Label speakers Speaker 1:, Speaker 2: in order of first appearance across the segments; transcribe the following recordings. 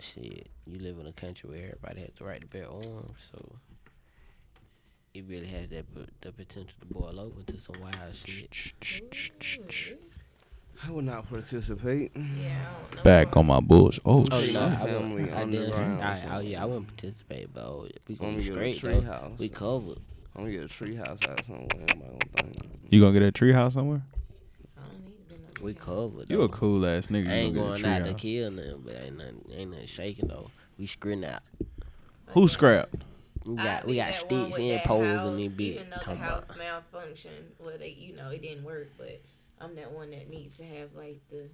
Speaker 1: shit, you live in a country where everybody has the right to bear arms, so it really has that po- the potential to boil over into some wild shit.
Speaker 2: I will not participate.
Speaker 3: Yeah, I don't know.
Speaker 4: Back on my bullshit. Oh,
Speaker 1: Oh
Speaker 2: Take
Speaker 4: shit.
Speaker 1: no,
Speaker 2: my
Speaker 1: I
Speaker 2: family
Speaker 1: wouldn't. I did.
Speaker 2: underground
Speaker 1: I,
Speaker 2: or
Speaker 1: I, yeah, I wouldn't participate, but oh, we
Speaker 2: I'm
Speaker 1: gonna
Speaker 2: gonna
Speaker 1: be
Speaker 2: get a
Speaker 1: straight though.
Speaker 2: treehouse.
Speaker 1: We covered.
Speaker 2: I'm gonna get a treehouse out somewhere. in my own thing.
Speaker 4: You gonna get a treehouse somewhere?
Speaker 3: I don't need to be no
Speaker 1: We
Speaker 3: kid.
Speaker 1: covered.
Speaker 4: You
Speaker 1: though.
Speaker 4: a cool ass nigga. You
Speaker 1: I ain't
Speaker 4: gonna
Speaker 1: going
Speaker 4: get a
Speaker 1: out to
Speaker 4: treehouse.
Speaker 1: kill nothing, but ain't nothing, ain't nothing shaking though. We screwing out.
Speaker 4: Who scrapped?
Speaker 1: We
Speaker 3: I
Speaker 1: got we
Speaker 3: be
Speaker 1: got
Speaker 3: that one
Speaker 1: sticks
Speaker 3: with
Speaker 1: and
Speaker 3: that
Speaker 1: poles
Speaker 3: house,
Speaker 1: and these
Speaker 3: Even
Speaker 1: bitch.
Speaker 3: though the
Speaker 1: Talking
Speaker 3: house
Speaker 1: about
Speaker 3: malfunctioned, well, they you know it didn't work, but I'm that one that needs to have like the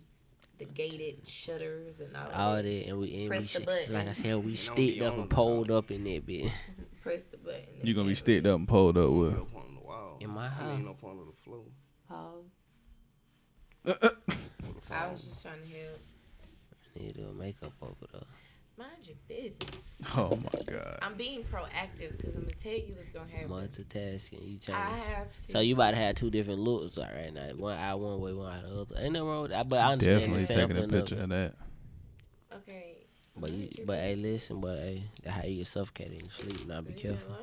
Speaker 3: the gated shutters and all,
Speaker 1: all
Speaker 3: that.
Speaker 1: that, and we and we
Speaker 3: Press the
Speaker 1: shit-
Speaker 3: button.
Speaker 1: like I said, we
Speaker 2: don't
Speaker 1: sticked
Speaker 2: be
Speaker 1: up
Speaker 2: on
Speaker 1: and
Speaker 2: the
Speaker 1: poled up in that bitch.
Speaker 3: Press the button. and
Speaker 4: You gonna be
Speaker 3: it
Speaker 4: sticked
Speaker 3: would
Speaker 4: up and pulled up with?
Speaker 2: Up on the wall.
Speaker 1: In my
Speaker 2: I
Speaker 1: house.
Speaker 2: ain't up under the floor.
Speaker 3: Pause. I was just trying to help.
Speaker 1: Need to do a makeup over though.
Speaker 3: Mind your business.
Speaker 4: Oh my god.
Speaker 3: I'm being proactive because I'm gonna tell you what's gonna happen.
Speaker 1: Multitasking, you
Speaker 3: I
Speaker 1: trying. to-
Speaker 3: have to.
Speaker 1: So you about to have two different looks like right now. One eye one way, one eye the other. Ain't no wrong with that, but I understand
Speaker 4: Definitely
Speaker 1: you
Speaker 4: taking a
Speaker 1: sampling up.
Speaker 4: picture of that.
Speaker 3: okay?
Speaker 1: But you,
Speaker 3: Mind your
Speaker 1: but hey,
Speaker 3: business.
Speaker 1: listen, but hey, that how you get suffocated in sleep. Now be
Speaker 3: Leave me
Speaker 1: careful.
Speaker 3: alone.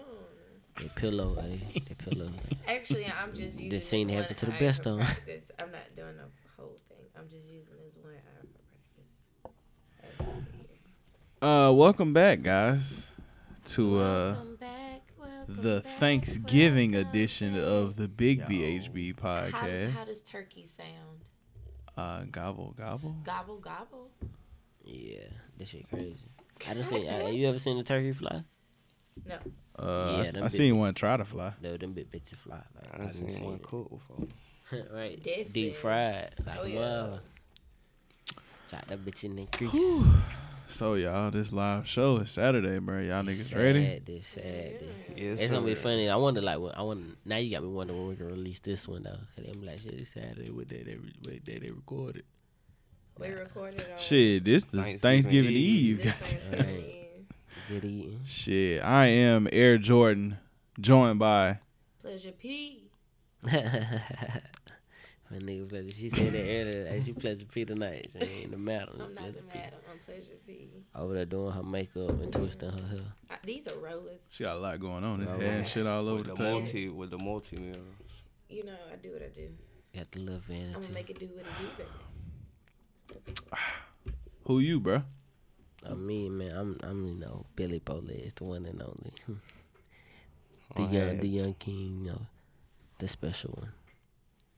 Speaker 1: That pillow, hey, that pillow.
Speaker 3: Actually, I'm just using
Speaker 1: This ain't
Speaker 3: one
Speaker 1: happened to the
Speaker 3: eye
Speaker 1: best
Speaker 3: for
Speaker 1: of 'em.
Speaker 3: practice. I'm not doing the whole thing. I'm just using this one eye for practice. As I sit here.
Speaker 4: Uh, welcome back, guys, to uh
Speaker 3: Welcome back, welcome
Speaker 4: the
Speaker 3: back,
Speaker 4: Thanksgiving
Speaker 3: welcome
Speaker 4: edition
Speaker 3: back.
Speaker 4: of the Big
Speaker 2: Yo.
Speaker 4: BHB
Speaker 3: How,
Speaker 4: podcast.
Speaker 3: how does turkey sound?
Speaker 4: Uh, gobble gobble.
Speaker 3: Gobble gobble.
Speaker 1: Yeah, that shit crazy. I done seen. I, you ever seen a turkey fly?
Speaker 3: No,
Speaker 4: Uh,
Speaker 1: Yeah,
Speaker 4: I-
Speaker 1: them
Speaker 4: I
Speaker 1: big-
Speaker 4: seen one try to fly.
Speaker 1: No, them big bitches fly. Like,
Speaker 2: I done seen one cook before.
Speaker 1: it. right,
Speaker 3: Definitely.
Speaker 1: deep fried. Like
Speaker 3: Oh, yeah.
Speaker 1: wow. Shot that bitch in the crease.
Speaker 4: So y'all, this live show is Saturday, bro. Y'all
Speaker 1: This
Speaker 4: niggas ready?
Speaker 1: sad, This sad. this-
Speaker 2: Yes,
Speaker 1: It's gonna be
Speaker 2: sir.
Speaker 1: funny. I wonder, like, when, I want now. You got me wondering when we can release this one though, because I'm like, shit, it's Saturday. What day they, re- what day they recorded?
Speaker 3: we recorded on
Speaker 4: Shit, this the
Speaker 2: Thanksgiving
Speaker 4: Thanksgiving,
Speaker 2: Eve.
Speaker 4: Eve.
Speaker 3: this
Speaker 4: God-
Speaker 3: Thanksgiving
Speaker 1: Right.
Speaker 3: Eve.
Speaker 1: Good eating.
Speaker 4: Shit, I am Air Jordan, joined by
Speaker 3: Pleasure P.
Speaker 1: My nigga, pleasure. She said that earlier. Like, she pleasure P tonight. She ain't the matter.
Speaker 3: I'm not
Speaker 1: Pleasure
Speaker 3: the
Speaker 1: P.
Speaker 3: madam. I'm Pleasure P.
Speaker 1: Over there doing her makeup and twisting her hair.
Speaker 3: I, these are rollers.
Speaker 4: She got a lot going on. This
Speaker 1: Oh,
Speaker 4: hair and
Speaker 1: yeah.
Speaker 4: shit all over
Speaker 2: With
Speaker 4: the
Speaker 2: the
Speaker 4: table.
Speaker 2: multi, with the multi mirror.
Speaker 3: You know, I do what I do.
Speaker 1: Got the little
Speaker 3: I'm
Speaker 1: vanity.
Speaker 3: gonna make it do what it do. baby.
Speaker 4: Who you, bro?
Speaker 1: I mean, man, I'm, I'm, you know, Billy Bolet, the one and only, the young,
Speaker 2: Oh, heck.
Speaker 1: the young king, you know, the special one.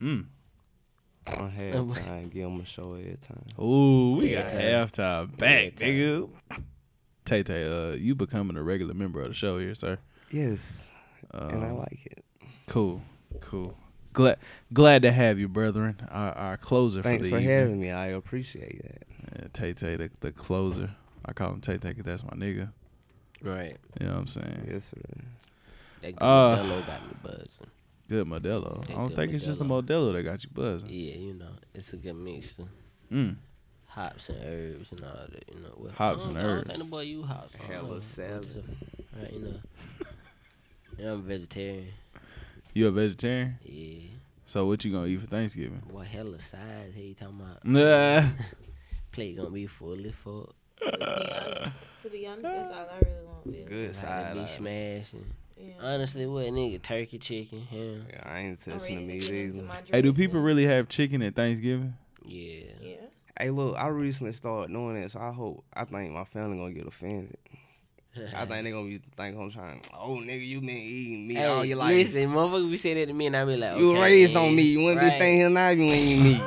Speaker 4: Mm.
Speaker 2: On halftime, give him a show every time.
Speaker 4: Ooh, we
Speaker 1: Yeah.
Speaker 4: got halftime back,
Speaker 1: Yeah,
Speaker 4: nigga. Tay Tay, uh, you becoming a regular member of the show here, sir.
Speaker 2: Yes, and I
Speaker 4: Um,
Speaker 2: like it.
Speaker 4: cool, cool. Glad, glad to have you, brethren. Our, our closer
Speaker 2: Thanks for
Speaker 4: for the evening.
Speaker 2: having me. I appreciate that.
Speaker 4: Yeah, Tay Tay, the, the closer. I call him Tay Tay because that's my nigga.
Speaker 1: Right.
Speaker 4: You know what I'm saying?
Speaker 2: Yes, sir.
Speaker 1: That good
Speaker 4: Uh,
Speaker 1: Modelo got me buzzing.
Speaker 4: Good Modelo.
Speaker 1: That
Speaker 4: I don't
Speaker 1: good
Speaker 4: think it's just the Modelo that got you buzzing.
Speaker 1: Yeah, you know, it's a good mixture.
Speaker 4: Mm.
Speaker 1: Hops and herbs and all that, you know. Well,
Speaker 4: Hops
Speaker 1: I don't-
Speaker 4: and
Speaker 1: I don't think
Speaker 4: herbs.
Speaker 1: the boy you hops. I don't
Speaker 2: Hella
Speaker 1: know.
Speaker 2: salad.
Speaker 1: Just a- Right, you know. yeah, I'm vegetarian.
Speaker 4: You a vegetarian?
Speaker 1: Yeah.
Speaker 4: So what you gonna eat for Thanksgiving?
Speaker 1: What hella size? Hey, you talking about?
Speaker 4: Nah.
Speaker 1: Plate gonna be fully full.
Speaker 3: To be honest, to be honest, that's all I really want. Bill.
Speaker 2: Good
Speaker 1: Like,
Speaker 2: side.
Speaker 1: it be
Speaker 2: eye.
Speaker 1: smashing.
Speaker 3: Yeah.
Speaker 1: Honestly, what nigga? Turkey, chicken, ham.
Speaker 2: Yeah, I ain't
Speaker 3: I'm
Speaker 2: touching the
Speaker 3: ready to
Speaker 2: meat
Speaker 3: get Oh, into
Speaker 2: either.
Speaker 3: my
Speaker 4: Hey, do
Speaker 3: dressing.
Speaker 4: people really have chicken at Thanksgiving?
Speaker 1: Yeah.
Speaker 3: Yeah.
Speaker 2: Hey, look, I recently started doing that, so I hope I think my family gonna get offended. I think they gonna be think I'm trying. Oh, nigga, you been eating meat
Speaker 1: Hey,
Speaker 2: all your life.
Speaker 1: Listen, motherfucker, be saying that to me, and I be like,
Speaker 2: you
Speaker 1: okay,
Speaker 2: were raised on meat. You wouldn't
Speaker 1: right,
Speaker 2: be staying here now. if You ain't eat meat.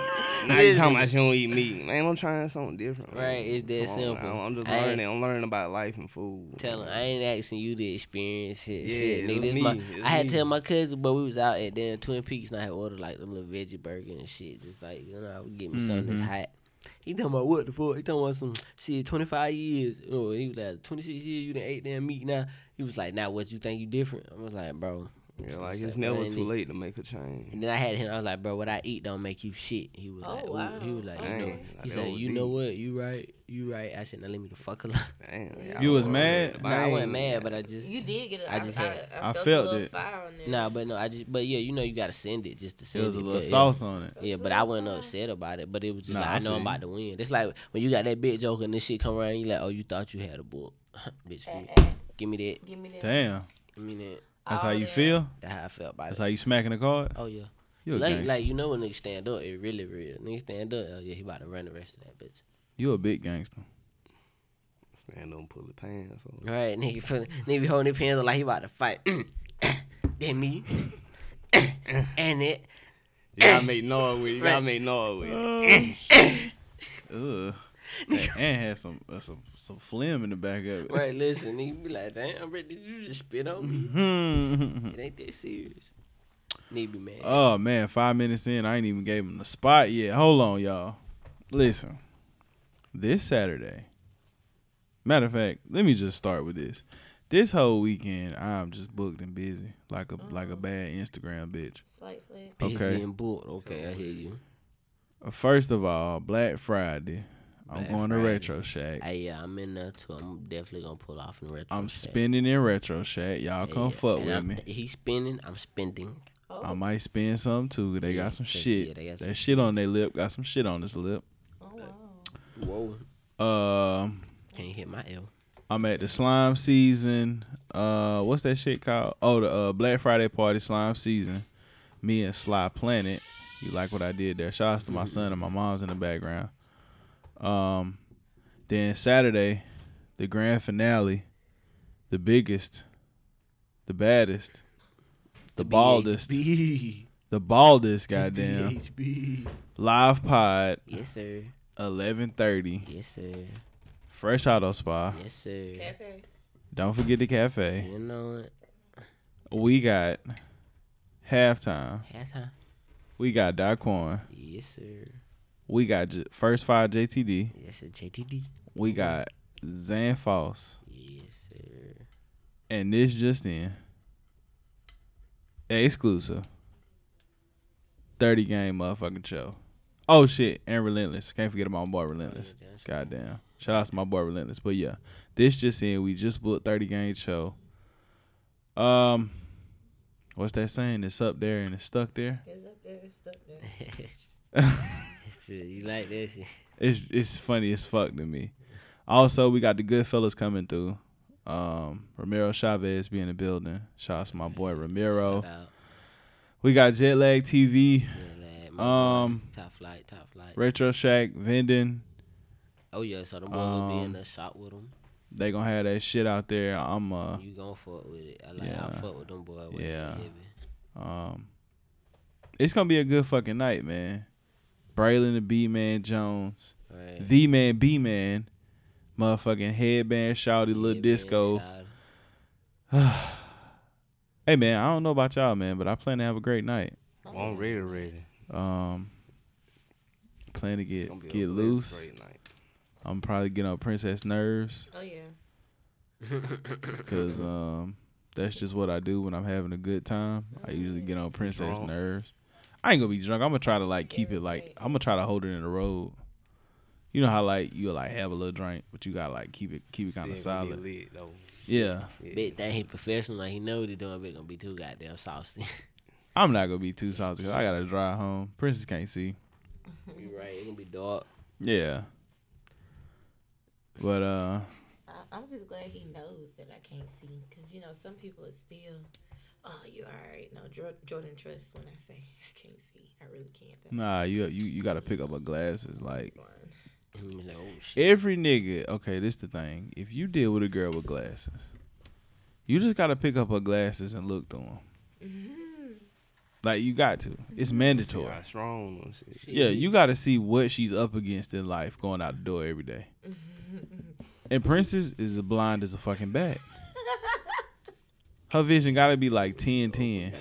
Speaker 2: now you
Speaker 1: Listen.
Speaker 2: talking about you don't eat meat. Man, I'm trying something different. man.
Speaker 1: Right, it's that
Speaker 2: Come on,
Speaker 1: simple.
Speaker 2: I'm, I'm just
Speaker 1: I ain't-
Speaker 2: learning. I'm learning about life and food.
Speaker 1: Tell him I ain't asking you to experience shit.
Speaker 2: Yeah,
Speaker 1: shit,
Speaker 2: it
Speaker 1: nigga,
Speaker 2: was
Speaker 1: this my-
Speaker 2: me, it was
Speaker 1: I had to
Speaker 2: me.
Speaker 1: tell my cousin, but we was out at damn Twin Peaks, and I had ordered like the little veggie burger and shit. Just like you know, I would get me something
Speaker 2: Mm-hmm.
Speaker 1: that's hot. He talking about what the fuck? He talking about some shit. Twenty five years. Oh, he was like twenty six years. You done ate damn meat now. He was like, now what you think you different? I was like, bro,
Speaker 2: Yeah,
Speaker 1: So
Speaker 2: like
Speaker 1: it's
Speaker 2: it's
Speaker 1: like, bro,
Speaker 2: never
Speaker 1: and
Speaker 2: too
Speaker 1: it-
Speaker 2: late to make a change.
Speaker 1: And then I had him. I was like, bro, what I eat don't make you shit. He was
Speaker 3: Oh,
Speaker 1: like, ooh,
Speaker 3: wow.
Speaker 1: he was like, you know,
Speaker 2: Dang,
Speaker 1: he
Speaker 2: like
Speaker 1: said, you know
Speaker 2: OD.
Speaker 1: what, you right, you right. I said, now let me the fuck alone.
Speaker 2: Damn, like, I
Speaker 4: You was
Speaker 2: worried
Speaker 4: mad?
Speaker 2: about
Speaker 1: Nah, I
Speaker 2: it.
Speaker 1: wasn't mad, but I just
Speaker 3: You did get it.
Speaker 1: I just had-
Speaker 3: I,
Speaker 4: I
Speaker 3: felt,
Speaker 4: felt
Speaker 3: a little
Speaker 4: it.
Speaker 3: Fire on that.
Speaker 1: nah, but no, I just but yeah, you know, you gotta send it just to
Speaker 4: It
Speaker 1: send
Speaker 4: was a
Speaker 1: it,
Speaker 4: little
Speaker 1: but, yeah.
Speaker 4: sauce on it.
Speaker 1: Yeah, but I wasn't upset about it. But it was just
Speaker 4: Nah,
Speaker 1: like
Speaker 4: I
Speaker 1: I know
Speaker 4: feel
Speaker 1: I'm
Speaker 4: you.
Speaker 1: about to win. It's like when you got that big joke and this shit come around, you like, oh, you thought you had a book, bitch.
Speaker 3: Eh,
Speaker 1: Give me,
Speaker 3: eh,
Speaker 1: give me that.
Speaker 3: Give me that.
Speaker 4: Damn,
Speaker 1: I mean that.
Speaker 4: that's
Speaker 3: All
Speaker 4: how you
Speaker 3: that.
Speaker 4: feel.
Speaker 1: That's how I felt about
Speaker 4: That's
Speaker 1: it.
Speaker 4: how you smacking the cards.
Speaker 1: oh yeah,
Speaker 4: You a
Speaker 1: like
Speaker 4: gangster.
Speaker 1: like you know when niggas stand up, it really real. Niggas stand up, oh yeah, he about to run the rest of that bitch.
Speaker 4: You a big gangster.
Speaker 2: Stand on pull the pants. on.
Speaker 1: All right, nigga, feel, nigga be holding his hands up like he about to fight. then me, and it.
Speaker 2: You gotta make noise with. it. You
Speaker 1: Right.
Speaker 2: gotta make noise with. it.
Speaker 4: Ugh. That and had some uh, some some phlegm in the back of it.
Speaker 1: Right, listen, nigga be like, damn, Rick, did you just spit on me?
Speaker 4: Hmm.
Speaker 1: It ain't that serious. Nigga be mad.
Speaker 4: oh man, five minutes in, I ain't even gave him the spot yet. Hold on, y'all. Listen, this Saturday. Matter of fact, let me just start with this. This whole weekend, I'm just booked and busy, like a like a bad Instagram bitch.
Speaker 3: Slight flag.
Speaker 1: Busy
Speaker 4: okay.
Speaker 1: and booked. Okay, I hear you.
Speaker 4: Uh, First of all, Black Friday, I'm
Speaker 1: Black
Speaker 4: going to
Speaker 1: Friday.
Speaker 4: Retro Shack.
Speaker 1: Hey, yeah, I'm in there too. I'm definitely gonna pull off in retro.
Speaker 4: I'm
Speaker 1: Shack.
Speaker 4: spending in Retro Shack.
Speaker 1: Yeah,
Speaker 4: Y'all come fuck
Speaker 1: and
Speaker 4: with
Speaker 1: I'm-
Speaker 4: me.
Speaker 1: He's spending. I'm spending.
Speaker 3: Oh,
Speaker 4: I might spend some too. They
Speaker 1: Yeah,
Speaker 4: got some
Speaker 1: 'cause,
Speaker 4: shit.
Speaker 1: yeah, they got
Speaker 4: that
Speaker 1: some
Speaker 4: shit on their lip. Got some shit on this lip.
Speaker 3: oh wow.
Speaker 1: Whoa,
Speaker 4: Um,
Speaker 1: can't hit my L.
Speaker 4: I'm at the slime season. Uh, what's that shit called? Oh, the uh, Black Friday party slime season. Me and Sly Planet. You like what I did there? Shout out to my son and my mom's in the background. Um, then Saturday, the grand finale, the biggest, the baddest, the baldest,
Speaker 1: BHB.
Speaker 4: the baldest. Goddamn
Speaker 1: BHB.
Speaker 4: live pod.
Speaker 1: Yes sir.
Speaker 4: Eleven thirty,
Speaker 1: Yes sir.
Speaker 4: fresh auto spa.
Speaker 1: Yes sir.
Speaker 3: Cafe.
Speaker 4: Don't forget the cafe.
Speaker 1: You know it.
Speaker 4: We got halftime.
Speaker 1: Half time.
Speaker 4: We got Daquan.
Speaker 1: Yes sir.
Speaker 4: We got J- first five JTD.
Speaker 1: Yes sir. JTD.
Speaker 4: We got Zan Foss.
Speaker 1: Yes sir.
Speaker 4: And this just in. Exclusive. Thirty game motherfucking show. Oh shit, and Relentless. Can't forget about my boy Relentless.
Speaker 1: Yeah, that's right.
Speaker 4: Goddamn. Shout out to my boy Relentless. But yeah, this just in. We just booked 30 game show. Um, what's that saying? It's up there and it's stuck there.
Speaker 3: It's up there. It's up there.
Speaker 1: That's it. you like that shit?
Speaker 4: It's it's funny as fuck to me. Also, we got the Goodfellas coming through. Um, Ramiro Chavez be in the building. Shout out to my boy Ramiro.
Speaker 1: Shout out.
Speaker 4: We got Jet Lag TV,
Speaker 1: Yeah, like, my boy.
Speaker 4: Um,
Speaker 1: top flight, top flight.
Speaker 4: Retro Shack, Vendon.
Speaker 1: oh yeah, so the boy will be in
Speaker 4: um,
Speaker 1: the shop with him.
Speaker 4: They gonna have that shit out there. I'm uh
Speaker 1: You gonna fuck with it? I like. I
Speaker 4: yeah.
Speaker 1: fuck with them boy. With
Speaker 4: Yeah.
Speaker 1: yeah.
Speaker 4: Um, it's gonna be a good fucking night, man. Braylon the B Man Jones,
Speaker 1: Right.
Speaker 4: the man B Man, motherfucking headband shouty little
Speaker 1: Yeah,
Speaker 4: disco.
Speaker 1: man, shout-
Speaker 4: Hey man, I don't know about y'all, man, but I plan to have a great night.
Speaker 2: Well,
Speaker 3: Oh,
Speaker 2: I'm ready, ready.
Speaker 4: Um, plan to
Speaker 2: It's
Speaker 4: get
Speaker 2: gonna be a
Speaker 4: get
Speaker 2: blessed,
Speaker 4: loose.
Speaker 2: great night.
Speaker 4: I'm probably getting on Princess Nerves
Speaker 3: Oh yeah.
Speaker 4: because um, that's just what I do when I'm having a good time. I usually get on Princess
Speaker 2: Drunk.
Speaker 4: Nerves. I ain't gonna be drunk. I'm gonna try to like keep it like
Speaker 3: Irritate.
Speaker 4: I'm gonna try to hold it in the road. You know how like you like have a little drink, but you gotta like keep it keep it kind of
Speaker 2: Still gonna be
Speaker 4: solid.
Speaker 2: lit, though.
Speaker 4: Yeah,
Speaker 2: Yeah.
Speaker 1: Big thing, he professional. Like he know what he doing. But it gonna be too goddamn saucy.
Speaker 4: I'm not gonna be too salty. 'cause I gotta drive home. Princess can't see.
Speaker 1: you right. It gonna be dark.
Speaker 4: Yeah, but uh,
Speaker 3: I, I'm just glad he knows that I can't see, cause you know some people are still. Oh, you all right? No, Jor- Jordan trusts when I say I can't see. I really can't. That's
Speaker 4: nah, you you you gotta pick up a glasses like.
Speaker 3: fine.
Speaker 1: And he be like, oh shit.
Speaker 4: Every nigga, okay, this the thing. If you deal with a girl with glasses, you just gotta pick up her glasses and look through them. Like you got to.
Speaker 1: Mm-hmm.
Speaker 4: It's
Speaker 2: See
Speaker 4: mandatory.
Speaker 2: how strong and shit.
Speaker 4: Yeah, you gotta see what she's up against in life going out the door every day.
Speaker 1: Mm-hmm.
Speaker 4: And Princess is as blind as a fucking bat. Her vision gotta be like 10 10.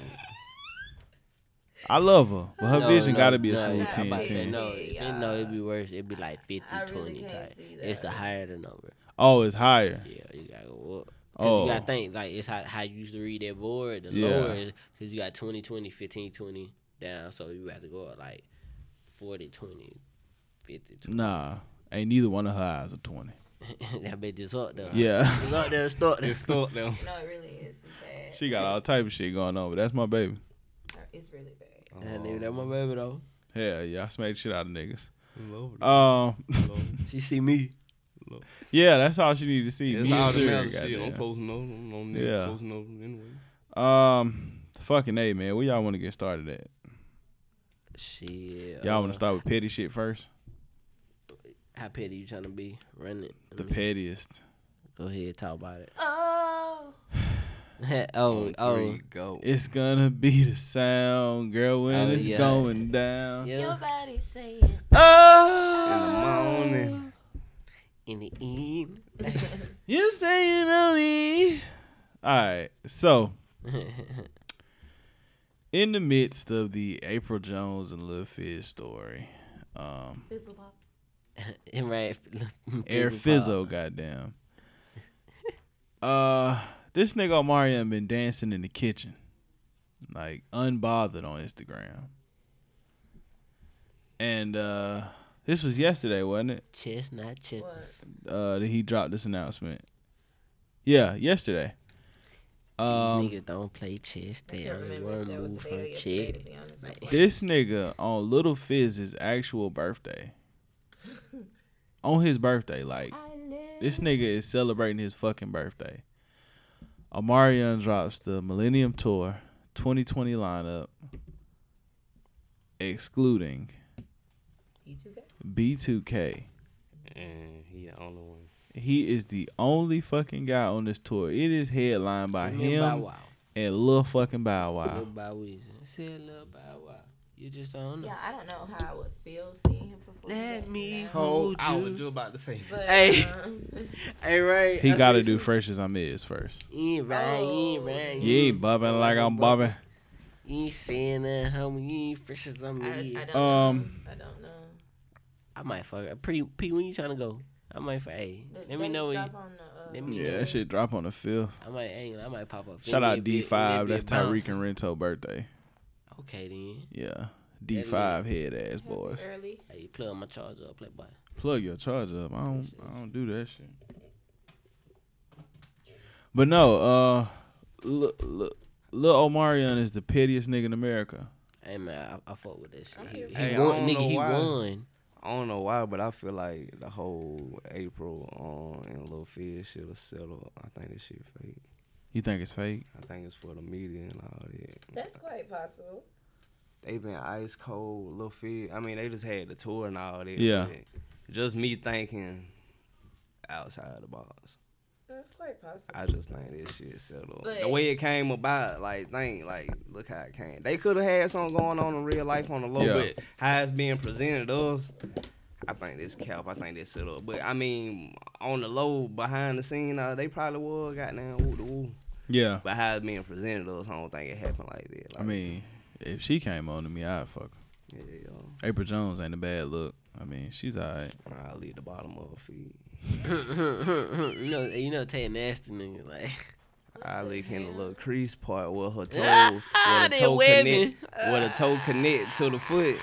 Speaker 4: I love her, but her
Speaker 1: No,
Speaker 4: vision
Speaker 1: no,
Speaker 4: gotta be a
Speaker 1: no,
Speaker 4: smooth
Speaker 1: yeah, I'm
Speaker 4: 10
Speaker 1: about to
Speaker 4: 10.
Speaker 1: say,
Speaker 3: ten.
Speaker 1: No, if it, no, it'd be worse. It'd be like 50,
Speaker 3: I really
Speaker 1: 20
Speaker 3: can't
Speaker 1: type.
Speaker 3: see
Speaker 1: It's the
Speaker 3: that.
Speaker 1: higher the number.
Speaker 4: Oh, it's higher.
Speaker 1: Yeah, you gotta go up. Cause
Speaker 4: Oh,
Speaker 1: you gotta think like it's how, how you used to read that board. The
Speaker 4: Yeah.
Speaker 1: lower is because you got 20, 20, 15, 20 down, so you have to go up like 40, 20, 50, 20.
Speaker 4: nah, ain't neither one of her eyes a twenty.
Speaker 1: that bitch is up there.
Speaker 4: Yeah,
Speaker 1: it's up there, stuck there.
Speaker 2: It's stuck though.
Speaker 3: No, it really is. It's bad.
Speaker 4: she got all type of shit going on, but that's my baby.
Speaker 3: No, It's really bad.
Speaker 1: That nigga, that my baby though.
Speaker 4: Hell yeah, I smacked shit out of niggas.
Speaker 2: Lord,
Speaker 4: Um,
Speaker 1: She see me.
Speaker 4: yeah, that's all she needed to see.
Speaker 2: It's
Speaker 4: Me and
Speaker 2: all the
Speaker 4: Siri,
Speaker 2: matter shit. I'm
Speaker 4: goddamn.
Speaker 2: posting no, I'm no nigga
Speaker 4: Yeah.
Speaker 2: posting no anyway.
Speaker 4: Um, fucking a man. Where y'all want to get started at?
Speaker 1: Shit.
Speaker 4: Y'all
Speaker 1: uh,
Speaker 4: want to start with petty shit first?
Speaker 1: How petty you trying to be? Run it.
Speaker 4: The pettiest.
Speaker 1: Go ahead, talk about it.
Speaker 3: Oh,
Speaker 1: oh, oh.
Speaker 2: Three, go.
Speaker 4: It's gonna be the sound, girl, when
Speaker 1: Oh,
Speaker 4: it's
Speaker 1: yeah.
Speaker 4: going down.
Speaker 1: Yeah.
Speaker 3: your body's saying.
Speaker 2: In the
Speaker 4: Oh,
Speaker 2: morning.
Speaker 1: In the end.
Speaker 4: you say you know me. All right, so in the midst of the April Jones and Lil Fizz story, um,
Speaker 3: Fizzle pop.
Speaker 1: and right.
Speaker 4: Air Fizzo, goddamn. uh, this nigga Omarion been dancing in the kitchen, like unbothered on Instagram. And uh, this was yesterday, wasn't it?
Speaker 1: Chestnut chickens.
Speaker 4: Uh, that he dropped this announcement. Yeah, yesterday. Um,
Speaker 1: These niggas don't play chess.
Speaker 3: I
Speaker 1: They
Speaker 3: can't
Speaker 1: only
Speaker 3: remember
Speaker 1: want
Speaker 3: if
Speaker 1: to
Speaker 3: that was
Speaker 1: move
Speaker 3: today or
Speaker 1: from
Speaker 3: yesterday, to
Speaker 1: chick.
Speaker 3: be honest.
Speaker 1: Like-
Speaker 3: Like,
Speaker 4: this nigga on Little Fizz's actual birthday. on his birthday, like
Speaker 3: I live.
Speaker 4: This nigga is celebrating his fucking birthday. Omarion drops the Millennium Tour 2020 lineup, excluding
Speaker 3: You too good?
Speaker 4: B2K.
Speaker 2: And he the only one.
Speaker 4: He is the only fucking guy on this tour. It is headlined by
Speaker 1: Lil Bow
Speaker 4: him
Speaker 1: Wow.
Speaker 4: and Lil fucking Bow
Speaker 1: Lil
Speaker 4: Wow.
Speaker 1: Bow Weezy. Say Lil Bow Wow. You just don't know.
Speaker 3: Yeah, I don't know how I would feel seeing him perform.
Speaker 1: Let
Speaker 3: that,
Speaker 1: me
Speaker 3: you know?
Speaker 1: hold
Speaker 2: I
Speaker 1: you.
Speaker 2: was just about to say.
Speaker 3: But,
Speaker 1: Hey.
Speaker 3: um,
Speaker 1: Hey, right.
Speaker 4: He
Speaker 1: I
Speaker 4: gotta
Speaker 1: see
Speaker 4: do
Speaker 1: you.
Speaker 4: fresh as I'm is first.
Speaker 1: You ain't right. You ain't
Speaker 3: Oh.
Speaker 1: right.
Speaker 4: You ain't bobbing like I'm bobbing.
Speaker 1: You ain't saying that, homie. You ain't fresh as I'm
Speaker 3: I, I
Speaker 1: is.
Speaker 3: don't
Speaker 4: Um,
Speaker 3: know. I don't know.
Speaker 1: I might fuck up. P, P, when you trying to go? I might fuck. Hey,
Speaker 3: The
Speaker 1: let me
Speaker 3: dates
Speaker 1: know when you.
Speaker 3: drop on the, uh,
Speaker 1: let me-
Speaker 4: Yeah, that shit drop on the fifth.
Speaker 1: I might, ain't, I might pop up.
Speaker 4: Shout
Speaker 1: Let
Speaker 4: out
Speaker 1: me a bit-
Speaker 4: D5.
Speaker 1: let me a
Speaker 4: That's
Speaker 1: bit bounce.
Speaker 4: Tyreek and Rento's birthday.
Speaker 1: Okay, then.
Speaker 4: Yeah. D5 head ass
Speaker 3: Happy
Speaker 4: boys.
Speaker 3: Early.
Speaker 1: Hey, plug my charger up, playboy.
Speaker 4: plug your charger up. I don't I don't do that shit. But no, uh look look Lil Omarion is the pettiest nigga in America.
Speaker 1: Hey, man, I, I fuck with this shit.
Speaker 3: I'm
Speaker 1: He,
Speaker 3: here
Speaker 1: he
Speaker 3: for
Speaker 2: it. Hey, I
Speaker 1: won,
Speaker 2: don't
Speaker 1: nigga.
Speaker 2: know
Speaker 1: He
Speaker 2: why.
Speaker 1: won.
Speaker 2: I don't know why, but I feel like the whole April um, and Lil Fizz shit will settle. I think this shit fake.
Speaker 4: You think it's fake?
Speaker 2: I think it's for the media and all that.
Speaker 3: That's quite possible.
Speaker 2: They been ice cold, Lil Fizz. I mean, they just had the tour and all that.
Speaker 4: Yeah.
Speaker 2: but Just me thinking outside the box.
Speaker 3: That's quite possible.
Speaker 2: I just think this shit settled. the
Speaker 3: But-
Speaker 2: way it came about, like, think, like, look how it came. They could have had something going on in real life on the low,
Speaker 4: Yeah.
Speaker 2: but how it's being presented to us, I think this cap. I think this set up. But I mean, on the low, behind the scene, uh, they probably was goddamn woo the woo.
Speaker 4: Yeah.
Speaker 2: But how it's being presented to us, I don't think it happened like that. Like,
Speaker 4: I mean, if she came on to me, I'd fuck her.
Speaker 2: yeah, yo,
Speaker 4: April Jones ain't a bad look. I mean, she's alright.
Speaker 2: I'll leave the bottom of her feet.
Speaker 1: you know, you know, Tay nasty nigga. Like,
Speaker 2: I lick in the little crease part where her toe, where the
Speaker 1: they
Speaker 2: toe
Speaker 1: webbing.
Speaker 2: connect, where the toe connect to the foot,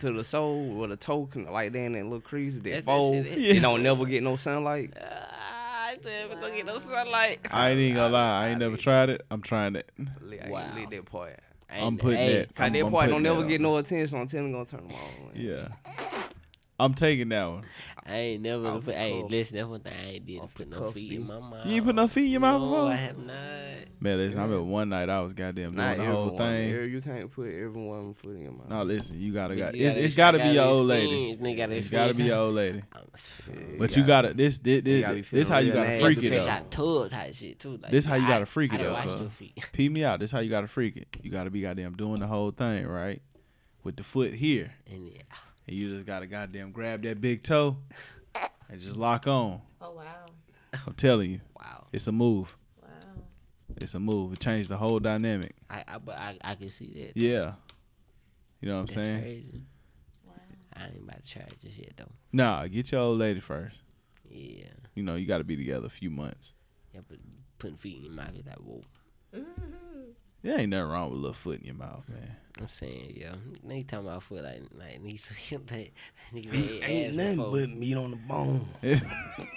Speaker 2: to the sole, where the toe connect, like then that little crease that
Speaker 1: That's that
Speaker 2: fold.
Speaker 1: shit.
Speaker 2: It don't never get no sunlight.
Speaker 1: I said, don't get no sunlight.
Speaker 4: I ain't even gonna lie, I ain't never tried it. I'm trying it.
Speaker 2: Lick,
Speaker 1: Wow.
Speaker 2: wow. lick that part.
Speaker 4: I'm putting
Speaker 1: hey,
Speaker 4: that.
Speaker 2: Cause
Speaker 4: I'm,
Speaker 2: that
Speaker 4: I'm
Speaker 2: part don't
Speaker 4: putting that
Speaker 2: never get
Speaker 4: on.
Speaker 2: no attention. I'm telling gonna turn them on. man.
Speaker 4: Yeah. I'm taking that one.
Speaker 1: I ain't never.
Speaker 2: Off
Speaker 1: put,
Speaker 2: the
Speaker 1: hey,
Speaker 2: cuff.
Speaker 1: listen, that's one thing I ain't did.
Speaker 2: Off the
Speaker 1: Put no
Speaker 2: cuff,
Speaker 1: feet
Speaker 2: B.
Speaker 1: in my mouth.
Speaker 4: You ain't put no feet in your mouth
Speaker 1: no,
Speaker 4: before?
Speaker 1: I have not.
Speaker 4: Man, listen, I remember one night I was goddamn doing
Speaker 2: Not
Speaker 4: the whole
Speaker 2: everyone.
Speaker 4: thing.
Speaker 2: every- You can't put everyone foot in your mouth.
Speaker 4: No, listen, you gotta
Speaker 1: Nigga,
Speaker 4: got
Speaker 1: you
Speaker 4: it's,
Speaker 1: gotta-
Speaker 4: it's gotta be
Speaker 1: gotta
Speaker 4: your
Speaker 1: be
Speaker 4: old lady.
Speaker 1: experienced, nigga, gotta
Speaker 4: It's gotta be
Speaker 1: experience.
Speaker 4: your old lady.
Speaker 2: Yeah,
Speaker 4: But you gotta this this
Speaker 2: you
Speaker 4: this,
Speaker 2: gotta be
Speaker 4: this how
Speaker 2: feeling
Speaker 4: you
Speaker 2: real
Speaker 4: gotta
Speaker 2: nasty.
Speaker 4: freak
Speaker 1: That's a
Speaker 4: it
Speaker 1: fish
Speaker 4: up.
Speaker 1: out tub type shit too. Like,
Speaker 4: This how you
Speaker 1: I-
Speaker 4: gotta freak
Speaker 1: I
Speaker 4: it
Speaker 1: done
Speaker 4: up,
Speaker 1: washed
Speaker 4: huh?
Speaker 1: your feet.
Speaker 4: Pee me out. This how you gotta freak it. You gotta be goddamn doing the whole thing right with the foot here,
Speaker 1: And yeah,
Speaker 4: and you just gotta goddamn grab that big toe and just lock on.
Speaker 3: Oh wow,
Speaker 4: I'm telling you,
Speaker 1: wow.
Speaker 4: it's a move.
Speaker 3: wow.
Speaker 4: It's a move. It changed the whole dynamic.
Speaker 1: I, I but I, I can see that.
Speaker 4: Yeah, you know what I'm
Speaker 1: That's
Speaker 4: saying?
Speaker 1: crazy.
Speaker 3: Wow.
Speaker 1: I ain't about to try this shit though.
Speaker 4: Nah, get your old lady first.
Speaker 1: Yeah.
Speaker 4: You know you gotta be together a few months.
Speaker 1: Yeah, but putting feet in your mouth is like, whoa.
Speaker 4: There ain't nothing wrong with a little foot in your mouth, man.
Speaker 1: I'm saying, yeah. They talking about foot like like these like, niggas
Speaker 2: Feet
Speaker 1: ain't ass
Speaker 2: ain't nothing
Speaker 1: before.
Speaker 2: but meat on the bone.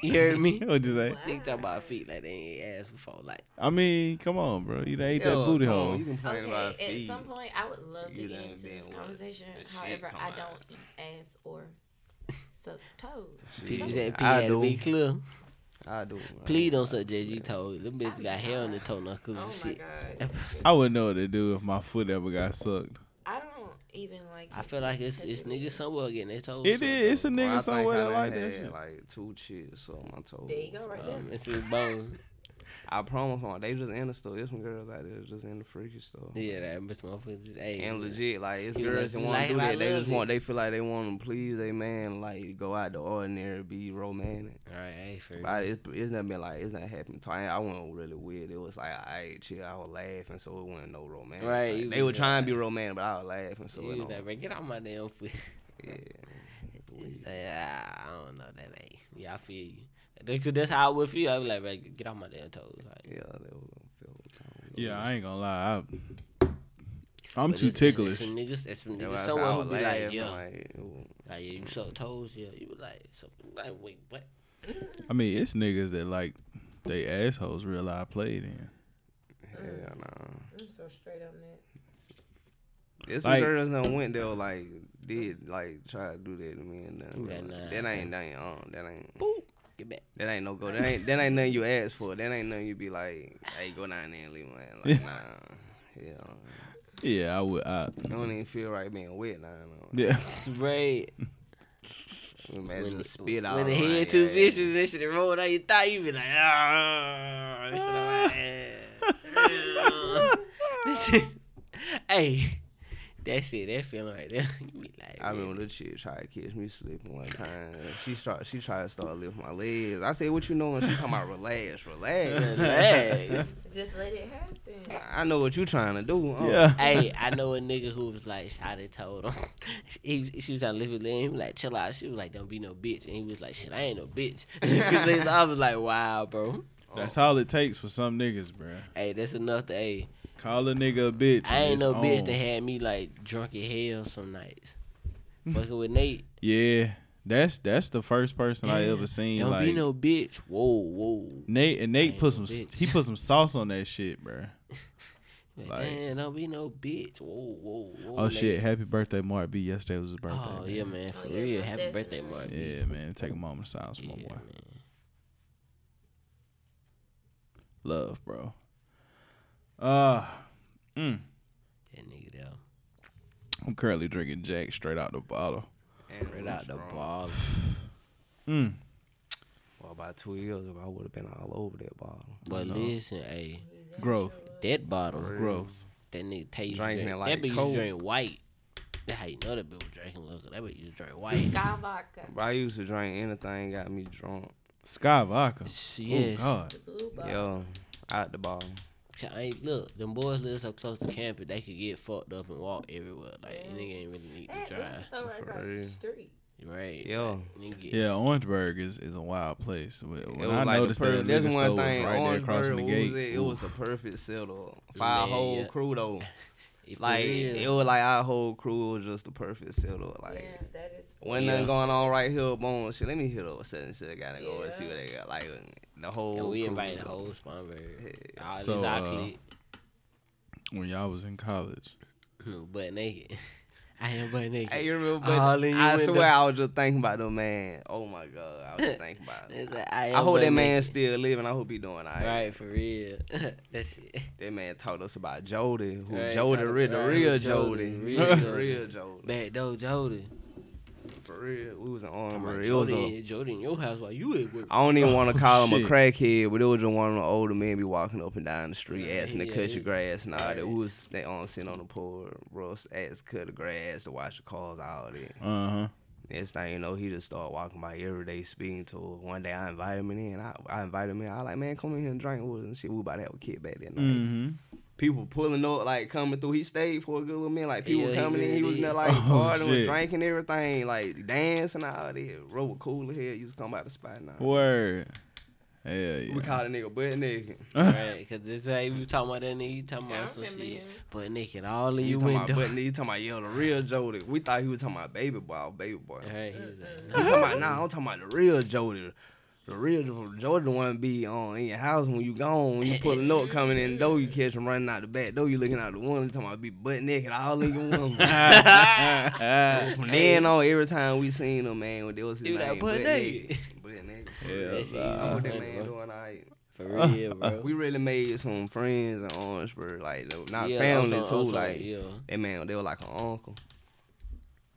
Speaker 1: you heard me?
Speaker 4: What'd you say?
Speaker 1: Niggas talking about feet like they ain't ass before. Like
Speaker 4: I mean, come on, bro. You done ate that
Speaker 1: Yo,
Speaker 4: booty
Speaker 2: Oh,
Speaker 4: hole.
Speaker 2: you complaining about
Speaker 3: Okay, at
Speaker 2: feet.
Speaker 3: some point, I would love to
Speaker 2: You
Speaker 3: get
Speaker 2: done
Speaker 3: into this
Speaker 2: been with
Speaker 3: conversation.
Speaker 2: the shit
Speaker 3: However,
Speaker 2: come
Speaker 3: I
Speaker 2: out.
Speaker 3: don't eat ass or suck toes.
Speaker 1: people
Speaker 2: Shit,
Speaker 1: say, P
Speaker 2: I
Speaker 1: had to be
Speaker 2: do.
Speaker 1: clear.
Speaker 2: I do.
Speaker 1: Please don't suck JG toes. Them bitches got hair on the toe knuckles
Speaker 3: Oh
Speaker 1: and
Speaker 3: my
Speaker 1: shit.
Speaker 3: gosh.
Speaker 4: I wouldn't know what to do if my foot ever got sucked.
Speaker 3: I don't even like.
Speaker 1: I feel like it's it's niggas somewhere getting their toes.
Speaker 4: It
Speaker 1: sucked
Speaker 4: is. It's a
Speaker 1: up.
Speaker 4: nigga
Speaker 2: Niggas
Speaker 4: somewhere that like that
Speaker 2: had,
Speaker 4: shit.
Speaker 2: Like two chicks on my toes.
Speaker 3: There you go, right
Speaker 1: Um, it's his bone.
Speaker 2: I promise, on they just in the store. There's some girls out there just in the freaky store.
Speaker 1: Yeah, that bitch motherfucker. Hey,
Speaker 2: And legit, like it's
Speaker 1: You
Speaker 2: girls that
Speaker 1: like- you
Speaker 2: want
Speaker 1: like
Speaker 2: to do
Speaker 1: him, I
Speaker 2: that. They
Speaker 1: love
Speaker 2: just
Speaker 1: it.
Speaker 2: want. They feel like they want to please their man. Like go out the ordinary, be romantic.
Speaker 1: All right, hey, for
Speaker 2: But I, it's, it's not been like it's not happened. So I, I wasn't really weird. It was like I chill. I was laughing, so it wasn't no romantic.
Speaker 1: Right,
Speaker 2: Like,
Speaker 1: you
Speaker 2: they
Speaker 1: was
Speaker 2: were
Speaker 1: just
Speaker 2: trying to be
Speaker 1: like-
Speaker 2: romantic, but I was laughing, so
Speaker 1: you
Speaker 2: it
Speaker 1: was
Speaker 2: don't.
Speaker 1: like, "Bro, get out my damn foot.
Speaker 2: yeah.
Speaker 1: It's like, ah, I don't know that ain't. Yeah, I feel you. That's, 'cause that's how I would feel. I'd be like, "Bro, get off my damn toes. Like,
Speaker 2: Yeah, that was gonna feel. kinda weird.
Speaker 4: Yeah, I ain't gonna lie. I, I'm
Speaker 1: but it's-
Speaker 4: too
Speaker 1: it's-
Speaker 4: ticklish.
Speaker 1: It's some niggas, it's some
Speaker 2: That
Speaker 1: niggas
Speaker 2: was
Speaker 1: somewhere
Speaker 2: how I
Speaker 1: who be like,
Speaker 2: laugh,
Speaker 1: yeah, like,
Speaker 2: like, ooh.
Speaker 1: yeah, you suck toes, yeah. You be like, something like, wait, what?
Speaker 4: I mean, it's niggas that like they assholes real I played in.
Speaker 1: Uh.
Speaker 2: Hell nah.
Speaker 3: I'm so straight on that.
Speaker 2: There's some
Speaker 4: Like-
Speaker 2: girls that went there like did like try to do that to me and
Speaker 1: Do
Speaker 2: then
Speaker 1: that
Speaker 2: like,
Speaker 1: now,
Speaker 2: that
Speaker 1: okay.
Speaker 2: ain't nothing on that ain't
Speaker 1: Boop, get back.
Speaker 2: that ain't no go that ain't that ain't nothing you ask for that ain't nothing you be like hey go down there and leave man like nah yeah
Speaker 4: Yeah, I would. I,
Speaker 2: I don't even feel right being wet now nah,
Speaker 4: yeah,
Speaker 1: It's red.
Speaker 2: nah. imagine
Speaker 1: When
Speaker 2: the
Speaker 1: the-
Speaker 2: spit out
Speaker 1: when the head too vicious, and that shit rolled out your thigh, you be like, ah, that shit on my ass. This shit, hey, that shit, that feeling right there, you be like,
Speaker 2: I
Speaker 1: man.
Speaker 2: remember the chick tried to catch me sleeping one time. She start she tried to start lifting my legs. I said, "What you doing?" She talking about relax, relax.
Speaker 1: Relax.
Speaker 3: Just let it happen.
Speaker 2: I know what you trying to do. huh?
Speaker 4: yeah.
Speaker 1: Oh. hey, I know a nigga who was like, Shotty told him. He, she was trying to live with him. He was like, chill out. She was like, don't be no bitch. And he was like, shit, I ain't no bitch. I was like, wow, bro.
Speaker 4: that's all it takes for some niggas, bruh.
Speaker 1: Hey, that's enough to, hey,
Speaker 4: Call a nigga a bitch.
Speaker 1: I
Speaker 4: and
Speaker 1: ain't
Speaker 4: it's
Speaker 1: no bitch
Speaker 4: on.
Speaker 1: that had me like drunk as hell some nights. Fucking with Nate.
Speaker 4: Yeah, that's that's the first person I ever
Speaker 1: Damn,
Speaker 4: seen.
Speaker 1: Don't
Speaker 4: like
Speaker 1: be no bitch. Whoa, whoa.
Speaker 4: Nate and Nate
Speaker 1: ain't
Speaker 4: put some
Speaker 1: no bitch.
Speaker 4: he put some sauce on that shit, bruh.
Speaker 1: Like,
Speaker 4: Like-
Speaker 1: Damn, don't be no bitch. Whoa, whoa, whoa.
Speaker 4: Oh
Speaker 1: Nate.
Speaker 4: shit! Happy birthday, Mark B. Yesterday was his birthday.
Speaker 1: Oh
Speaker 4: man.
Speaker 1: yeah, man. For
Speaker 3: Oh, yeah,
Speaker 1: real.
Speaker 3: most
Speaker 1: Happy birthday,
Speaker 3: definitely.
Speaker 1: Mark.
Speaker 4: Yeah, man. Take a moment of silence for my
Speaker 1: Yeah,
Speaker 4: boy.
Speaker 1: man.
Speaker 4: Love, bro. Uh, mm,
Speaker 1: That nigga though.
Speaker 4: I'm currently drinking Jack straight out the bottle.
Speaker 2: And
Speaker 1: Right
Speaker 2: I'm
Speaker 1: out the
Speaker 2: strong.
Speaker 1: ball.
Speaker 4: Mm.
Speaker 2: Well, about two years ago, I would have been all over that bottle.
Speaker 1: But
Speaker 4: No.
Speaker 1: listen, hey,
Speaker 4: Growth,
Speaker 1: that bottle,
Speaker 4: growth.
Speaker 1: that nigga taste
Speaker 2: Drinking
Speaker 1: drink,
Speaker 2: it like
Speaker 1: that bitch
Speaker 2: Coke.
Speaker 1: used to drink white. That how you know that bitch was drinking liquor. That bitch used to drink white. Oh,
Speaker 3: Sky vodka.
Speaker 2: Bro, I used to drink anything, got me drunk.
Speaker 4: Sky vodka.
Speaker 1: yes.
Speaker 4: Oh God.
Speaker 3: Blue bottle.
Speaker 2: Yo, out the bottle.
Speaker 1: I ain't, look, them boys live so close to campus, they could get fucked up and walk everywhere. Like, yeah. nigga ain't really need
Speaker 3: That
Speaker 1: to drive.
Speaker 3: liquor store right
Speaker 2: For
Speaker 3: across
Speaker 2: real.
Speaker 3: the street.
Speaker 1: Right.
Speaker 2: Yo,
Speaker 1: Nigga get-
Speaker 4: Yeah, Orangeburg is, is a wild place. When, when
Speaker 2: it
Speaker 4: I
Speaker 2: was like the
Speaker 4: noticed that
Speaker 2: perfect.
Speaker 4: liquor
Speaker 2: That's
Speaker 4: store
Speaker 2: one
Speaker 4: was
Speaker 2: thing.
Speaker 4: right there
Speaker 2: Orange
Speaker 4: across
Speaker 2: Bird,
Speaker 4: from
Speaker 2: what
Speaker 4: the
Speaker 2: was
Speaker 4: gate.
Speaker 2: it? It was
Speaker 4: Oof.
Speaker 2: the perfect settle.
Speaker 1: Man,
Speaker 2: Five whole
Speaker 1: yeah.
Speaker 2: crew though.
Speaker 1: If for
Speaker 2: Like
Speaker 1: real.
Speaker 2: it was like our whole crew was just the perfect settle. Like.
Speaker 3: yeah, that is.
Speaker 2: When
Speaker 1: Yeah.
Speaker 2: nothing going on right here, boom, shit. Let me hit up such and shit. Gotta go and see
Speaker 3: Yeah.
Speaker 2: what they got. Like the whole.
Speaker 1: and we
Speaker 2: crew
Speaker 1: invited
Speaker 2: was
Speaker 1: the
Speaker 2: up.
Speaker 1: whole Sponberg.
Speaker 2: Yeah.
Speaker 1: All
Speaker 4: So,
Speaker 1: this our
Speaker 4: uh,
Speaker 1: clique,
Speaker 4: when y'all was in college.
Speaker 1: butt naked. I am butt naked.
Speaker 2: Hey, you remember? But
Speaker 1: All in your
Speaker 2: I
Speaker 1: window.
Speaker 2: swear, I was just thinking about the man. Oh my god, I was just thinking about. it.
Speaker 1: It's like, I, am
Speaker 2: I hope
Speaker 1: butt
Speaker 2: that man
Speaker 1: naked.
Speaker 2: still living. I hope he doing all right.
Speaker 1: Right, for real. that shit.
Speaker 2: That man taught us about Jody, who
Speaker 1: Right,
Speaker 2: Jody,
Speaker 1: taught-
Speaker 2: real, the
Speaker 1: right,
Speaker 2: real
Speaker 1: Jody,
Speaker 2: Jody,
Speaker 1: real
Speaker 2: real,
Speaker 1: Jody.
Speaker 2: real Jody,
Speaker 1: Back though, Jody.
Speaker 2: for real. We was in
Speaker 1: I'm like,
Speaker 2: Orangeburg. It was
Speaker 1: Jody,
Speaker 2: a,
Speaker 1: in- Jody in your house while you at work.
Speaker 2: I don't even want to call him a
Speaker 4: shit.
Speaker 2: crackhead, but it was just one of the older men be walking up and down the street,
Speaker 1: Yeah,
Speaker 2: asking to
Speaker 1: yeah,
Speaker 2: cut your
Speaker 1: it-
Speaker 2: grass and all
Speaker 1: right.
Speaker 2: that. We was they on sitting on the porch, Russ asked to cut the grass, to wash the cars, all that.
Speaker 4: Uh huh.
Speaker 2: Next thing you know, he just started walking by every day, speaking to her. One day I invited him in. I, I invited him in. I like, man, come in here and drink with us and shit. We about to have a kid back that night.
Speaker 4: Mm-hmm.
Speaker 2: People pulling up, like coming through. He stayed for a good little minute. Like people
Speaker 1: Yeah, he
Speaker 2: coming in,
Speaker 1: really
Speaker 2: he was in there
Speaker 1: did.
Speaker 2: like
Speaker 4: Oh,
Speaker 2: partying,
Speaker 4: shit.
Speaker 2: drinking everything, like dancing all that. Roll cool here. You just come out the spot now.
Speaker 4: Word. Hell yeah.
Speaker 2: We caught a nigga butt naked.
Speaker 1: right? Cause this hey, we talking about that nigga, you talking
Speaker 3: I
Speaker 1: about some
Speaker 3: remember
Speaker 1: shit.
Speaker 3: him.
Speaker 1: But naked all in
Speaker 2: You
Speaker 1: your
Speaker 2: talking about
Speaker 1: window.
Speaker 2: butt naked? You talking about yo the real Jody? We thought he was talking about baby boy, baby boy.
Speaker 1: Right, he was like,
Speaker 2: I'm talking about nah, I'm talking about the real Jody. The real Jody the one be on in your house when you gone, when you pulling up, coming in the door, you catch him running out the back door, you looking out the window, you talking about be butt naked all in your window.
Speaker 4: yeah,
Speaker 2: From then on, every time we seen him, man, when they was his
Speaker 1: Dude,
Speaker 2: name,
Speaker 1: that butt naked.
Speaker 2: butt naked.
Speaker 1: That shit
Speaker 4: nah.
Speaker 2: I'm with
Speaker 1: Uh,
Speaker 2: that man doing all right.
Speaker 1: for real, bro.
Speaker 2: We really made some friends in Orangeburg, like though, not
Speaker 1: Yeah,
Speaker 2: family
Speaker 1: I'm
Speaker 2: too,
Speaker 1: sorry, I'm sorry,
Speaker 2: like
Speaker 1: yeah.
Speaker 2: that man, they were like an uncle.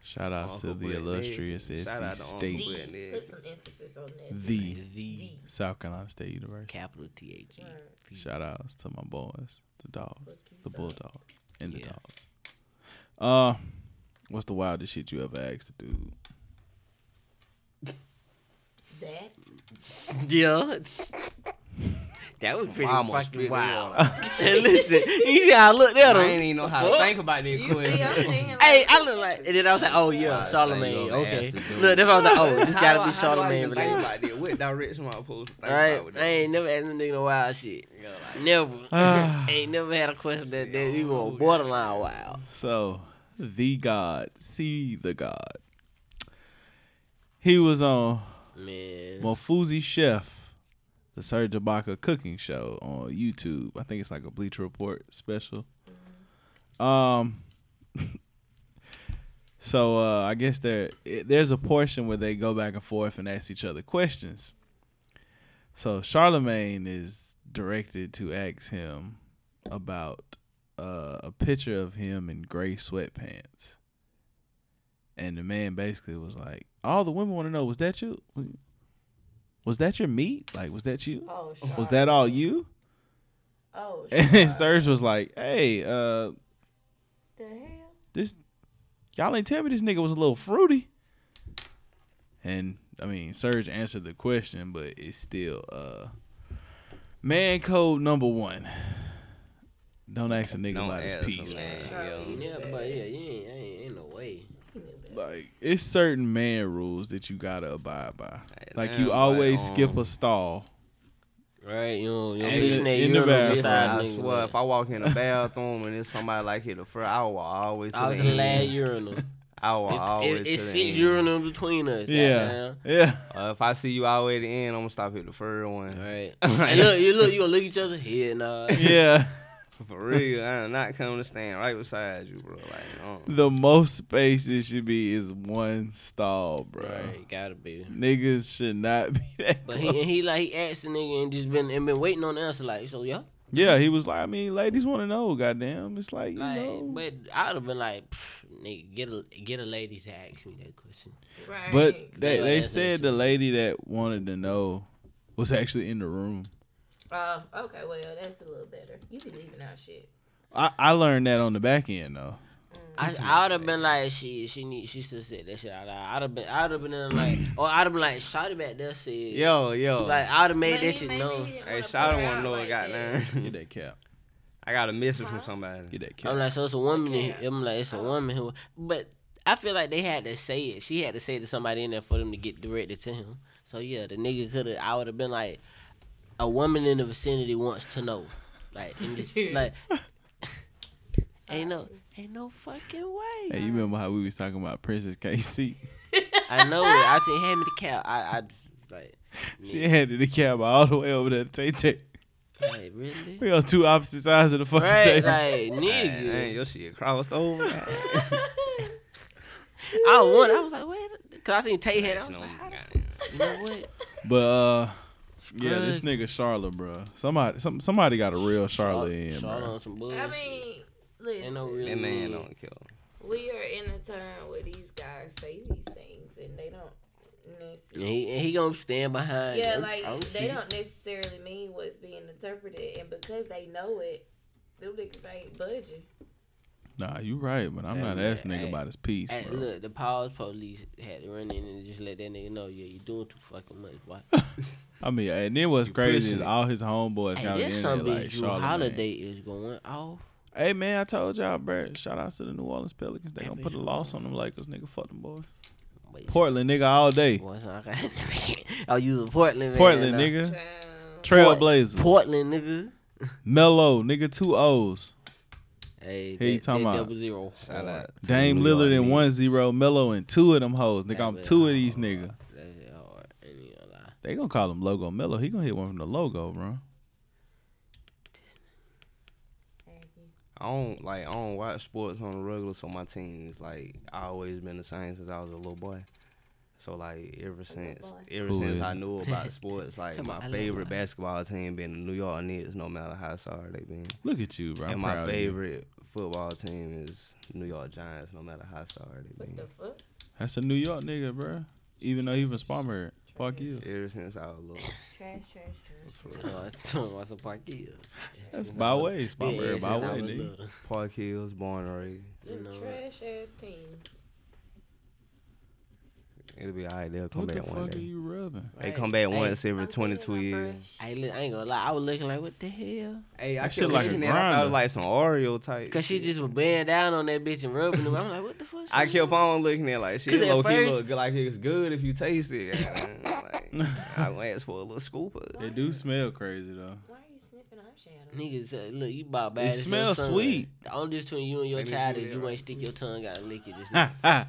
Speaker 4: Shout out to
Speaker 2: Uncle
Speaker 4: the
Speaker 2: Butt
Speaker 4: illustrious
Speaker 2: Naked. Shout
Speaker 4: SC
Speaker 2: out to Uncle
Speaker 4: State,
Speaker 2: Butt
Speaker 3: The. Put
Speaker 2: Naked.
Speaker 3: some emphasis on that.
Speaker 4: the
Speaker 1: The
Speaker 4: South Carolina State University.
Speaker 1: capital T H E.
Speaker 3: Word.
Speaker 4: Shout outs to my boys, the dogs, the bulldogs, and the
Speaker 1: Yeah.
Speaker 4: dogs. Uh, what's the wildest shit you ever asked a dude?
Speaker 3: That.
Speaker 1: Yeah. That was pretty
Speaker 2: Mama's
Speaker 1: fucking
Speaker 2: pretty
Speaker 1: wild.
Speaker 2: wild.
Speaker 1: Listen, you see how I looked at
Speaker 2: I
Speaker 1: him.
Speaker 2: ain't even know how to
Speaker 1: Fuck.
Speaker 2: think about this
Speaker 3: You see, I'm
Speaker 2: question.
Speaker 3: saying. Like,
Speaker 1: Hey, I look like, and then I was like, oh yeah,
Speaker 2: Alright, so you
Speaker 1: Charlemagne.
Speaker 2: gonna
Speaker 1: Okay,
Speaker 2: ask the dude.
Speaker 1: look, if I was like, oh, this
Speaker 2: How do
Speaker 1: gotta
Speaker 2: I-
Speaker 1: be
Speaker 2: how do I
Speaker 1: Charlemagne
Speaker 2: even Think
Speaker 1: related.
Speaker 2: about this? What direction am I supposed to think
Speaker 1: Right?
Speaker 2: about with
Speaker 1: I
Speaker 2: that?
Speaker 1: ain't never asked a nigga no wild shit.
Speaker 2: You know, like,
Speaker 1: Never.
Speaker 4: Ah.
Speaker 1: ain't never had a question that that even
Speaker 2: Oh,
Speaker 1: on borderline wild.
Speaker 4: So, the God, see the God. He was um, on
Speaker 1: Man,
Speaker 4: Mofuzi Chef, the Serge Ibaka cooking show on YouTube. I think it's like a Bleacher Report special. Um, so uh, I guess there it, there's a portion where they go back and forth and ask each other questions. So Charlemagne is directed to ask him about uh, a picture of him in gray sweatpants. And the man basically was like, "All the women want to know was that you? Was that your meat? Like, was that you?
Speaker 3: Oh,
Speaker 4: Was
Speaker 3: Char-
Speaker 4: that all you?"
Speaker 3: Oh,
Speaker 4: And
Speaker 3: Char-
Speaker 4: Serge was like, "Hey, uh,
Speaker 3: The hell?
Speaker 4: this y'all ain't tell me this nigga was a little fruity. And I mean, Serge answered the question, but it's still uh man code number one. Don't ask a nigga
Speaker 2: Don't
Speaker 4: about his
Speaker 2: ask a
Speaker 4: piece,
Speaker 2: man.
Speaker 4: man.
Speaker 2: Yo.
Speaker 1: yeah, but yeah, you ain't, ain't, ain't no way.
Speaker 3: He knew better.
Speaker 4: Like it's certain man rules that you gotta abide by.
Speaker 2: Hey,
Speaker 4: Like
Speaker 2: damn,
Speaker 4: you
Speaker 2: like,
Speaker 4: always
Speaker 2: um,
Speaker 4: skip a stall.
Speaker 1: Right? You know, you
Speaker 4: And
Speaker 1: bitch
Speaker 4: in-
Speaker 1: nigga, you
Speaker 4: in the
Speaker 1: don't know
Speaker 4: bathroom,
Speaker 1: side
Speaker 2: I
Speaker 1: nigga.
Speaker 2: swear,
Speaker 1: man.
Speaker 2: if I walk in the bathroom and there's somebody like here the first, I will always to
Speaker 1: I was
Speaker 2: the
Speaker 1: in the last
Speaker 2: end.
Speaker 1: urinal.
Speaker 2: I will always
Speaker 1: It's, it, it's
Speaker 2: to the
Speaker 1: six
Speaker 2: end.
Speaker 1: urinal between us.
Speaker 4: Yeah, yeah.
Speaker 2: Uh, if I see you all the way to the end, I'm gonna stop at the first one.
Speaker 1: Right. and look, you look, you gonna look each other head nah.
Speaker 4: yeah.
Speaker 2: For real, I am not coming to stand right beside you, bro. Like, um,
Speaker 4: The most space it should be is one stall, bro.
Speaker 1: Right, gotta be.
Speaker 4: Niggas should not be that.
Speaker 1: But
Speaker 4: close.
Speaker 1: he and he like he asked the nigga and just been and been waiting on the answer like so yeah.
Speaker 4: Yeah, he was like, I mean, ladies want to know, goddamn. It's like, you
Speaker 1: Like,
Speaker 4: know. But,
Speaker 1: but I'd have been like, "Pff, nigga, get a get a lady to ask me that question.
Speaker 3: Right.
Speaker 4: they,
Speaker 1: Yeah,
Speaker 4: they
Speaker 1: that's
Speaker 4: said
Speaker 1: it.
Speaker 4: the lady that wanted to know was actually in the room.
Speaker 3: Oh, okay. Well, that's a little better. You be leaving out shit.
Speaker 4: I, I learned that on the back end, though.
Speaker 1: I I'd have been like, she she need she still said that shit out loud. I'd have been I'd have been in like, or I'd have been like, shout it back there, said.
Speaker 2: yo, yo.
Speaker 1: Like I'd have made
Speaker 3: But he-
Speaker 1: that shit
Speaker 3: maybe
Speaker 1: known.
Speaker 3: he didn't
Speaker 2: hey,
Speaker 3: wanna
Speaker 2: shout
Speaker 3: put
Speaker 2: out
Speaker 3: her
Speaker 2: one
Speaker 3: out
Speaker 2: little
Speaker 3: like
Speaker 2: goddamn.
Speaker 3: that.
Speaker 4: Get that cap.
Speaker 2: I got a message from
Speaker 3: Huh?
Speaker 2: somebody.
Speaker 4: Get that cap.
Speaker 1: I'm Oh, like, so it's a woman.
Speaker 3: Okay.
Speaker 1: who- I'm like, it's a woman who, but I feel like they had to say it. She had to say it to somebody in there for them to get directed to him. So yeah, the nigga could have. I would have been like, a woman in the vicinity wants to know, like, and just like, ain't no, ain't no fucking way.
Speaker 4: hey, you remember how we was talking about Princess KC?
Speaker 1: I know it. I said, hand me the cow. I, I like,
Speaker 4: She handed the cab all the way over to the Tay Tay.
Speaker 1: like really.
Speaker 4: We on two opposite sides of the fucking
Speaker 1: Right,
Speaker 4: table.
Speaker 1: like
Speaker 2: Hey, hey,
Speaker 1: nigga,
Speaker 2: your shit crossed over.
Speaker 1: I won. I was like, wait, cause I seen Tay had. it. I was
Speaker 2: No,
Speaker 1: like, how the
Speaker 2: goddamn.
Speaker 1: f- you know what?
Speaker 4: but uh, yeah, this
Speaker 1: Good.
Speaker 4: nigga Charlotte, bro. Somebody, some, somebody got a real Charlotte in,
Speaker 1: Charlotte
Speaker 4: bro.
Speaker 1: on some bullshit.
Speaker 3: I mean,
Speaker 1: ain't no
Speaker 3: listen.
Speaker 1: real
Speaker 2: That man
Speaker 1: love.
Speaker 2: don't kill.
Speaker 3: We are in a time where these guys say these things and they don't.
Speaker 1: And
Speaker 3: necessarily-
Speaker 1: he, and he gonna stand behind.
Speaker 3: Yeah,
Speaker 1: it.
Speaker 3: like
Speaker 1: I'm- I'm
Speaker 3: they
Speaker 1: shit.
Speaker 3: don't necessarily mean what's being interpreted, and because they know it, them niggas ain't budging.
Speaker 4: Nah, you right, but I'm
Speaker 1: Hey,
Speaker 4: not
Speaker 1: man,
Speaker 4: asking nigga
Speaker 1: hey.
Speaker 4: about his piece,
Speaker 1: Hey,
Speaker 4: bro.
Speaker 1: look, the pause police had to run in and just let that nigga know, yeah, you doing too fucking much, boy.
Speaker 4: I mean, and then what's
Speaker 2: You
Speaker 4: crazy
Speaker 2: pushing
Speaker 4: is
Speaker 2: it.
Speaker 4: all his homeboys got
Speaker 1: hey, this
Speaker 4: in
Speaker 1: some
Speaker 4: there
Speaker 1: bitch
Speaker 4: like
Speaker 1: Drew
Speaker 4: Charlamagne.
Speaker 1: Holiday is going off.
Speaker 4: Hey man, I told y'all, bro. Shout out to the New Orleans Pelicans. They
Speaker 1: That
Speaker 4: gonna
Speaker 1: bitch
Speaker 4: put a loss on them Lakers, nigga. Fuck them boys.
Speaker 1: Wait,
Speaker 4: Portland, nigga, all day.
Speaker 1: Boy, it's not- I'll use a Portland. man,
Speaker 4: Portland,
Speaker 1: now.
Speaker 4: nigga. Trailblazers.
Speaker 1: Portland, nigga.
Speaker 4: Melo, nigga, two O's.
Speaker 1: Hey,
Speaker 4: Hey, you
Speaker 1: that,
Speaker 4: talking
Speaker 1: that
Speaker 4: about-
Speaker 1: double zero.
Speaker 2: Shout out. to
Speaker 4: Dame
Speaker 2: New York
Speaker 4: Lillard and
Speaker 2: Knicks.
Speaker 4: one zero. Melo and two of them hoes. Nigga,
Speaker 1: That
Speaker 4: I'm
Speaker 1: bit
Speaker 4: two of these
Speaker 1: hard.
Speaker 4: nigga.
Speaker 1: That shit hard. I ain't gonna lie.
Speaker 4: They gonna call him Logo Melo. He gonna hit one from the logo, bro.
Speaker 2: I don't like I don't watch sports on the regular, so my team is like I always been the same since I was a little boy. So like ever since
Speaker 3: boy.
Speaker 2: ever
Speaker 4: Who
Speaker 2: since
Speaker 4: is
Speaker 2: I
Speaker 4: it?
Speaker 2: knew about sports, like
Speaker 1: Tell me,
Speaker 2: my
Speaker 1: I love
Speaker 2: favorite
Speaker 1: boy.
Speaker 2: basketball team been the New York Knicks, no matter how sorry they been.
Speaker 4: Look at you, bro. I'm
Speaker 2: and
Speaker 4: proud
Speaker 2: my
Speaker 4: of you.
Speaker 2: favorite football team is New York Giants, no matter how sorry they been.
Speaker 3: What the fuck?
Speaker 4: That's a New York nigga, bro. Even though he from Spartanburg. Fuck you.
Speaker 2: Ever since I was little,
Speaker 3: Trash, trash, trash.
Speaker 2: for real.
Speaker 1: Oh, it's What's a park is?
Speaker 4: That's by way.
Speaker 1: Yeah,
Speaker 4: Spartanburg
Speaker 1: since
Speaker 4: by
Speaker 1: I
Speaker 4: way,
Speaker 1: was
Speaker 4: nigga.
Speaker 1: little.
Speaker 2: Park Hills, born and raised.
Speaker 1: You
Speaker 3: Them
Speaker 1: know what?
Speaker 3: trash ass teams.
Speaker 2: It'll be alright. They'll come
Speaker 4: What the
Speaker 2: back one
Speaker 4: fuck are
Speaker 2: day.
Speaker 4: you rubbing?
Speaker 2: They
Speaker 1: Right.
Speaker 2: come back
Speaker 1: Hey,
Speaker 2: once every
Speaker 3: I'm saying
Speaker 2: 22
Speaker 3: I'm
Speaker 2: years.
Speaker 3: fresh.
Speaker 1: I, li- I ain't gonna lie. I was looking like, what the hell?
Speaker 2: Hey, I
Speaker 4: That shit
Speaker 2: kept
Speaker 4: like a
Speaker 2: looking at. it, I thought it
Speaker 4: grinder.
Speaker 2: was like some Oreo type.
Speaker 1: Cause she
Speaker 2: shit.
Speaker 1: just was bent down on that bitch and rubbing him. I'm like, what the fuck?
Speaker 2: I
Speaker 1: she
Speaker 2: kept
Speaker 1: doing?
Speaker 2: on looking at like shit.
Speaker 1: 'Cause at
Speaker 2: Low key
Speaker 1: first-
Speaker 2: look good, like it's good if you taste it. And, like, I asked for a little scoop. Of it.
Speaker 4: It do smell crazy though.
Speaker 3: Why are you sniffing our shadow?
Speaker 1: Niggas, uh, look, you about bad. as your
Speaker 4: smells
Speaker 1: son.
Speaker 4: sweet.
Speaker 1: The only difference between you and your
Speaker 2: Maybe
Speaker 1: child
Speaker 2: you
Speaker 1: is
Speaker 2: did
Speaker 1: you
Speaker 2: right.
Speaker 1: ain't stick your tongue out and lick it. Just now.
Speaker 4: Ha ha.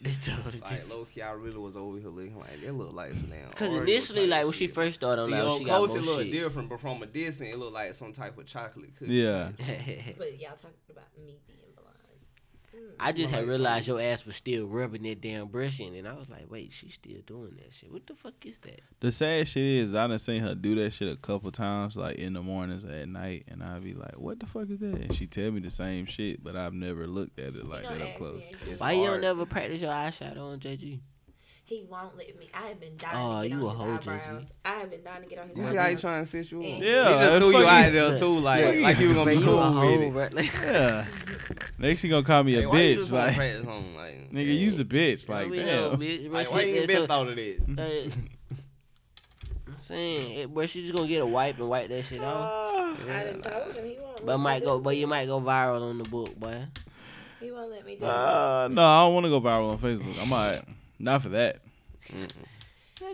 Speaker 1: This totally
Speaker 2: Like low key, I really was over here looking like that look like some damn.
Speaker 1: Because
Speaker 2: Oreo
Speaker 1: initially,
Speaker 2: type
Speaker 1: like when she
Speaker 2: shit.
Speaker 1: first started, I'm
Speaker 2: See,
Speaker 1: like, oh,
Speaker 2: up
Speaker 1: she got
Speaker 2: close
Speaker 1: more
Speaker 2: it look
Speaker 1: shit.
Speaker 2: different, but from a distance it looked like some type of chocolate cookie.
Speaker 4: Yeah.
Speaker 3: But y'all talking about me being blind. Hmm.
Speaker 1: I just
Speaker 2: Smell
Speaker 1: had
Speaker 2: like
Speaker 1: realized your ass was still rubbing that damn brush in, and I was like, wait, she's still doing that shit. What the fuck is that?
Speaker 4: The sad shit is I done seen her do that shit a couple times, like in the mornings at night, and I'd be like, What the fuck is that? And she tell me the same shit, but I've never looked at it like
Speaker 3: don't
Speaker 4: that up
Speaker 3: ask
Speaker 4: close.
Speaker 3: me again.
Speaker 2: It's
Speaker 1: Why you don't
Speaker 2: art.
Speaker 1: never practice your eyeshadow on JG?
Speaker 3: He won't let me. I have been dying
Speaker 1: Oh,
Speaker 3: to get
Speaker 1: you
Speaker 3: on
Speaker 1: a
Speaker 3: his
Speaker 1: hoe, JG.
Speaker 3: eyebrows. I have been dying to get on his
Speaker 2: You see how he
Speaker 3: eyebrows.
Speaker 2: trying to sit you on?
Speaker 3: Yeah,
Speaker 2: he
Speaker 4: that's
Speaker 2: just threw you
Speaker 4: fucking-
Speaker 2: out there too, like
Speaker 4: Yeah.
Speaker 2: like you were gonna
Speaker 1: Man,
Speaker 2: be
Speaker 1: you a
Speaker 2: cool with
Speaker 1: hoe,
Speaker 2: it.
Speaker 1: bro. Like,
Speaker 4: Yeah. Next she gonna call me a
Speaker 2: Like, why you
Speaker 4: bitch.
Speaker 2: just wanna
Speaker 4: Like
Speaker 2: practice on, like,
Speaker 4: nigga, you's a bitch.
Speaker 1: I
Speaker 4: Like
Speaker 1: mean,
Speaker 4: damn.
Speaker 1: no, bitch, bro,
Speaker 2: Like,
Speaker 1: she-
Speaker 2: why you
Speaker 1: yeah,
Speaker 2: ain't been
Speaker 1: so-
Speaker 2: thought of this?
Speaker 1: uh, I'm saying, it, bro, she just gonna get a wipe and wipe that shit off.
Speaker 3: I done told him he won't. let
Speaker 1: But
Speaker 3: me
Speaker 1: might
Speaker 3: do
Speaker 1: go,
Speaker 3: it.
Speaker 1: but you might go viral on the book, boy.
Speaker 3: He won't let me do it.
Speaker 2: Ah,
Speaker 4: Uh, no, I don't want to go viral on Facebook. I'm alright. Not for that.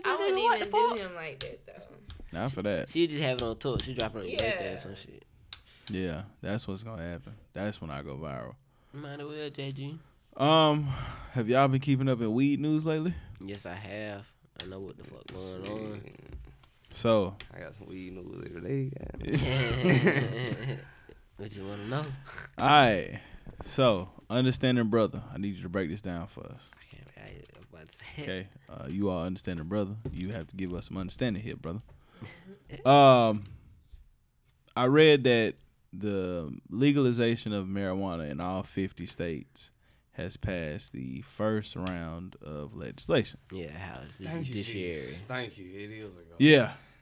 Speaker 3: I wouldn't even do him like that though.
Speaker 4: Not for that.
Speaker 1: She just have it on talk. She dropping it on your birthday or
Speaker 3: Yeah.
Speaker 1: some shit.
Speaker 4: Yeah, that's what's gonna happen. That's when I go viral.
Speaker 1: Might as well, JG.
Speaker 4: Um, have y'all been keeping up in weed news lately?
Speaker 1: Yes, I have. I know what the fuck going on.
Speaker 2: Shit.
Speaker 4: So
Speaker 2: I got some weed news every day. yeah.
Speaker 1: What you wanna know?
Speaker 4: All right. So, understanding brother, I need you to break this down for us.
Speaker 1: I can't. I, I'm about to say.
Speaker 4: Okay. Uh, you are understanding brother. You have to give us some understanding here, brother. Um, I read that the legalization of marijuana in all 50 states has passed the first round of legislation.
Speaker 1: Yeah, how it's
Speaker 2: Thank you,
Speaker 1: judiciary.
Speaker 2: Jesus. Thank you. It is a goal.
Speaker 4: Yeah.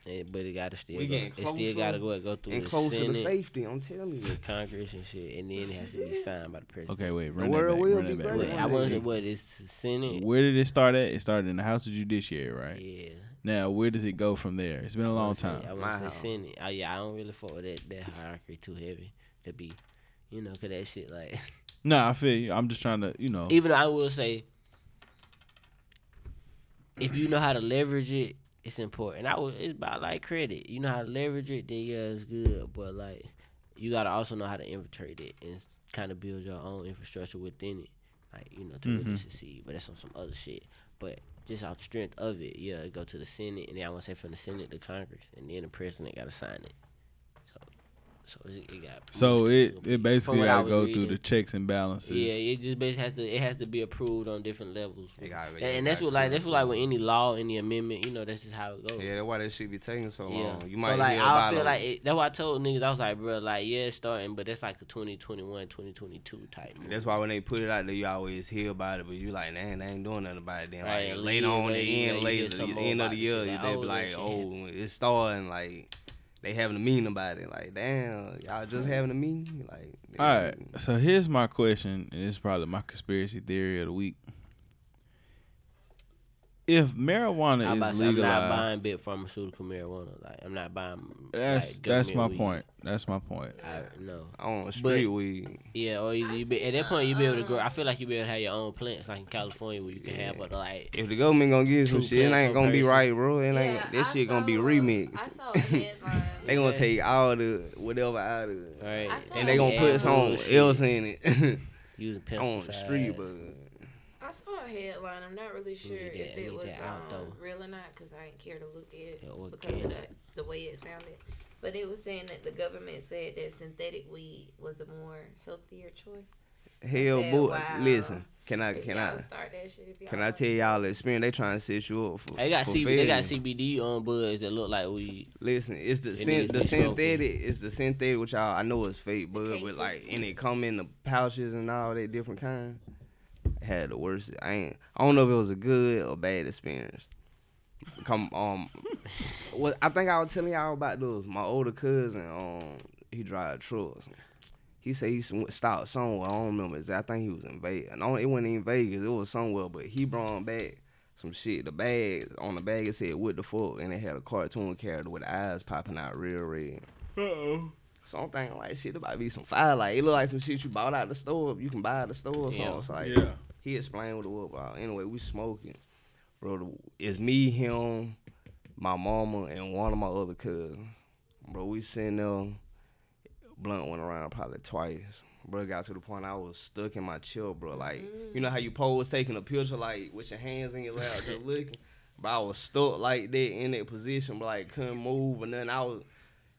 Speaker 1: Yeah, Eh, but it gotta still.
Speaker 2: We
Speaker 1: go,
Speaker 2: getting
Speaker 1: it still gotta go, go through
Speaker 2: and
Speaker 1: the
Speaker 2: closer
Speaker 1: Senate,
Speaker 2: to safety. I'm telling you.
Speaker 1: the Congress and shit, and then it has to be signed by the president.
Speaker 4: Okay, wait. Run
Speaker 2: world
Speaker 4: that back.
Speaker 2: will
Speaker 4: Run
Speaker 2: be
Speaker 4: that back.
Speaker 2: great
Speaker 1: Wait,
Speaker 4: Run
Speaker 1: I
Speaker 4: that
Speaker 1: wasn't.
Speaker 4: back.
Speaker 1: What is Senate?
Speaker 4: Where did it start at? It started in the House of Judiciary, right?
Speaker 1: Yeah.
Speaker 4: Now, where does it go from there? It's been a
Speaker 1: I
Speaker 4: long
Speaker 1: wanna say-
Speaker 4: time.
Speaker 1: I want
Speaker 2: Wow.
Speaker 1: to say Senate. Oh yeah, I don't really fuck with that, that hierarchy too heavy to be, you know, cause that shit like.
Speaker 4: Nah, I feel you. I'm just trying to, you know.
Speaker 1: Even though I will say, if you know how to leverage it, it's important. I would. It's about like credit. You know how to leverage it, then yeah, it's good. But like, you gotta also know how to infiltrate it and kind of build your own infrastructure within it, like you know, to really
Speaker 4: Mhm.
Speaker 1: succeed. But that's on some other shit. But just out the strength of it, yeah, it go to the Senate, and then I want to say from the Senate to Congress, and then the president gotta sign it. So, so it, it got.
Speaker 4: So it it
Speaker 1: From
Speaker 4: basically
Speaker 1: what I
Speaker 4: gotta
Speaker 1: was
Speaker 4: go through
Speaker 1: reading.
Speaker 4: the checks and balances.
Speaker 1: Yeah, it just basically has to it has to be approved on different levels.
Speaker 2: It gotta be-
Speaker 1: and, and
Speaker 2: it
Speaker 1: that's
Speaker 2: gotta
Speaker 1: what like
Speaker 2: be
Speaker 1: that's what like with
Speaker 2: approved.
Speaker 1: any law, any amendment, you know, that's just how it goes.
Speaker 2: Yeah, that's why that shit be taking so
Speaker 1: Yeah.
Speaker 2: long. You might
Speaker 1: so like
Speaker 2: hear
Speaker 1: I
Speaker 2: about
Speaker 1: feel
Speaker 2: a-
Speaker 1: like it, that's why I told niggas I was like, bro, like yeah, it's starting, but that's like a 2021, 2022 type.
Speaker 2: That's why when they put it out there, you always hear about it, but you like, man, they ain't doing nothing about it. Then
Speaker 1: Right,
Speaker 2: like
Speaker 1: and
Speaker 2: later
Speaker 1: later,
Speaker 2: on,
Speaker 1: later,
Speaker 2: the end,
Speaker 1: you hear
Speaker 2: later,
Speaker 1: some
Speaker 2: the
Speaker 1: more
Speaker 2: end of
Speaker 1: about
Speaker 2: the
Speaker 1: the
Speaker 2: year,
Speaker 1: shit, like,
Speaker 2: they
Speaker 1: oh,
Speaker 2: be
Speaker 1: that
Speaker 2: like,
Speaker 1: shit
Speaker 2: oh, it's starting. Like they having a meeting about it. Like damn, y'all just having a meeting. Like that
Speaker 4: All right.
Speaker 2: shit-
Speaker 4: So here's my question, and it's probably my conspiracy theory of the week. If marijuana
Speaker 1: I'm, about
Speaker 4: is
Speaker 1: to say, I'm not
Speaker 4: legalized,
Speaker 1: buying big pharmaceutical marijuana. Like I'm not buying.
Speaker 4: that's
Speaker 1: like,
Speaker 4: that's my
Speaker 1: government weed.
Speaker 4: point. That's my point.
Speaker 1: I, no.
Speaker 2: I want street weed.
Speaker 1: Yeah, or you, you be, at that point you be able to grow. I feel like you be able to have your own plants, like in California, where you can have a like
Speaker 2: If the government gonna give you some
Speaker 1: Two
Speaker 2: shit, it
Speaker 1: plants
Speaker 2: ain't
Speaker 1: per
Speaker 2: gonna be
Speaker 1: person.
Speaker 2: right, bro. It ain't.
Speaker 3: Yeah,
Speaker 2: This
Speaker 3: I
Speaker 2: shit gonna be
Speaker 3: saw, uh,
Speaker 2: remixed.
Speaker 3: I saw
Speaker 2: They gonna take all the whatever out of it.
Speaker 1: All right.
Speaker 3: I saw
Speaker 2: And they gonna put something
Speaker 1: Oh, Bullshit.
Speaker 2: else in it
Speaker 1: using
Speaker 2: on the
Speaker 1: pesticides.
Speaker 2: street, but
Speaker 3: I saw a headline. I'm not really sure
Speaker 1: Leave
Speaker 3: if
Speaker 1: that-
Speaker 3: it
Speaker 1: leave
Speaker 3: was
Speaker 1: that out,
Speaker 3: um,
Speaker 1: though.
Speaker 3: real or not because I didn't care to look at it
Speaker 1: Yeah, well,
Speaker 3: because of
Speaker 1: can-
Speaker 3: the, the way it sounded. But it was saying that the government said that synthetic weed was a more healthier choice.
Speaker 2: hell,
Speaker 3: said,
Speaker 2: boy,
Speaker 3: wow.
Speaker 2: listen, can I
Speaker 3: If
Speaker 2: can I
Speaker 3: y'all start that shit? If y'all
Speaker 2: can I tell y'all the experience? They trying to set you up for.
Speaker 1: They got
Speaker 2: for
Speaker 1: C- they got
Speaker 2: failure.
Speaker 1: CBD on buds that look like weed.
Speaker 2: Listen, it's the
Speaker 1: It
Speaker 2: syn-
Speaker 1: needs
Speaker 2: the
Speaker 1: to be broken.
Speaker 2: synthetic. It's the synthetic, which y'all I know is fake, but
Speaker 3: K2.
Speaker 2: with like and it come in the pouches and all that different kind. Had the worst. I ain't. I don't know if it was a good or bad experience. Come um, what I think I was telling y'all about those. My older cousin um, he drive trucks. He said he s- stopped somewhere. I don't remember. exact- I think he was in Vegas. No, it wasn't in Vegas. It was somewhere. But he brought back some shit. The bag on the bag it said "What the fuck," and it had a cartoon character with eyes popping out real red.
Speaker 4: oh.
Speaker 2: So I'm thinking like, shit, there might be some fire. Like it look like some shit you bought out the store. You can buy at the store or something.
Speaker 1: Yeah.
Speaker 2: So, like,
Speaker 4: Yeah.
Speaker 2: He explained what it was about. Anyway, we smoking. Bro, the- it's me, him, my mama, and one of my other cousins. Bro, we sitting there. Blunt went around probably twice. Bro, it got to the point I was stuck in my chill, bro. Like, you know how you pose taking a picture, like, with your hands in your lap, just looking? But I was stuck like that in that position, but like couldn't move or nothing. I was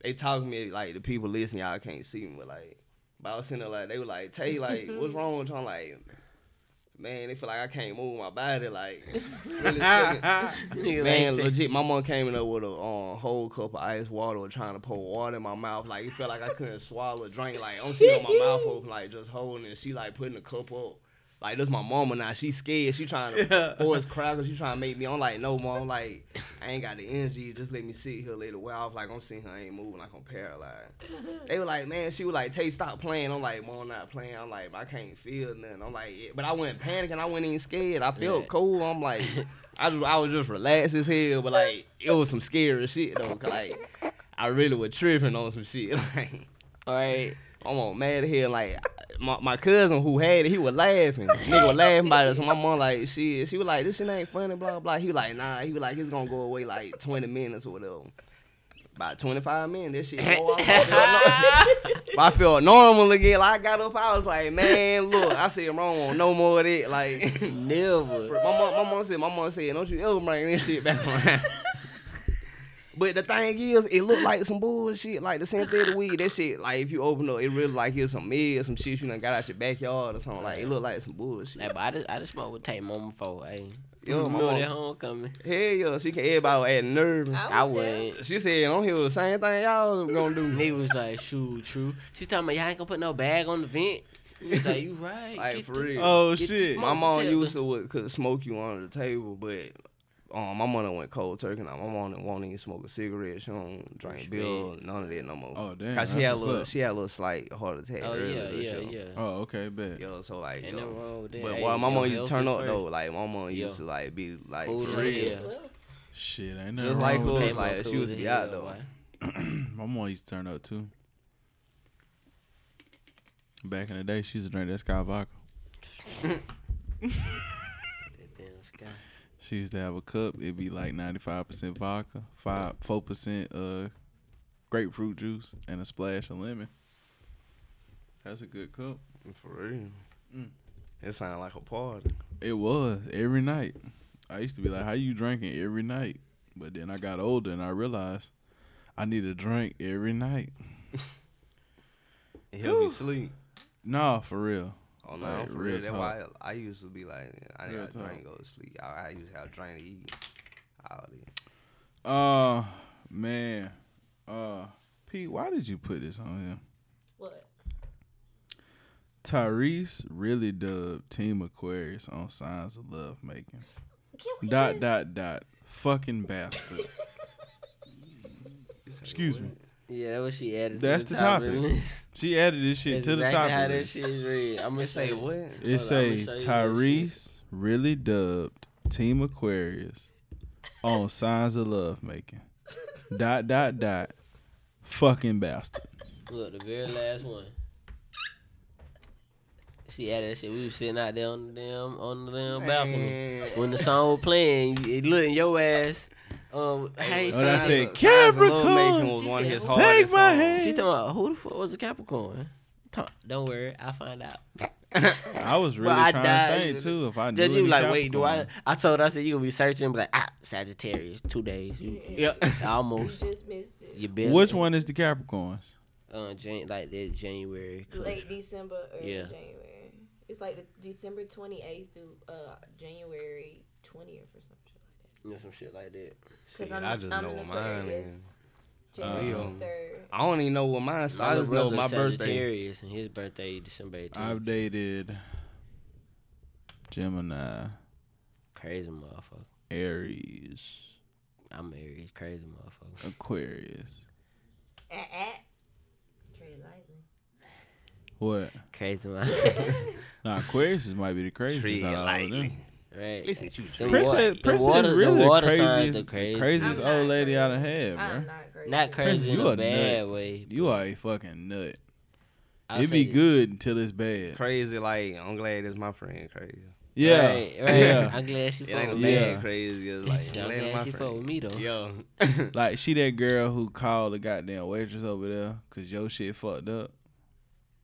Speaker 2: they talking to me like the people listening, y'all can't see me, but like but I was sitting there like they were like, Tay, like, what's wrong with you? I'm like, man, they feel like I can't move my body, like really stuck in- Man, legit, my mom came in there with a um, whole cup of ice water and trying to pour water in my mouth. Like, it felt like I couldn't swallow a drink. Like, I'm sitting on my mouth open, like, just holding it. She, like, putting the cup up. Like, this my mama now. She scared. She trying to force crackers. She trying to make me. I'm like, no, mom. Like, I ain't got the energy. Just let me sit here, let it wear off. Like, I'm sitting here, I ain't moving. Like, I'm paralyzed. They were like, man, she was like, Tay, stop playing. I'm like, mom, not playing. I'm like, I can't feel nothing. I'm like, yeah. but I wasn't panicking. I wasn't even scared. I felt
Speaker 1: Yeah.
Speaker 2: cool. I'm like, I just, I was just relaxed as hell. But like, it was some scary shit though. 'cause, like, I really was tripping on some shit. Like,
Speaker 1: All right.
Speaker 2: I'm on mad as hell. Like, my, my cousin who had it, he was laughing. Nigga was laughing about it. So my mom like, shit. She was like, this shit ain't funny. Blah blah. He was like, nah. He was like, it's gonna go away like 20 minutes or whatever. About 25 minutes, that shit. go off. I felt nor- but I felt normal again. Like I got up, I was like, man, look, I said wrong on no more of that. Like
Speaker 1: Never.
Speaker 2: my mom, my mom said, my mom said, don't you ever bring this shit back around. but the thing is, it looked like some bullshit, like the synthetic weed. That shit, like if you open up, it really like here's some mid, some shit you done got out your backyard or something. Like it looked like some bullshit.
Speaker 1: Nah, but I just I just smoked with Tate Mama before. Hey,
Speaker 2: Yo, my
Speaker 1: remember
Speaker 2: mom,
Speaker 1: that homecoming?
Speaker 2: hell yeah, she can everybody was adding nerve.
Speaker 1: I
Speaker 3: there.
Speaker 1: went.
Speaker 2: She said, don't hear the same thing y'all gonna do.
Speaker 1: Nigga was like, shoot, true. She talking about y'all ain't gonna put no bag on the vent. He was like, you right.
Speaker 2: Like,
Speaker 1: get
Speaker 2: for
Speaker 1: the-
Speaker 2: real.
Speaker 4: Oh
Speaker 1: Get
Speaker 4: shit.
Speaker 1: the
Speaker 2: My
Speaker 1: Mama
Speaker 2: mom
Speaker 1: tell
Speaker 2: used to would, could smoke you under the table, but um, my mother went cold turkey. Now my mom didn't want to even smoke a cigarette. She don't drink
Speaker 1: She
Speaker 2: beer, none of that no more.
Speaker 4: Oh, damn,
Speaker 2: Cause she
Speaker 4: that's
Speaker 2: had a
Speaker 4: what's
Speaker 2: little,
Speaker 4: up.
Speaker 2: she had a little slight heart attack.
Speaker 1: Oh
Speaker 2: earlier
Speaker 1: yeah,
Speaker 2: this
Speaker 1: yeah,
Speaker 2: year.
Speaker 1: yeah.
Speaker 4: Oh okay, bet.
Speaker 2: Yo, so like,
Speaker 1: Ain't nothing
Speaker 2: yo,
Speaker 1: wrong with that.
Speaker 2: but
Speaker 1: Hey,
Speaker 2: while my
Speaker 1: yo,
Speaker 2: mom used to
Speaker 1: healthy
Speaker 2: turn up
Speaker 1: first.
Speaker 2: though, like my mom
Speaker 1: Yeah.
Speaker 2: used to like be like,
Speaker 1: Food and
Speaker 2: for real.
Speaker 1: Yeah.
Speaker 3: It's well,
Speaker 4: Shit, ain't nothing
Speaker 2: just
Speaker 4: wrong
Speaker 2: like
Speaker 4: with
Speaker 2: who
Speaker 1: Tate
Speaker 2: was
Speaker 1: Mama
Speaker 2: like, she
Speaker 1: cool
Speaker 2: was
Speaker 1: as
Speaker 2: be
Speaker 1: hell,
Speaker 2: out though.
Speaker 1: boy.
Speaker 4: that. My mom used to turn up too. Back in the day, she used to drink that sky vodka.
Speaker 1: That damn sky.
Speaker 4: She used to have a cup. It'd be like ninety five percent vodka, five four percent uh grapefruit juice, and a splash of lemon. That's a good cup.
Speaker 2: For real,
Speaker 4: Mm.
Speaker 2: it sounded like a party.
Speaker 4: It was every night. I used to be like, "How you drinking every night?" But then I got older and I realized I need a drink every night.
Speaker 2: It helped me sleep.
Speaker 4: Nah, for real.
Speaker 2: Oh no,
Speaker 4: Like,
Speaker 2: for
Speaker 4: real
Speaker 2: real. That's why I, I used to be like, I
Speaker 4: Real
Speaker 2: didn't have
Speaker 4: talk.
Speaker 2: drink, go to sleep. I, I used to have drink to eat. All that.
Speaker 4: Uh man. Uh Pete, why did you put this on him?
Speaker 3: What?
Speaker 4: Tyrese really dubbed Team Aquarius on Signs of Love Making.
Speaker 3: Can we
Speaker 4: Dot
Speaker 3: just-
Speaker 4: dot dot. Fucking bastard.
Speaker 2: You say,
Speaker 4: Excuse
Speaker 2: "What?"
Speaker 4: me.
Speaker 1: Yeah, that what she added.
Speaker 4: That's
Speaker 1: to
Speaker 4: the
Speaker 1: the, top of
Speaker 4: topic.
Speaker 1: list.
Speaker 4: She added this shit
Speaker 1: That's
Speaker 4: to the
Speaker 1: exactly
Speaker 4: top.
Speaker 1: how
Speaker 4: of
Speaker 1: that
Speaker 4: it.
Speaker 1: shit is read. I'm
Speaker 2: You
Speaker 1: gonna
Speaker 2: say
Speaker 1: say
Speaker 2: what?
Speaker 4: It
Speaker 1: Hold on, I'ma show
Speaker 4: say
Speaker 1: you this
Speaker 4: Tyrese really dubbed Team Aquarius on Signs of Love Making. dot dot dot. Fucking bastard.
Speaker 1: Look, the very last one. She added that shit. We was sitting out there on the damn on the damn balcony.
Speaker 4: Oh,
Speaker 2: Man.
Speaker 1: When the song was playing, it looked in your ass. Um, hey,
Speaker 4: Oh, that's
Speaker 1: Signs-
Speaker 4: it. Capricorn.
Speaker 2: Making was
Speaker 1: She
Speaker 2: one of
Speaker 1: said,
Speaker 2: his
Speaker 1: "Take
Speaker 2: hardest
Speaker 4: my
Speaker 2: songs.
Speaker 4: hand.
Speaker 1: She talking about who the fuck was a Capricorn? Ta- Don't worry, I'll find out.
Speaker 4: I was really
Speaker 1: But I
Speaker 4: trying
Speaker 1: died.
Speaker 4: to think too. If I knew
Speaker 1: Judge, you
Speaker 4: any
Speaker 1: be like, wait, do I?
Speaker 4: Capricorn.
Speaker 1: I told her, I said, you gonna be searching, be like, ah, Sagittarius, two days. You,
Speaker 2: Yep.
Speaker 3: You
Speaker 1: almost.
Speaker 3: just missed it.
Speaker 1: You barely.
Speaker 4: Which one is the Capricorns?
Speaker 1: Uh, Jan- like that January.
Speaker 3: Late December, early
Speaker 1: Yeah.
Speaker 3: January. It's like the December 28th through uh, January 20th or something like that.
Speaker 1: You know, some shit like that.
Speaker 2: Shit,
Speaker 3: Because I'm,
Speaker 2: I just
Speaker 3: I'm
Speaker 2: know
Speaker 3: an
Speaker 2: what mine
Speaker 3: Aquarius,
Speaker 2: is.
Speaker 3: January
Speaker 2: Um,
Speaker 3: 3rd.
Speaker 2: I don't even know what mine started. I
Speaker 1: little
Speaker 2: just know
Speaker 1: brother
Speaker 2: my birthday.
Speaker 1: Sagittarius and his birthday December 18th.
Speaker 4: I've dated Gemini,
Speaker 1: Crazy motherfucker.
Speaker 4: Aries,
Speaker 1: I'm Aries. Crazy motherfucker.
Speaker 4: Aquarius.
Speaker 3: Eh, eh. Tread lightly.
Speaker 4: What?
Speaker 1: Crazy motherfucker.
Speaker 4: Nah, Aquarius might be the
Speaker 2: Treat
Speaker 4: craziest. out of all of
Speaker 2: lightly.
Speaker 4: them.
Speaker 1: right.
Speaker 2: Listen to you,
Speaker 1: The
Speaker 2: Trey.
Speaker 4: Prince,
Speaker 1: wa-
Speaker 4: had,
Speaker 1: the
Speaker 4: Prince
Speaker 1: water-
Speaker 4: is
Speaker 1: the
Speaker 4: really the
Speaker 1: water signs
Speaker 4: craziest,
Speaker 1: are crazy.
Speaker 4: craziest
Speaker 3: I'm not
Speaker 4: old lady
Speaker 3: crazy.
Speaker 4: I done had,
Speaker 3: I'm
Speaker 4: bro.
Speaker 3: not crazy.
Speaker 1: Not crazy
Speaker 4: you
Speaker 1: in
Speaker 4: a
Speaker 1: a bad way.
Speaker 4: You are a fucking nut.
Speaker 1: I'll
Speaker 4: it be
Speaker 1: say-
Speaker 4: good until it's bad.
Speaker 2: Crazy, like I'm glad it's my friend. Crazy.
Speaker 4: Yeah,
Speaker 1: Right, right.
Speaker 4: yeah.
Speaker 1: I'm glad she
Speaker 2: It
Speaker 1: fuck
Speaker 2: ain't a
Speaker 1: with
Speaker 2: bad
Speaker 1: me.
Speaker 4: Yeah.
Speaker 2: crazy. It's like I'm
Speaker 1: I'm
Speaker 2: glad it's
Speaker 1: glad
Speaker 2: my
Speaker 1: she fuck with
Speaker 2: friend.
Speaker 1: me though.
Speaker 2: Yo.
Speaker 4: Like she that girl who called the goddamn waitress over there because your shit fucked up.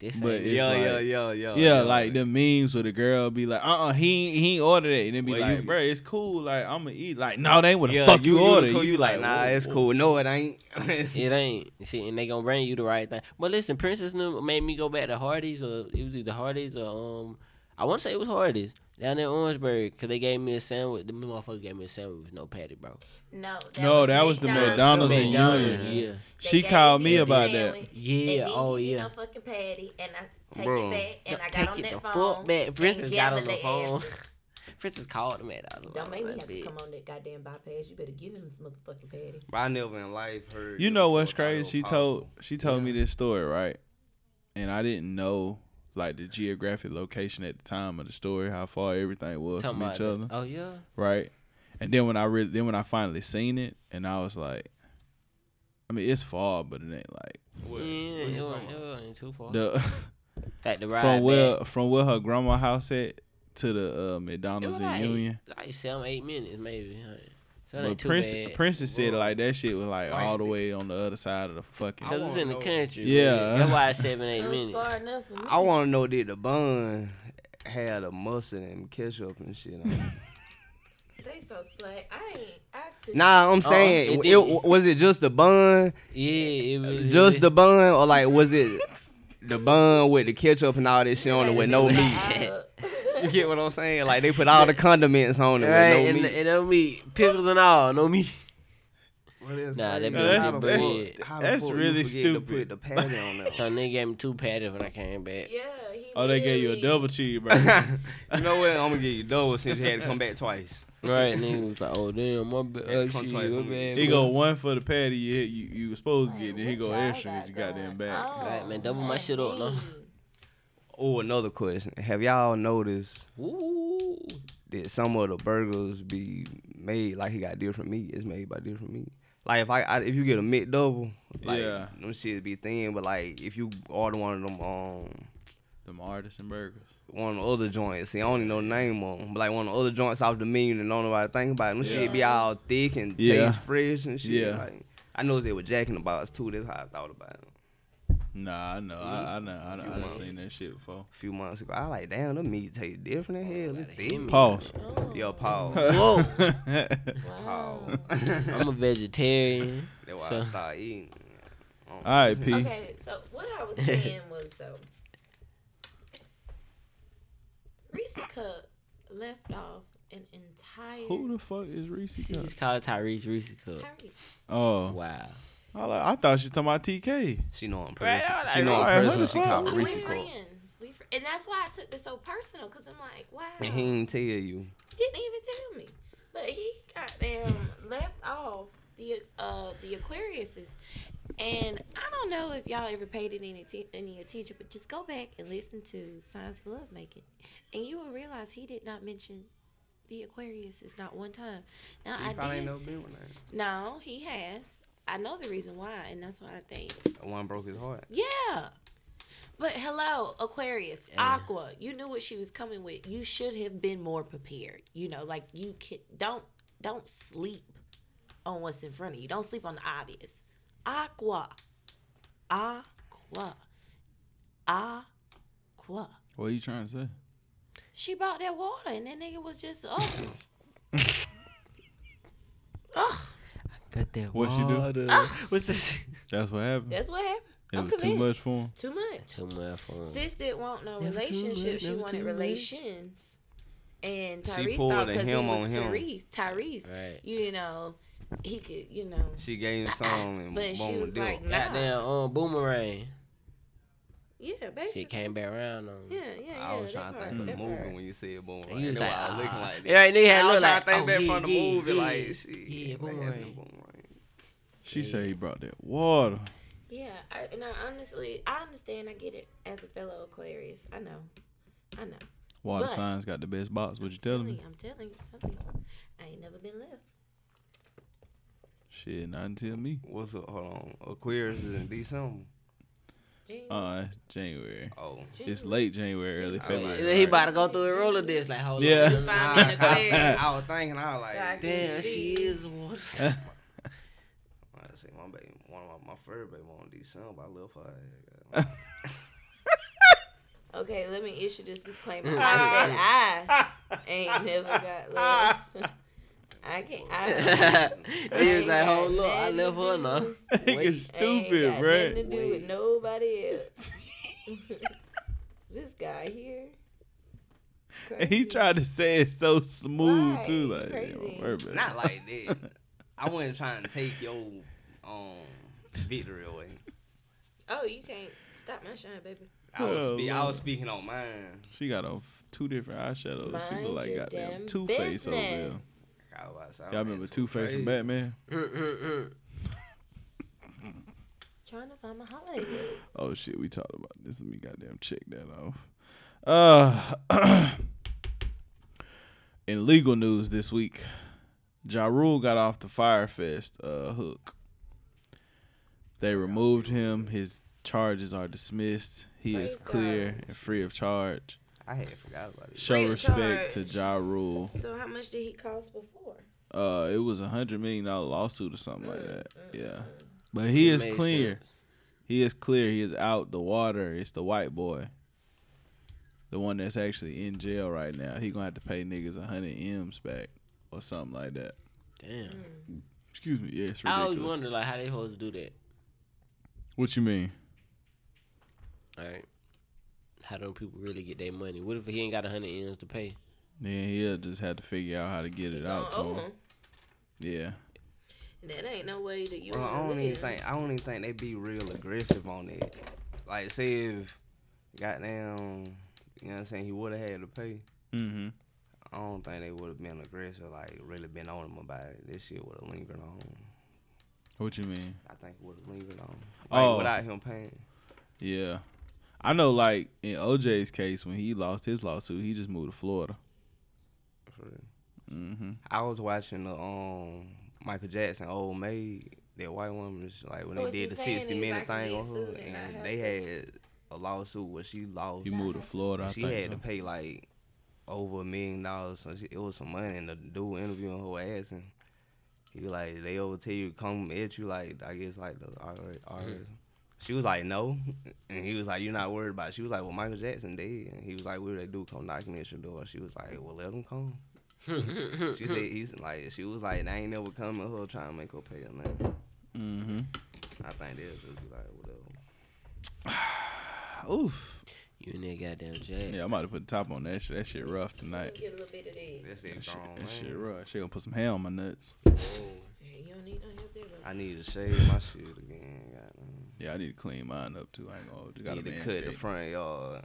Speaker 1: This
Speaker 4: But
Speaker 1: ain't
Speaker 4: it-
Speaker 2: Yo, yo,
Speaker 4: like-
Speaker 2: yo, yo.
Speaker 4: yeah,
Speaker 2: yo.
Speaker 4: like the memes where the girl be like, uh, uh he ain't- he ain't order that, and then be
Speaker 2: Well,
Speaker 4: like,
Speaker 2: you-
Speaker 4: bruh, it's cool. Like I'm gonna eat. Like no, they ain't what the fuck you,
Speaker 2: the
Speaker 4: ordered.
Speaker 2: cool, You, like,
Speaker 4: whoa,
Speaker 2: nah, it's
Speaker 4: whoa.
Speaker 2: cool. No, it ain't. yeah.
Speaker 1: It ain't shit, and they gonna bring you the right thing. But listen, Princess knew, made me go back to Hardee's, or it was either Hardee's or um, I want to say it was Hardee's down in Orangeburg, cause they gave me a sandwich. The motherfucker gave me a sandwich with no patty, bro.
Speaker 3: No, that
Speaker 4: No, that was the McDonald's in
Speaker 1: McDonald's,
Speaker 4: Union.
Speaker 1: yeah,
Speaker 3: They
Speaker 4: She
Speaker 3: gave
Speaker 4: called me
Speaker 3: a
Speaker 4: about that.
Speaker 3: sandwich.
Speaker 1: Yeah,
Speaker 3: They didn't
Speaker 1: oh,
Speaker 3: give me
Speaker 1: yeah.
Speaker 3: No fucking patty, and I take
Speaker 2: Bro.
Speaker 3: it back, and I
Speaker 1: Take
Speaker 3: got on
Speaker 1: it
Speaker 3: that
Speaker 1: the fuck
Speaker 3: phone.
Speaker 1: back.
Speaker 3: and
Speaker 1: Princess got
Speaker 3: gathered
Speaker 1: on the phone.
Speaker 3: asses.
Speaker 1: Princess called me. and I was like,
Speaker 3: Don't make me
Speaker 1: "Look,
Speaker 3: have to
Speaker 1: bitch."
Speaker 3: come on that goddamn bypass. You better give him this motherfucking patty.
Speaker 2: I never in life heard.
Speaker 4: You know
Speaker 2: it
Speaker 4: what's
Speaker 2: before, thought it
Speaker 4: crazy?
Speaker 2: was
Speaker 4: She
Speaker 2: possible.
Speaker 4: told she told me
Speaker 1: Yeah.
Speaker 4: this story right, and I didn't know like the geographic location at the time of the story, how far everything was
Speaker 1: Talking
Speaker 4: from
Speaker 1: about
Speaker 4: each
Speaker 1: that.
Speaker 4: other,
Speaker 1: Oh yeah,
Speaker 4: right? And then when I really then when I finally seen it, and I was like, I mean, it's far, but it ain't like
Speaker 2: What?
Speaker 1: yeah,
Speaker 2: What you
Speaker 1: it
Speaker 2: talking
Speaker 1: wasn't, it
Speaker 2: about?
Speaker 1: wasn't too far.
Speaker 4: the
Speaker 1: like the ride
Speaker 4: from where uh,
Speaker 1: back,
Speaker 4: from where her grandma house at to the uh,
Speaker 1: it
Speaker 4: McDonald's
Speaker 1: was
Speaker 4: in
Speaker 1: like,
Speaker 4: Union.
Speaker 1: like seven, eight minutes maybe. huh? So it ain't
Speaker 4: But
Speaker 1: too
Speaker 4: Prince
Speaker 1: bad.
Speaker 4: Princess said
Speaker 2: Whoa.
Speaker 4: like that shit was like
Speaker 2: Right.
Speaker 4: all the way on the other side of the fucking.
Speaker 1: Cause it's in the
Speaker 2: I wanna know.
Speaker 1: country.
Speaker 4: Yeah.
Speaker 1: Yeah, that's why it's seven, eight
Speaker 3: It was
Speaker 1: minutes.
Speaker 3: far enough for me.
Speaker 2: I want to know did the bun had a mustard and ketchup and shit. On. it?
Speaker 3: They so slack. I ain't. I just,
Speaker 2: nah, I'm
Speaker 1: Uh-uh,
Speaker 2: saying
Speaker 1: it
Speaker 2: Oh, it,
Speaker 1: didn't.
Speaker 2: was it just the bun,
Speaker 1: Yeah, it was
Speaker 2: just the bun, or like was it the bun with the ketchup and all that shit on it with no
Speaker 3: Just
Speaker 2: meat?
Speaker 3: like, uh,
Speaker 2: You get what I'm saying? Like they put all the condiments on it
Speaker 1: All right,
Speaker 2: with no
Speaker 1: and,
Speaker 2: meat.
Speaker 1: and no meat, pickles and all, no meat. Nah, that
Speaker 4: be
Speaker 2: How the
Speaker 4: bread.
Speaker 2: fuck- how the
Speaker 4: That's
Speaker 2: fuck you
Speaker 4: really
Speaker 2: forget to Put
Speaker 4: stupid.
Speaker 2: the patty on there.
Speaker 1: So they gave me two patties when I came back.
Speaker 3: Yeah, he
Speaker 4: Oh, they gave you a
Speaker 3: literally-
Speaker 4: double cheeseburger.
Speaker 2: you know what? I'm gonna give you double since you had to come back twice.
Speaker 1: Right, and they was like, "Oh damn, my bad,
Speaker 2: Yeah,
Speaker 1: uh,
Speaker 2: come
Speaker 1: shit,
Speaker 2: twice,
Speaker 1: my
Speaker 2: homie.
Speaker 1: bad."
Speaker 4: He go one for the patty you hit- you you was supposed to
Speaker 3: Like,
Speaker 4: get,
Speaker 3: what
Speaker 4: then he go
Speaker 3: y'all
Speaker 4: extra because you got
Speaker 3: going
Speaker 4: them back.
Speaker 3: on?
Speaker 1: Right, man, double my shit up, no.
Speaker 3: Mm.
Speaker 2: Oh, another question. Have y'all noticed
Speaker 1: Ooh,
Speaker 2: that some of the burgers be made like he got different meat? It's made by different meat. Like if I, I if you get a mid double, like
Speaker 4: Yeah.
Speaker 2: them shit be thin. But like if you order one of them um
Speaker 4: Them artisan burgers.
Speaker 2: one of the other joints, see I don't even know the name of them, but like one of the other joints off the menu that don't nobody think about. Them shit be all thick and
Speaker 4: Yeah.
Speaker 2: taste fresh and shit.
Speaker 4: Yeah.
Speaker 2: Like, I noticed they were Jack in the Box too. That's how I thought about it.
Speaker 4: Nah, I know. I, I know. I, I done
Speaker 2: months.
Speaker 4: seen that shit before.
Speaker 2: few months ago. I like, damn, the meat taste different than hell. It's thick.
Speaker 4: Pause.
Speaker 3: Oh,
Speaker 2: Yo, Paul.
Speaker 1: whoa!
Speaker 2: Paul.
Speaker 3: wow.
Speaker 2: That's
Speaker 1: I'm a vegetarian.
Speaker 2: why I
Speaker 1: So-
Speaker 2: started eating. All
Speaker 4: right, P.
Speaker 3: Okay, so what I was saying was though, Reese Cup left off an entire
Speaker 4: Who the fuck is Reese?
Speaker 1: She
Speaker 4: Cup?
Speaker 1: just called Tyrese Reese Cup.
Speaker 3: Tyrese.
Speaker 4: Oh,
Speaker 1: Wow.
Speaker 4: I, like, I thought she talking about TK.
Speaker 2: She know I'm
Speaker 1: Right,
Speaker 2: pretty.
Speaker 1: I
Speaker 2: She
Speaker 1: like
Speaker 3: oh,
Speaker 2: know I'm pretty. She
Speaker 4: Reese. Right, what the
Speaker 2: called
Speaker 4: fuck?
Speaker 3: We
Speaker 2: Reese
Speaker 3: friends.
Speaker 2: Cook.
Speaker 3: We fr- and that's why I took this so personal because I'm like, wow,
Speaker 2: And he ain't tell you.
Speaker 3: he didn't even tell me. But he goddamn left off the uh the Aquariuses, and I don't know if y'all ever paid it any atten- any attention, but just go back and listen to Signs of Love Making, and you will realize he did not mention the Aquariuses not one time. Now
Speaker 2: She
Speaker 3: I
Speaker 2: probably ain't
Speaker 3: did
Speaker 2: no
Speaker 3: see,
Speaker 2: good with that.
Speaker 3: no, he has. I know the reason why, and that's why I think
Speaker 2: The One broke his heart.
Speaker 3: yeah. But hello, Aquarius, Aqua, you knew what she was coming with. You should have been more prepared. You know, like you can don't don't sleep on what's in front of you. Don't sleep on the obvious. Aqua. Aqua. Aqua.
Speaker 4: What are you trying to say?
Speaker 3: She bought that water and that nigga was just up. Ugh,
Speaker 1: Got that
Speaker 4: What she do?
Speaker 1: water. Ah, What's this?
Speaker 4: That's what happened.
Speaker 3: that's what happened.
Speaker 4: It
Speaker 3: I'm
Speaker 4: was too
Speaker 3: convinced.
Speaker 4: much for him.
Speaker 3: Too much.
Speaker 1: Too much for
Speaker 2: Mm.
Speaker 1: him.
Speaker 3: Sis didn't want no
Speaker 1: Never too
Speaker 3: relationship.
Speaker 1: much,
Speaker 3: she
Speaker 1: never
Speaker 3: wanted
Speaker 1: too much.
Speaker 3: relations. And
Speaker 2: She
Speaker 3: Tyrese
Speaker 2: pulled
Speaker 3: thought
Speaker 2: a
Speaker 3: because he
Speaker 2: him
Speaker 3: was
Speaker 2: on him.
Speaker 3: Tyrese, Tyrese,
Speaker 1: Right.
Speaker 3: you know, he could, you know.
Speaker 2: She gave him some and
Speaker 3: But she
Speaker 2: boom,
Speaker 3: was
Speaker 2: deal.
Speaker 3: like, nah.
Speaker 1: Goddamn, um, boomerang.
Speaker 3: Yeah,
Speaker 1: She
Speaker 3: basically.
Speaker 1: came back around on.
Speaker 3: Yeah,
Speaker 1: him.
Speaker 3: yeah, yeah.
Speaker 2: I was
Speaker 3: that
Speaker 2: trying to
Speaker 3: part,
Speaker 2: think of the
Speaker 3: that part.
Speaker 2: movie when you said boom.
Speaker 1: He was
Speaker 2: That's
Speaker 1: like,
Speaker 2: why I was looking
Speaker 1: ah.
Speaker 2: like that.
Speaker 1: yeah, nigga had
Speaker 2: I was
Speaker 1: look
Speaker 2: trying
Speaker 1: like.
Speaker 2: to think
Speaker 1: oh,
Speaker 2: back
Speaker 1: yeah,
Speaker 2: from the
Speaker 1: yeah,
Speaker 2: movie,
Speaker 1: yeah,
Speaker 2: like, shit,
Speaker 1: Yeah,
Speaker 2: they had him
Speaker 1: boomerang.
Speaker 2: boomerang.
Speaker 4: She
Speaker 1: Yeah.
Speaker 4: said he brought that water.
Speaker 3: Yeah, I, and I honestly, I understand. I get it as a fellow Aquarius. I know. I know.
Speaker 4: Water
Speaker 3: But-
Speaker 4: signs got the best box. What you telling me?
Speaker 3: I'm telling you, I'm telling you. I ain't never been left.
Speaker 4: Shit, not until me.
Speaker 2: What's up? Hold on. Aquarius is in December.
Speaker 3: January,
Speaker 4: Uh, January.
Speaker 2: Oh.
Speaker 4: It's
Speaker 3: January.
Speaker 4: late January, early
Speaker 2: Oh,
Speaker 4: February.
Speaker 2: yeah.
Speaker 1: He about to go through a roller disc. Like, hold
Speaker 4: Yeah.
Speaker 1: on. let me-
Speaker 3: Five I'm in
Speaker 2: Nah, I-
Speaker 3: Aquarius.
Speaker 2: I was thinking, I was
Speaker 3: Sorry.
Speaker 2: like,
Speaker 1: Damn, she is. water.
Speaker 2: I say my baby, one of my, my first baby mom, December. I love her.
Speaker 3: Okay, let me issue this disclaimer. I said I ain't never got love. I can't. I
Speaker 1: he was like, hold up, I left her enough.
Speaker 4: It's
Speaker 3: ain't
Speaker 4: stupid,
Speaker 3: got nothing to
Speaker 4: bruh.
Speaker 3: do with nobody else. this guy here.
Speaker 4: And he
Speaker 3: Crazy.
Speaker 4: tried to say it so smooth too,
Speaker 3: Right,
Speaker 4: like yeah,
Speaker 3: crazy.
Speaker 4: my bad.
Speaker 2: Not like that. I wasn't trying to take your um victory away.
Speaker 3: Oh, you can't stop my shine, baby.
Speaker 2: I was,
Speaker 4: Oh,
Speaker 2: spe- I
Speaker 4: Lord.
Speaker 2: was speaking on mine.
Speaker 4: She got on f- two different eyeshadows. Oh, she
Speaker 3: Mind
Speaker 4: look like
Speaker 3: your
Speaker 4: goddamn
Speaker 3: damn
Speaker 4: Two Face over there.
Speaker 3: business.
Speaker 2: I was, I
Speaker 4: Y'all remember Two Face from Batman?
Speaker 1: Mm-mm-mm.
Speaker 3: Trying to find my holiday. wig.
Speaker 4: Oh shit, we talked about this. Let me goddamn check that off. Uh, in legal news this week, Ja Rule got off the Firefest uh, hook. They removed him. His charges are dismissed. He is
Speaker 3: Praise
Speaker 4: clear
Speaker 3: God.
Speaker 4: and free of charge.
Speaker 2: I had forgot about it.
Speaker 4: Show
Speaker 3: Free of
Speaker 4: respect
Speaker 3: charge.
Speaker 4: to Ja Rule.
Speaker 3: So, how much did he cost before?
Speaker 4: Uh, it was a hundred million dollar lawsuit or something
Speaker 3: Mm,
Speaker 4: like that. Yeah, but he is
Speaker 1: Made
Speaker 4: clear.
Speaker 1: sense.
Speaker 4: He is clear. He is out the water. It's the white boy, the one that's actually in jail right now. He gonna have to pay niggas a hundred m's back or something like that.
Speaker 1: Damn.
Speaker 3: Mm.
Speaker 4: Excuse me. Yeah, it's
Speaker 1: I always
Speaker 4: ridiculous.
Speaker 1: wonder like how they supposed to do that.
Speaker 4: What you mean?
Speaker 1: All right. How do people really get their money? What if he ain't got a hundred M's to pay?
Speaker 4: Then he'll just have to figure out how to get
Speaker 2: Oh,
Speaker 4: it out to
Speaker 3: Gonna owe
Speaker 4: him.
Speaker 3: him.
Speaker 4: Yeah.
Speaker 3: That ain't no way that you.
Speaker 2: Bro, I
Speaker 3: wanna
Speaker 2: don't even
Speaker 3: live.
Speaker 2: think I don't even think they be real aggressive on it. Like say if goddamn you know what I'm saying, he would have had to pay.
Speaker 4: Mm-hmm.
Speaker 2: I don't think they would have been aggressive, like really been on him about it. This shit would have lingered on.
Speaker 4: What you mean?
Speaker 2: I think would have lingered on. Like
Speaker 4: Oh.
Speaker 2: without him paying.
Speaker 4: Yeah. I know, like in OJ's case, when he lost his lawsuit, he just moved to Florida.
Speaker 2: For real.
Speaker 4: Mm-hmm.
Speaker 2: I was watching the um Michael Jackson old maid, that white woman was like when
Speaker 3: So
Speaker 2: they
Speaker 3: what
Speaker 2: did
Speaker 3: you're
Speaker 2: the
Speaker 3: saying
Speaker 2: sixty
Speaker 3: is I
Speaker 2: minute
Speaker 3: can
Speaker 2: thing
Speaker 3: get
Speaker 2: on her
Speaker 3: sued and I
Speaker 2: and
Speaker 3: have
Speaker 2: they
Speaker 3: to-
Speaker 2: had a lawsuit where she lost
Speaker 4: He moved to Florida. I
Speaker 2: she
Speaker 4: think
Speaker 2: had
Speaker 4: so.
Speaker 2: to pay like over a million dollars. So she, it was some money, and the dude interviewing her ass, and he was like, "They over tell you come at you like I guess like the IRS." She was like, "No," and he was like, "You're not worried about." It. She was like, "Well, Michael Jackson did," and he was like, "What do they do? Come knocking at your door?" She was like, "Well, let them come." she said, "He's like," she was like, "They ain't never coming." Her trying to make her pay or nothing.
Speaker 4: Mm-hmm.
Speaker 2: I think they'll just be like, "Whatever."
Speaker 4: Oof.
Speaker 1: You in that goddamn jail.
Speaker 4: Yeah, I'm about to put the top on that shit. That shit rough
Speaker 3: You
Speaker 4: tonight.
Speaker 3: Get a little bit of this.
Speaker 2: That's
Speaker 4: That
Speaker 2: it,
Speaker 4: shit,
Speaker 2: grown
Speaker 4: that shit
Speaker 2: man.
Speaker 4: rough. She gonna put some hair on my nuts.
Speaker 3: Hey, you don't need none up there, though.
Speaker 2: I need to shave my shit again. Goddamn.
Speaker 4: Yeah, I need to clean mine up too. I ain't gonna hold you. Got a
Speaker 2: Need to cut the
Speaker 4: manscape.
Speaker 2: front yard.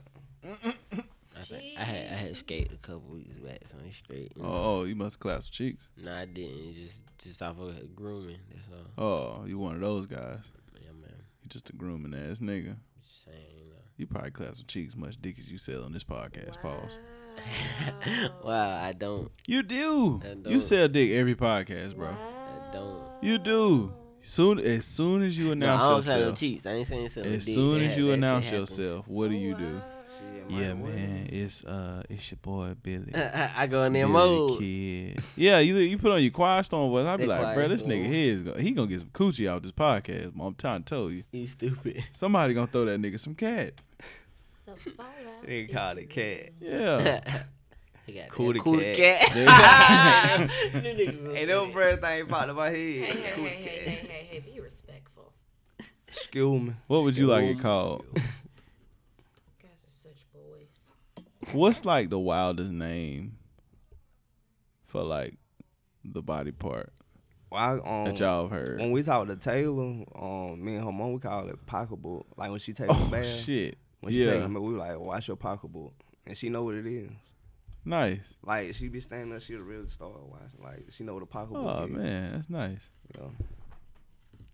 Speaker 1: I, think I had I had skated a couple weeks back, so it's straight.
Speaker 4: Oh, oh, you must clap some cheeks.
Speaker 1: No, I didn't. It's Just just off of grooming. That's all.
Speaker 4: Oh, you one of those guys.
Speaker 1: Yeah, man.
Speaker 4: You just a grooming ass nigga.
Speaker 1: Just saying, you know.
Speaker 4: You probably clap some cheeks much dick as you sell on this podcast. Pause.
Speaker 3: Wow.
Speaker 1: wow, I don't.
Speaker 4: You do.
Speaker 1: I
Speaker 4: You
Speaker 2: uh,
Speaker 1: don't.
Speaker 4: sell dick every podcast, bro.
Speaker 3: Wow.
Speaker 1: don't.
Speaker 4: You do. Soon as soon as you
Speaker 1: No, I
Speaker 4: announce
Speaker 1: don't say no
Speaker 4: yourself,
Speaker 1: cheats. I ain't saying something.
Speaker 4: as soon as you announce yourself, what do you do?
Speaker 3: Wow.
Speaker 2: Shit,
Speaker 4: Yeah,
Speaker 2: Mike, what?
Speaker 4: man. It's uh, it's your boy Billy.
Speaker 1: I go in there
Speaker 4: Billy
Speaker 1: mode.
Speaker 4: Kid. Yeah, you you put on your quiet storm voice. I'd be
Speaker 1: That
Speaker 4: like,
Speaker 1: quiet
Speaker 4: bro, this
Speaker 1: storm.
Speaker 4: nigga here is gonna, he gonna get some coochie out this podcast. I'm trying to tell you,
Speaker 1: You stupid.
Speaker 4: somebody gonna throw that nigga some cat.
Speaker 3: The fallout.
Speaker 2: They
Speaker 3: is
Speaker 2: called it
Speaker 3: real.
Speaker 2: cat.
Speaker 4: Yeah.
Speaker 1: He got
Speaker 2: Cool
Speaker 1: that
Speaker 2: the
Speaker 1: cool
Speaker 2: cat.
Speaker 1: cat.
Speaker 4: There
Speaker 1: Them
Speaker 4: you go.
Speaker 1: niggas was
Speaker 2: Hey, no
Speaker 1: silly.
Speaker 2: first thing popped in my
Speaker 3: Hey,
Speaker 2: head.
Speaker 3: hey, hey,
Speaker 2: Cool
Speaker 3: hey,
Speaker 2: cat.
Speaker 3: hey, hey, hey, be respectful.
Speaker 2: Excuse me.
Speaker 4: what would you like it
Speaker 1: Scoop.
Speaker 4: called?
Speaker 3: You guys are such boys.
Speaker 4: What's like the wildest name for like the body part
Speaker 2: Well, I, um,
Speaker 4: that y'all have heard?
Speaker 2: When we talk to Taylor, um, me and her mom, we call it pocketbook. Like when she takes a
Speaker 4: Oh
Speaker 2: bath,
Speaker 4: shit!
Speaker 2: when she takes a
Speaker 4: Yeah,
Speaker 2: bath, we like, watch your pocketbook, and she know what it is.
Speaker 4: nice.
Speaker 2: Like she be standing there, she'll really start watching. Like she know what a pocketbook
Speaker 4: Oh
Speaker 2: is.
Speaker 4: man, that's nice.
Speaker 2: You know?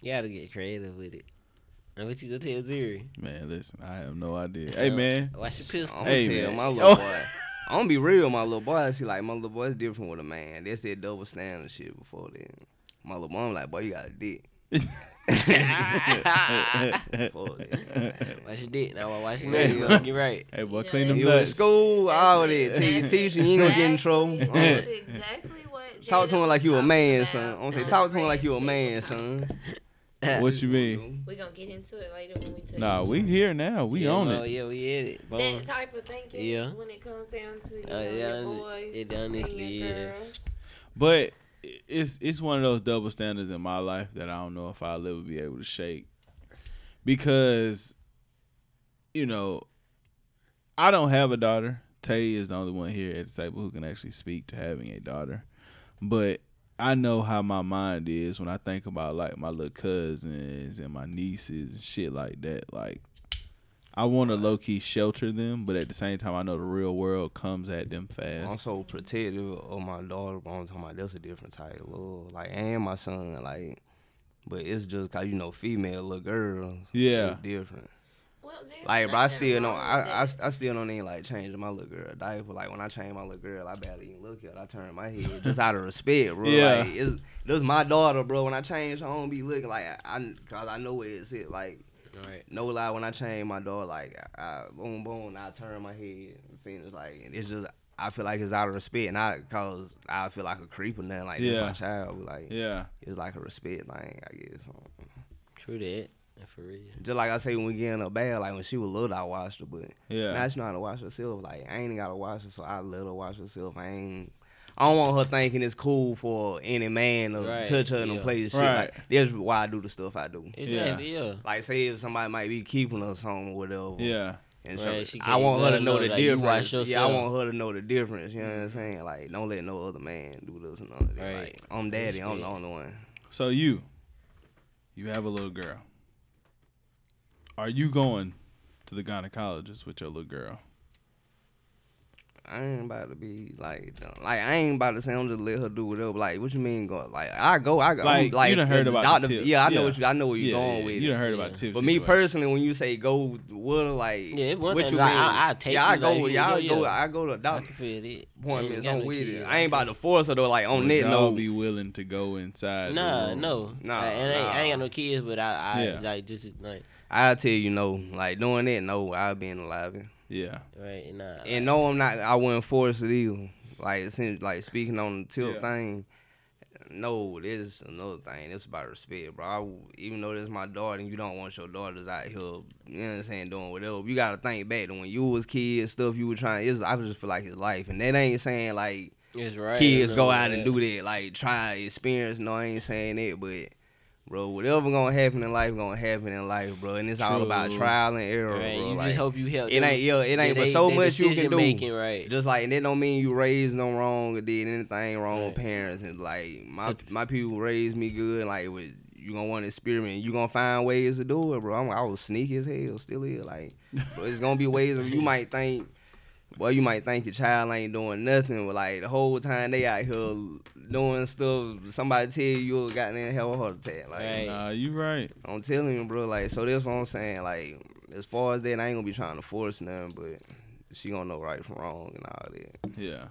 Speaker 1: You gotta get creative with it. And what you gonna tell Zuri?
Speaker 4: Man, listen, I have no idea. Hey man,
Speaker 1: Watch your pistol.
Speaker 2: I'm
Speaker 4: Hey,
Speaker 2: gonna tell
Speaker 4: man.
Speaker 2: my
Speaker 4: Oh.
Speaker 2: little boy. I'm gonna be real, my little boy. See, like my little boy's different with a man. They said double standard shit before then. My little mom like, boy, you got a dick. Fuck that, man.
Speaker 1: Watch your dick. Now I watch your
Speaker 2: Yeah.
Speaker 1: nose. Get right.
Speaker 4: hey boy,
Speaker 3: You
Speaker 4: clean
Speaker 3: know,
Speaker 4: them
Speaker 2: You in
Speaker 4: nuts.
Speaker 2: school, all that.
Speaker 3: That's
Speaker 2: Tell your
Speaker 3: it.
Speaker 2: teacher, you ain't gonna get in trouble.
Speaker 3: Exactly.
Speaker 2: Uh,
Speaker 3: That's exactly what.
Speaker 2: Talk to
Speaker 3: Jada
Speaker 2: him like you a
Speaker 3: was
Speaker 2: man,
Speaker 3: talking
Speaker 2: son.
Speaker 3: about
Speaker 2: I'm gonna say,
Speaker 3: on
Speaker 2: talk to him like
Speaker 3: Red
Speaker 2: you a man,
Speaker 3: Table Talk.
Speaker 2: son.
Speaker 4: What you mean?
Speaker 3: We gonna get into it later when we touch.
Speaker 4: Nah,
Speaker 3: on
Speaker 4: we
Speaker 3: it.
Speaker 4: here now. We
Speaker 1: yeah,
Speaker 4: on
Speaker 1: bro,
Speaker 4: it.
Speaker 1: Yeah, we in it. Boom.
Speaker 3: That type of thinking.
Speaker 1: Yeah.
Speaker 3: When it comes down to you
Speaker 2: Uh,
Speaker 1: Oh,
Speaker 3: know,
Speaker 1: yeah,
Speaker 3: your boys
Speaker 1: it
Speaker 3: and
Speaker 1: honestly
Speaker 3: your
Speaker 1: is.
Speaker 3: girls.
Speaker 4: But i- it's it's one of those double standards in my life that I don't know if I'll ever be able to shake. Because, you know, I don't have a daughter. Tay is the only one here at the table who can actually speak to having a daughter. But I know how my mind is when I think about like my little cousins and my nieces and shit like that. Like I want to low key shelter them, but at the same time I know the real world comes at them fast.
Speaker 2: I'm so protective of my daughter, but I'm talking about that's a different type of love. Like, and my son, like, but it's just cause you know, female little girls.
Speaker 4: Yeah.
Speaker 2: it's different.
Speaker 3: Well, there's
Speaker 2: Like, but I
Speaker 3: nothing
Speaker 2: still know,
Speaker 3: wrong
Speaker 2: I,
Speaker 3: with
Speaker 2: I, I
Speaker 3: that.
Speaker 2: still don't even like changing my little girl diaper. Like when I change my little girl, I barely even look at her. I turn my head just out of respect, bro.
Speaker 4: Yeah.
Speaker 2: Like, it's, this my daughter, bro. When I change, her, I don't be looking like I, I cause I know where it's at. Like,
Speaker 1: All right.
Speaker 2: no lie, when I change my door, like I, I boom boom, I turn my head, and finish like and it's just I feel like it's out of respect, not cause I feel like a creep or nothing. Like this
Speaker 4: Yeah.
Speaker 2: my child, but like
Speaker 4: Yeah.
Speaker 2: it's like a respect thing, I guess. Um,
Speaker 1: True that. And For real.
Speaker 2: Just like I say when we get in a bath, like when she was little, I watched her, but
Speaker 4: Yeah.
Speaker 2: now she know how to wash herself. Like I ain't gotta wash her, so I let her wash herself. I ain't. I don't want her thinking it's cool for any man to
Speaker 1: Right,
Speaker 2: touch her and
Speaker 1: yeah.
Speaker 2: yeah. play this shit.
Speaker 4: Right.
Speaker 2: Like, that's why I do the stuff I do.
Speaker 1: Exactly. Yeah.
Speaker 2: Like, say if somebody might be keeping her or something, whatever.
Speaker 4: Yeah.
Speaker 2: And
Speaker 1: Right,
Speaker 2: so
Speaker 1: she
Speaker 2: I want
Speaker 1: can't
Speaker 2: her to
Speaker 1: love
Speaker 2: know
Speaker 1: no-
Speaker 2: the
Speaker 1: like, you watch
Speaker 2: difference. Yeah, I
Speaker 1: yourself.
Speaker 2: want her to know the difference. You know what I'm saying? Like, don't let no other man do this and all that.
Speaker 1: Right.
Speaker 2: Like, I'm daddy. I'm the only one.
Speaker 4: So you, you have a little girl. Are you going to the gynecologist with your little girl?
Speaker 2: I ain't about to be like, done. like I ain't about to say I'm just let her do whatever. Like, what you mean go? Like, I go, I go. I'm,
Speaker 4: Like,
Speaker 2: like
Speaker 4: you done heard
Speaker 2: the
Speaker 4: about the
Speaker 2: doctor,
Speaker 4: tip.
Speaker 2: Yeah, I know
Speaker 4: Yeah.
Speaker 2: what you. I know where you
Speaker 4: yeah,
Speaker 2: going
Speaker 4: yeah,
Speaker 2: with.
Speaker 4: You
Speaker 2: it.
Speaker 4: done heard
Speaker 1: Yeah.
Speaker 4: about tips.
Speaker 2: But me personally, when you say go with her, like,
Speaker 1: Yeah, it one
Speaker 2: what
Speaker 1: thing,
Speaker 2: you
Speaker 1: like,
Speaker 2: mean?
Speaker 1: I- I take
Speaker 2: yeah, I
Speaker 1: you,
Speaker 2: go.
Speaker 1: like,
Speaker 2: yeah, I
Speaker 1: yeah,
Speaker 2: go.
Speaker 1: yeah.
Speaker 2: I go to
Speaker 1: I
Speaker 2: doctor
Speaker 1: can feel it.
Speaker 2: appointments.
Speaker 1: You ain't got
Speaker 2: I'm
Speaker 1: no
Speaker 2: with
Speaker 1: kids.
Speaker 2: it. I ain't about to force her though. Like on that
Speaker 4: y'all
Speaker 2: note,
Speaker 4: be willing to go inside? the
Speaker 1: Nah,
Speaker 4: room?
Speaker 1: no.
Speaker 2: Nah,
Speaker 1: Like, and I, ain't, I ain't got
Speaker 2: nah.
Speaker 1: no kids, but I, I
Speaker 4: Yeah.
Speaker 1: like just like
Speaker 2: I tell you no. Like doing that, no. I been alive.
Speaker 4: Yeah.
Speaker 1: right nah. like,
Speaker 2: And no, I'm not. I wouldn't force it either. Like since like speaking on the tilt
Speaker 4: Yeah.
Speaker 2: thing, no, this is another thing. It's about respect, bro. I w even though this is my daughter, and you don't want your daughters out here, you know what I'm saying, doing whatever. You gotta think back to when you was kids, stuff you were trying. It's I just feel like it's life, and that ain't saying like
Speaker 1: it's right.
Speaker 2: kids
Speaker 1: and
Speaker 2: go
Speaker 1: all
Speaker 2: out and
Speaker 1: that.
Speaker 2: do that, like try experience. No, I ain't saying that, but bro, whatever gonna happen in life, gonna happen in life, bro. And it's all about
Speaker 4: True.
Speaker 2: trial and error,
Speaker 1: Right,
Speaker 2: bro.
Speaker 1: you
Speaker 2: like,
Speaker 1: just hope you help.
Speaker 2: it ain't yeah, it ain't but so much you can do.
Speaker 1: Making, right.
Speaker 2: Just like and that don't mean you raised no wrong or did anything wrong
Speaker 1: Right.
Speaker 2: with parents and like my
Speaker 1: Cause-
Speaker 2: my people raised me good and, like it was you gonna want to experiment you gonna find ways to do it bro I'm, I was sneaky as hell still is like bro, it's gonna be ways of you might think well you might think your child ain't doing nothing but like the whole time they out here doing stuff somebody tell you you goddamn have a heart attack like
Speaker 1: Right.
Speaker 4: Nah, you right.
Speaker 2: I'm telling you, bro. Like, so that's what I'm saying. Like, as far as that, I ain't gonna be trying to force nothing, but she gonna know right from wrong and all that.
Speaker 4: Yeah.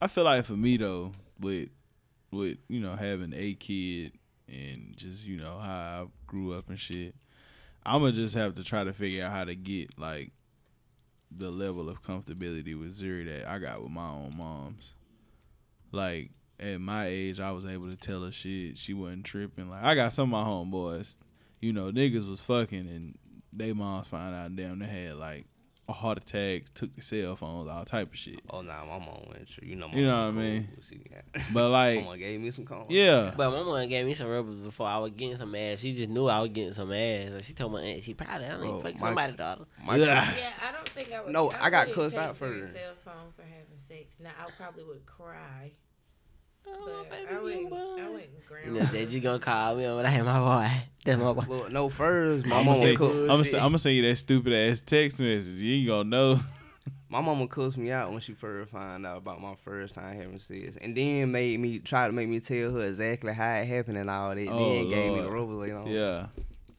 Speaker 4: I feel like for me though, with with you know having a kid and just you know how I grew up and shit, I'ma just have to try to figure out how to get like the level of comfortability with Zuri that I got with my own moms. Like at my age, I was able to tell her shit. She wasn't tripping. Like I got some of my homeboys, you know, niggas was fucking and they moms found out. Damn, they had like a heart attack, took the cell phones, all type of shit.
Speaker 2: Oh nah, my mom went through. You know, my
Speaker 4: You know
Speaker 2: mom
Speaker 4: what I
Speaker 2: cool.
Speaker 4: mean?
Speaker 2: She got- my
Speaker 4: But like,
Speaker 2: mom gave me some calls.
Speaker 4: yeah,
Speaker 1: But my mom gave me some rubbers before I was getting some ass. She just knew I was getting some ass. Like she told my aunt, she probably I don't
Speaker 2: Bro,
Speaker 1: even fuck
Speaker 2: my-
Speaker 1: somebody daughter.
Speaker 2: My
Speaker 4: Yeah.
Speaker 3: Yeah, I don't think I would.
Speaker 2: No, I got
Speaker 3: wouldn't
Speaker 2: cussed
Speaker 3: take
Speaker 2: out
Speaker 3: to his
Speaker 2: for-
Speaker 3: Cell phone for having sex. Now I probably would cry, but
Speaker 1: Oh,
Speaker 3: I
Speaker 1: baby, you
Speaker 3: wouldn't. I
Speaker 1: was.
Speaker 3: wouldn't
Speaker 1: And
Speaker 3: ground.
Speaker 1: if they just gonna call me, I'm like, hey, my boy, that's my boy.
Speaker 2: Look, no first. My
Speaker 4: I'm gonna,
Speaker 2: mama
Speaker 4: say,
Speaker 2: cooked.
Speaker 4: I'm, gonna, I'm gonna send you that stupid ass text message. You ain't gonna know.
Speaker 2: My mama cussed me out when she first found out about my first time having sex, and then made me try to make me tell her exactly how it happened and all that. then
Speaker 4: Oh,
Speaker 2: gave me the
Speaker 4: Lord.
Speaker 2: rubber, you know.
Speaker 4: Yeah.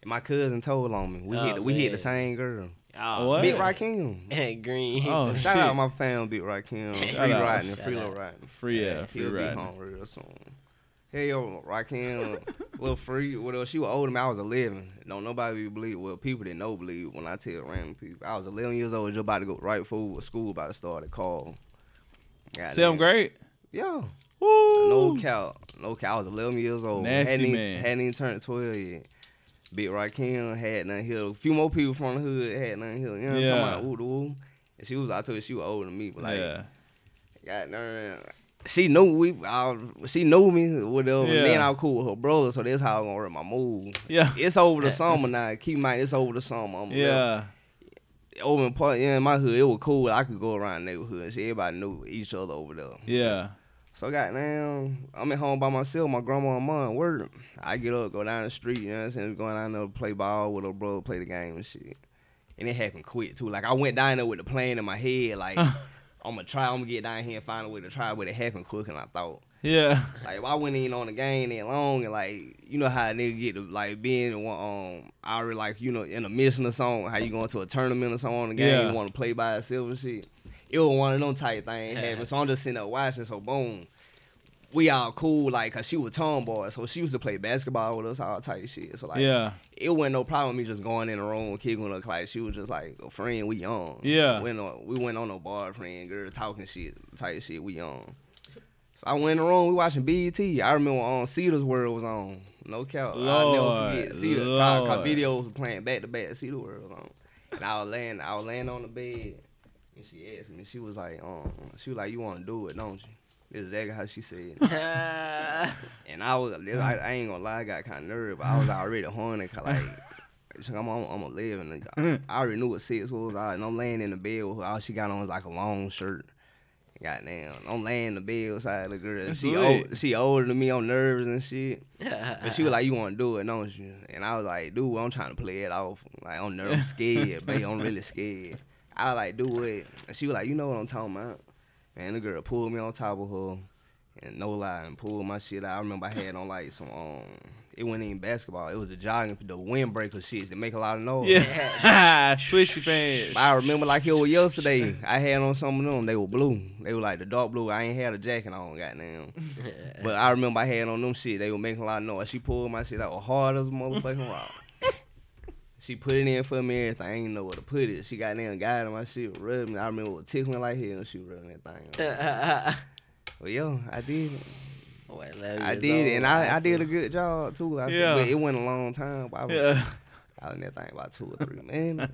Speaker 2: My cousin told on me. We
Speaker 1: Oh,
Speaker 2: hit the, we hit
Speaker 1: man.
Speaker 2: the same girl,
Speaker 1: Oh,
Speaker 4: What?
Speaker 2: Big
Speaker 1: man.
Speaker 2: Rakim.
Speaker 1: green.
Speaker 4: Oh,
Speaker 2: Shout out
Speaker 4: shit.
Speaker 2: my fam, Big Rakim. Free
Speaker 4: out.
Speaker 2: riding, and
Speaker 1: Shout
Speaker 2: free
Speaker 1: out.
Speaker 2: low riding.
Speaker 4: Free, yeah, free
Speaker 2: he'll
Speaker 4: riding.
Speaker 2: be home real soon. Hey yo, Rakim, little free. What else? She was older than me. I was eleven. Don't nobody believe. Well, people that know believe when I tell random people. I was eleven years old. Just about to go right forward. School about to start at call. Goddamn.
Speaker 4: Seventh grade.
Speaker 2: Yeah. No
Speaker 4: Woo.
Speaker 2: cow. No cow. I was 11 years old.
Speaker 4: Nasty
Speaker 2: hadn't
Speaker 4: man.
Speaker 2: Even, hadn't even turned 12 yet. Big Rakim had nothing here. A few more people from the hood had nothing here. You know what
Speaker 4: Yeah.
Speaker 2: I'm talking about? Ooh, the woo. And she was, I told you she was older than me, but like,
Speaker 4: yeah.
Speaker 2: goddamn. She knew we, I, she knew me, whatever.
Speaker 4: Yeah.
Speaker 2: And then I was cool with her brother, so that's how I'm gonna hurt my mood.
Speaker 4: Yeah.
Speaker 2: It's over the summer now. Keep in mind, it's over the summer. I'm
Speaker 4: Yeah.
Speaker 2: Over in part, yeah, in my hood, it was cool. I could go around the neighborhood. She, everybody knew each other over there.
Speaker 4: Yeah.
Speaker 2: So goddamn, I'm at home by myself. My grandma and mom work. I get up, go down the street. You know what I'm saying? Going down there to play ball with her brother, play the game and shit. And it happened quick too. Like I went down there with the plan in my head. Like I'm gonna try. I'm gonna get down here and find a way to try. But it happened quicker than I thought.
Speaker 4: Yeah.
Speaker 2: Like I wasn't even on the game that long, and like you know how a nigga get to like being in one um already like you know in a mission or something, how you going to a tournament or something on the game,
Speaker 4: Yeah.
Speaker 2: you want to play by yourself and shit. It was one of them type things happening. So I'm just sitting there watching. So boom, we all cool like, cause she was tomboy, so she used to play basketball with us, all type shit. So like,
Speaker 4: Yeah.
Speaker 2: it wasn't no problem with me just going in the room, kicking her. Like she was just like a friend. We young.
Speaker 4: Yeah.
Speaker 2: We on, we went on no boyfriend, girl, talking shit, type shit. We young. So I went in the room. We watching BET. I remember on um, Cedar's World was on. No cap. I'll
Speaker 4: Lord,
Speaker 2: never forget. Cedar. Cop,
Speaker 4: Lord.
Speaker 2: videos was playing back to back. Cedar World was on. And I was laying. I was laying on the bed. And she asked me. She was like, um, she was like, you want to do it, don't you? That's exactly how she said. it. And I was,
Speaker 4: Mm.
Speaker 2: I, I ain't gonna lie, I got kind of nervous. But I was already horny, 'cause, like, so I'm, I'm, I'm 11. Like,
Speaker 4: Mm.
Speaker 2: I, I already knew what sex was, I, and I'm laying in the bed. With her. All she got on was like a long shirt. Goddamn, I'm laying in the bed beside the girl.
Speaker 4: That's
Speaker 2: she
Speaker 4: lit.
Speaker 2: old, she older than me. I'm nervous and shit. But she was like, "You want to do it, don't you?" And I was like, "Dude, I'm trying to play it off. Like I'm nervous, I'm scared, babe. I'm really scared." I was like, "Do it." And she was like, "You know what I'm talking about?" And the girl pulled me on top of her, and no lie, and pulled my shit out. I remember I had on like some um, it wasn't even basketball. It was the jogging, the windbreaker shits that make a lot of noise.
Speaker 4: Yeah. Switchy pants.
Speaker 2: But I remember like it was yesterday. I had on some of them. They were blue. They were like the dark blue. I ain't had a jacket on, goddamn. but I remember I had on them shit. They were making a lot of noise. She pulled my shit out hard as a motherfucking rock. she put it in for me. Everything. I ain't know where to put it. She got goddamn guided my shit, rubbed me. I remember it was tickling like hell. and She rubbing that thing. on. Well, yo, I did. it. I did, it, and I, I did a good job too. I
Speaker 4: Yeah.
Speaker 2: said, but it went a long time. But I was,
Speaker 4: Yeah.
Speaker 2: I was in that thing about two or three minutes.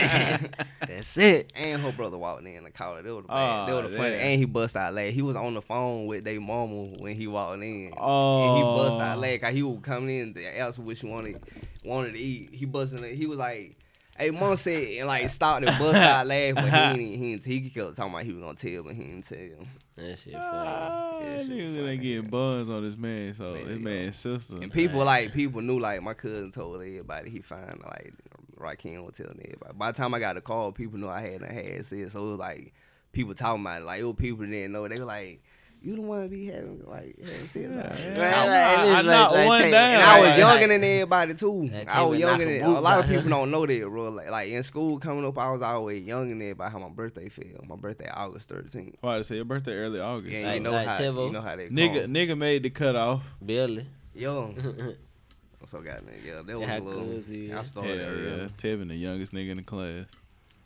Speaker 1: That's it.
Speaker 2: And her brother walked in and called it. They were the, bad. They
Speaker 4: Aw,
Speaker 2: were the funny.
Speaker 4: damn.
Speaker 2: And he bust out laugh. He was on the phone with their mama when he walked in. And he
Speaker 4: Oh.
Speaker 2: bust out laugh. 'cause He was coming in to ask what she wanted wanted to eat. He busted. it. He was like, "Hey, mom said," and like stopped and bust out laugh. But he ain't, he ain't, he kept talking about he was gonna tell, but he didn't tell.
Speaker 1: That shit funny.
Speaker 4: Ah,
Speaker 2: Yeah, shit
Speaker 4: niggas
Speaker 2: funny,
Speaker 4: ain't getting
Speaker 2: yeah.
Speaker 4: buns on this man, so
Speaker 2: Man, yeah.
Speaker 4: this man's sister.
Speaker 2: And people like people knew like my cousin told everybody he fine like Rakim was telling everybody. By the time I got a call, people knew I hadn't had sex. So it was like people talking about it. Like it was people that didn't know. They were like, You the one be having like having sex.
Speaker 4: Yeah.
Speaker 1: Right,
Speaker 2: I-
Speaker 1: like,
Speaker 4: I- I
Speaker 1: this
Speaker 4: knocked
Speaker 1: like- like
Speaker 4: one
Speaker 1: take-
Speaker 4: down.
Speaker 2: and I was
Speaker 1: Right,
Speaker 2: younger
Speaker 1: like-
Speaker 2: than everybody too.
Speaker 1: That
Speaker 2: I was
Speaker 1: Taylor
Speaker 2: younger
Speaker 1: Knocker
Speaker 2: than
Speaker 1: boots
Speaker 2: a lot
Speaker 1: out
Speaker 2: of
Speaker 1: here.
Speaker 2: people don't know that, bro. Like, like in school coming up, I was always younger than everybody. How my birthday fell. My birthday August thirteenth.
Speaker 4: I'm about to say your birthday early August.
Speaker 2: Yeah,
Speaker 1: Like-
Speaker 2: you know
Speaker 1: like
Speaker 2: how
Speaker 1: Tevo.
Speaker 2: you know how they
Speaker 4: Nigga,
Speaker 2: come.
Speaker 4: nigga made the cutoff.
Speaker 1: Billy.
Speaker 2: yo. So goddamn, yeah, that was
Speaker 1: Yeah,
Speaker 2: a little.
Speaker 1: good, yeah.
Speaker 2: I
Speaker 4: Hell
Speaker 2: started early.
Speaker 4: yeah, Tevin, the youngest nigga in the class.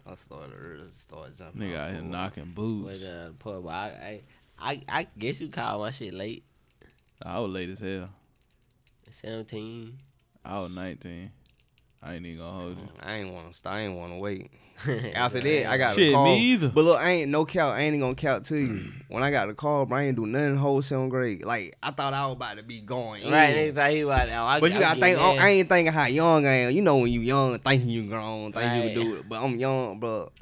Speaker 2: I started early, started jumping.
Speaker 4: Nigga
Speaker 2: off
Speaker 4: out here
Speaker 2: the wall.
Speaker 4: knocking
Speaker 1: But
Speaker 4: boots.
Speaker 1: uh, poor boy, I, I, I, I guess you call my shit late.
Speaker 4: I was late as hell.
Speaker 1: Seventeen.
Speaker 4: I was 19. I ain't even gonna hold you.
Speaker 2: I ain't want to. St- I ain't want to wait.
Speaker 1: After
Speaker 2: After that, I got
Speaker 4: Shit,
Speaker 2: a
Speaker 4: me
Speaker 2: call.
Speaker 4: either.
Speaker 2: But look, I ain't no count. I ain't even gonna count to you. when I got the call, bro, I ain't do nothing whole seventh grade. Like I thought I was about to be going in.
Speaker 1: right, nigga, thought he about that. Oh, I,
Speaker 2: But you
Speaker 1: I
Speaker 2: gotta
Speaker 1: get
Speaker 2: think. oh,
Speaker 1: mad.
Speaker 2: I ain't thinking how young I am. You know when you young, thinking you grown, thinking you
Speaker 1: Right.
Speaker 2: can do it. But I'm young, bro.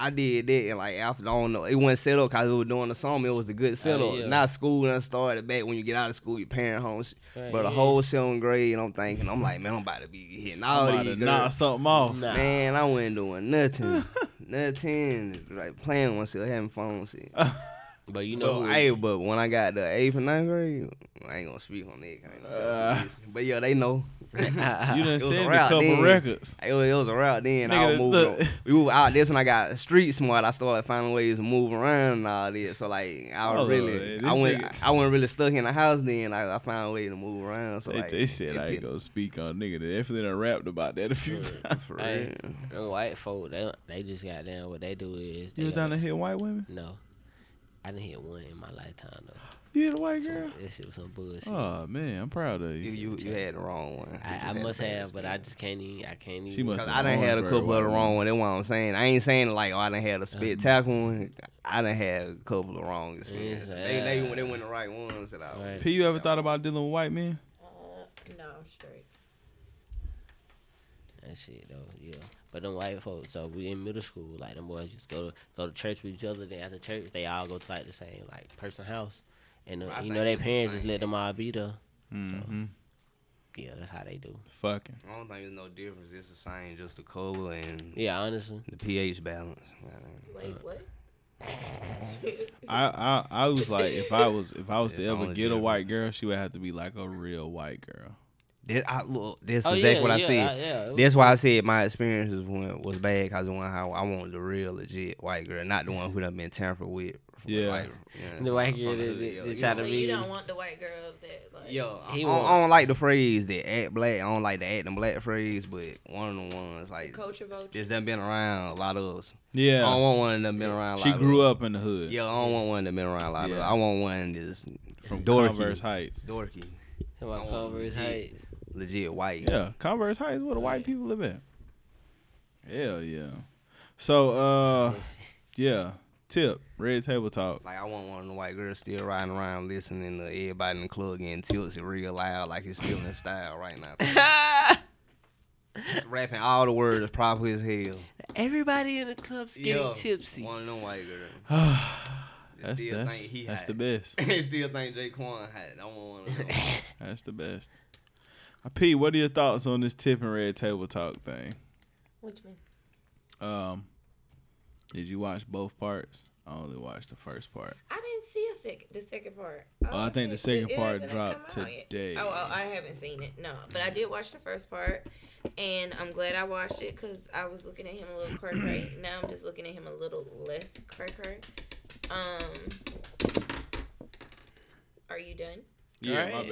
Speaker 2: I did that, and like after I don't know, it wasn't set up because it was doing the song. It was a good setup.
Speaker 1: Oh, yeah.
Speaker 2: Not school, and I started back when you get out of school, your parent home. shit.
Speaker 1: Right,
Speaker 2: but the
Speaker 1: yeah.
Speaker 2: whole seventh grade, I'm thinking, I'm like, man, I'm about to be hitting all
Speaker 4: I'm about
Speaker 2: these
Speaker 4: to
Speaker 2: girls.
Speaker 4: knock something off.
Speaker 1: Nah.
Speaker 2: Man, I wasn't doing nothing, nothing, like playing one shit, having fun with shit.
Speaker 1: But you know,
Speaker 2: No,
Speaker 1: who-
Speaker 2: hey, but when I got the eighth and ninth grade, I ain't gonna speak on that. 'cause I ain't gonna tell
Speaker 4: Uh.
Speaker 2: them this. but yeah, they know.
Speaker 4: you done
Speaker 2: It was
Speaker 4: said a
Speaker 2: around
Speaker 4: couple
Speaker 2: then.
Speaker 4: records.
Speaker 2: It was, it was a route then. I
Speaker 4: Nigga,
Speaker 2: was
Speaker 4: look.
Speaker 2: moving. We moved out this when I got street smart. I started finding ways to move around and all this. So like I was
Speaker 4: Hold on,
Speaker 2: really,
Speaker 4: man.
Speaker 2: I
Speaker 4: This
Speaker 2: went,
Speaker 4: nigga-
Speaker 2: I wasn't really stuck in the house then. I, I found a way to move around. So
Speaker 4: They,
Speaker 2: like
Speaker 4: they said
Speaker 2: it
Speaker 4: I ain't
Speaker 2: been-
Speaker 4: gonna speak on nigga. They definitely done rapped about that a few times.
Speaker 2: for
Speaker 1: Hey,
Speaker 2: real.
Speaker 1: them white folk, they they just got down. What they do is they
Speaker 4: You was down
Speaker 1: go-
Speaker 4: to hit white women?
Speaker 1: No, I didn't hit one in my lifetime though.
Speaker 4: You hit a white
Speaker 1: So,
Speaker 4: girl?
Speaker 1: This shit was some bullshit.
Speaker 4: Oh man, I'm proud of
Speaker 2: You,
Speaker 4: you.
Speaker 2: you you had the wrong one. You
Speaker 1: I, I
Speaker 2: had
Speaker 1: must
Speaker 2: the bad
Speaker 1: have, but I
Speaker 2: experience.
Speaker 1: just can't even. I can't even.
Speaker 4: She must-
Speaker 2: Cause I done had a
Speaker 4: Hornsberry
Speaker 2: couple
Speaker 4: white
Speaker 2: of the wrong one. That's what I'm saying. I ain't saying like oh I done had a
Speaker 1: Uh-huh.
Speaker 2: spectacular one. I done had a couple of wrong experiences.
Speaker 1: Yeah.
Speaker 2: They they when they went the right ones that I.
Speaker 1: Right.
Speaker 4: P, you ever thought about dealing with white men?
Speaker 3: Uh, no, I'm straight.
Speaker 1: That shit though, yeah. But them white folks, so we in middle school, like them boys used to go to go to church with each other. Then after church, they all go to like the same like person house, and uh,
Speaker 2: I
Speaker 1: you
Speaker 2: think
Speaker 1: know their
Speaker 2: it's the
Speaker 1: parents just
Speaker 2: same.
Speaker 1: let them all be there.
Speaker 4: Mm-hmm.
Speaker 1: Yeah, that's how they do.
Speaker 4: Fucking.
Speaker 2: I don't think there's no difference. It's the same, just the color and
Speaker 1: Yeah, honestly.
Speaker 2: the pH balance.
Speaker 3: Wait,
Speaker 1: Uh.
Speaker 3: what?
Speaker 4: I, I I was like, if I was if I was
Speaker 2: It's
Speaker 4: to ever
Speaker 2: only
Speaker 4: get a
Speaker 2: different.
Speaker 4: white girl, she would have to be like a real white girl.
Speaker 2: That, I look. That's
Speaker 1: Oh,
Speaker 2: exactly
Speaker 1: yeah,
Speaker 2: what I
Speaker 1: yeah,
Speaker 2: said.
Speaker 1: I- yeah, it was-
Speaker 2: That's why I said my experiences went, was bad because one how I wanted the real legit white girl, not the one who done been tampered with. from,
Speaker 4: Yeah.
Speaker 2: like, you know,
Speaker 1: The white
Speaker 2: from
Speaker 1: girl
Speaker 2: the
Speaker 1: that-
Speaker 2: hood,
Speaker 1: that-
Speaker 2: yo.
Speaker 1: that
Speaker 2: You
Speaker 1: try
Speaker 2: know,
Speaker 1: to
Speaker 3: So
Speaker 1: be-
Speaker 3: you don't want the white girl that like.
Speaker 2: Yo, I,
Speaker 1: He
Speaker 2: don't-
Speaker 1: want-
Speaker 2: I don't like the phrase that act black. I don't like the acting black phrase, but one of the ones like
Speaker 3: Culture vulture.
Speaker 2: this done been around a lot of us.
Speaker 4: Yeah.
Speaker 2: I don't want one of them been around. A lot
Speaker 4: she grew
Speaker 2: of
Speaker 4: up in the hood.
Speaker 2: Yeah, I don't want one that been around a lot of
Speaker 4: Yeah.
Speaker 2: us. I want one that's
Speaker 4: From
Speaker 2: dorky.
Speaker 4: Converse Heights.
Speaker 2: dorky,
Speaker 1: Talking about
Speaker 2: I want
Speaker 1: Culver's
Speaker 2: legit.
Speaker 1: Heights.
Speaker 2: legit white.
Speaker 4: Yeah. Converse Heights where the white people live at. Hell yeah. So uh
Speaker 1: That shit.
Speaker 4: yeah. Tip, red table talk.
Speaker 2: Like I want one of the white girls still riding around listening to everybody in the club getting tilted real loud, like it's still in style right now. It's rapping all the words properly as hell.
Speaker 1: Everybody in the club's getting
Speaker 2: Yeah,
Speaker 1: tipsy.
Speaker 2: One of them white girls. They
Speaker 4: that's
Speaker 2: still
Speaker 4: that's,
Speaker 2: think he
Speaker 4: that's
Speaker 2: hot.
Speaker 4: the best.
Speaker 2: they still think Jaquan had. I want one of them.
Speaker 4: That's the best. Uh, P, what are your thoughts on this tip and red table talk thing?
Speaker 3: Which one?
Speaker 4: Um did you watch both parts? I only watched the first part.
Speaker 3: I didn't see a sec- the second part.
Speaker 4: Oh, I think the
Speaker 3: see-
Speaker 4: second part
Speaker 3: hasn't come
Speaker 4: dropped
Speaker 3: out yet.
Speaker 4: today.
Speaker 3: Oh, oh, I haven't seen it. No, but I did watch the first part, and I'm glad I watched it because I was looking at him a little cray cray. now I'm just looking at him a little less cray cray. Um, are you done?
Speaker 4: Yeah,
Speaker 1: Alright.
Speaker 4: my bad.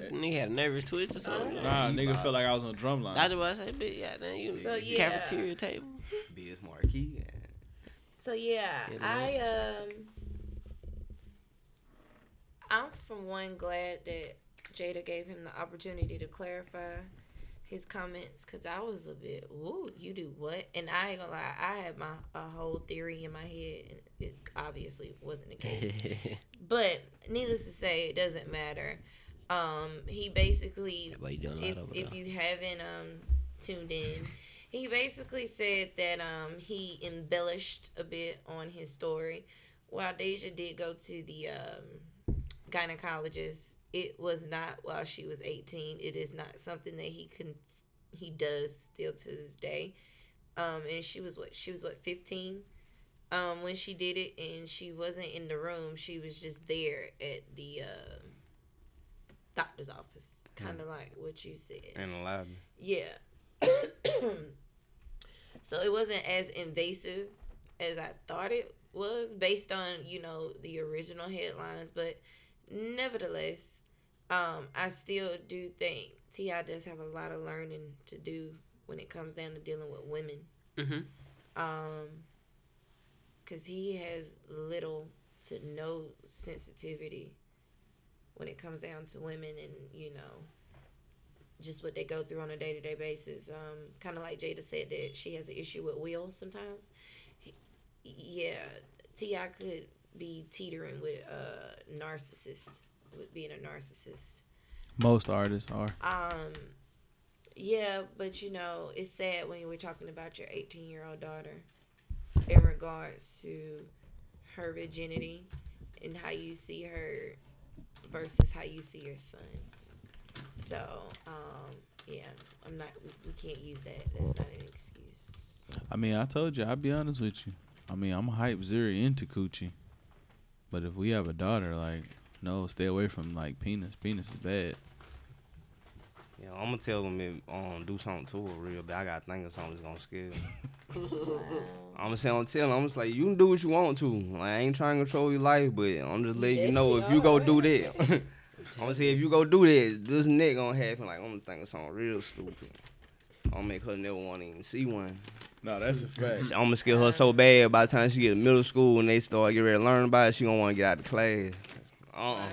Speaker 1: This
Speaker 4: I,
Speaker 1: nigga had a nervous twitch or something.
Speaker 4: nah, nigga felt like I was on a drum line.
Speaker 1: I was about to say, bitch, yeah, then you
Speaker 3: So, yeah.
Speaker 1: cafeteria table.
Speaker 2: Biz Marquee.
Speaker 3: So yeah,
Speaker 2: Get
Speaker 3: I um, I'm from one glad that Jada gave him the opportunity to clarify his comments because I was a bit, ooh, you do what? And I ain't gonna lie, I had my a whole theory in my head, and it obviously wasn't the case. but needless to say, it doesn't matter. Um, he basically
Speaker 1: Why you doing a lot
Speaker 3: if,
Speaker 1: over
Speaker 3: if
Speaker 1: there?
Speaker 3: you haven't um tuned in he basically said that um he embellished a bit on his story while deja did go to the um gynecologist it was not while she was 18 it is not something that he can he does still to this day um and she was what she was what 15 um when she did it and she wasn't in the room she was just there at the um doctor's office kind of like what you said
Speaker 2: And allowed.
Speaker 3: yeah. so it wasn't as invasive as I thought it was based on, you know, the original headlines, but nevertheless, um, I still do think T.I. does have a lot of learning to do when it comes down to dealing with women.
Speaker 1: Mhm.
Speaker 3: um, cause he has little to no sensitivity when it comes down to women and you know just what they go through on a day to day basis. Um, kind of like Jada said that she has an issue with Will sometimes. He- yeah, Ti could be teetering with a narcissist, with being a narcissist.
Speaker 4: Most artists are.
Speaker 3: Um, yeah, but you know, it's sad when you were talking about your 18 year old daughter in regards to her virginity and how you see her versus how you see your sons. So, um, yeah, I'm not, we, we can't use that. That's not an excuse.
Speaker 4: I mean, I told you, I'll be honest with you. I mean, I'm hype zero into coochie, but if we have a daughter, like, no, stay away from like penis. Penis is bad.
Speaker 2: Yeah, I'm gonna tell them if um do something to her real bad. I gotta think of something that's gonna scare. I'm gonna say I'm telling. I'm just like you can do what you want to. Like, I ain't trying to control your life, but I'm just letting you know if you go do that. I'm gonna say if you go do that, this nigga gonna happen. Like I'm gonna think of something real stupid. I'm gonna make her never want to even see one.
Speaker 4: No, that's a fact.
Speaker 2: I'm gonna scare her so bad by the time she get to middle school and they start getting ready to learn about it, she gonna want to get out of the class. Uh-uh.
Speaker 3: Wow.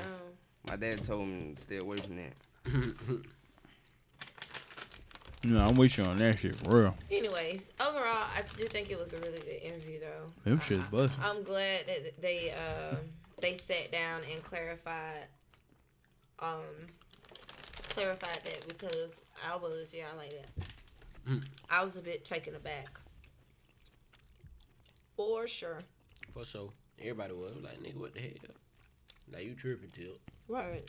Speaker 2: My dad told me to stay away from that.
Speaker 4: No, I'm with you on that shit, for real.
Speaker 3: Anyways, overall, I do think it was a really good interview, though.
Speaker 4: Them
Speaker 3: I-
Speaker 4: shit's
Speaker 3: I-
Speaker 4: busting.
Speaker 3: I'm glad that they uh, they sat down and clarified um clarified that because I was yeah I like that.
Speaker 2: Hmm.
Speaker 1: Mm.
Speaker 3: I was a bit taken aback. For sure.
Speaker 1: For sure. Everybody was like, nigga, what the hell? Like, you tripping, Till.
Speaker 3: Right.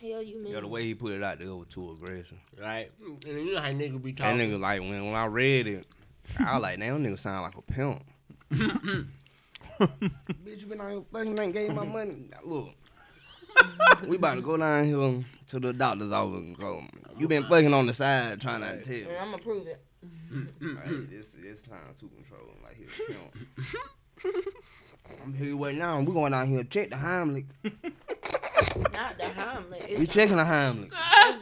Speaker 3: Hell, you mean?
Speaker 2: Yo, the way he put it out there was too aggressive.
Speaker 1: Right? And you know how nigga be
Speaker 2: That
Speaker 1: talking.
Speaker 2: nigga like when when I read it, I was like, damn, nigga sound like a pimp. Bitch, you been out here fucking ain't gave my money. Now, Look, we about to go down here to the doctor's office and go. You been fucking on the side trying not to tell.
Speaker 3: And I'm gonna prove it.
Speaker 2: Like, this this time to control. Like he's a pimp. I'm here right now. We going out here to check the Heimlich.
Speaker 3: Not the Heimlich.
Speaker 2: We
Speaker 3: It's
Speaker 2: checking the Heimlich.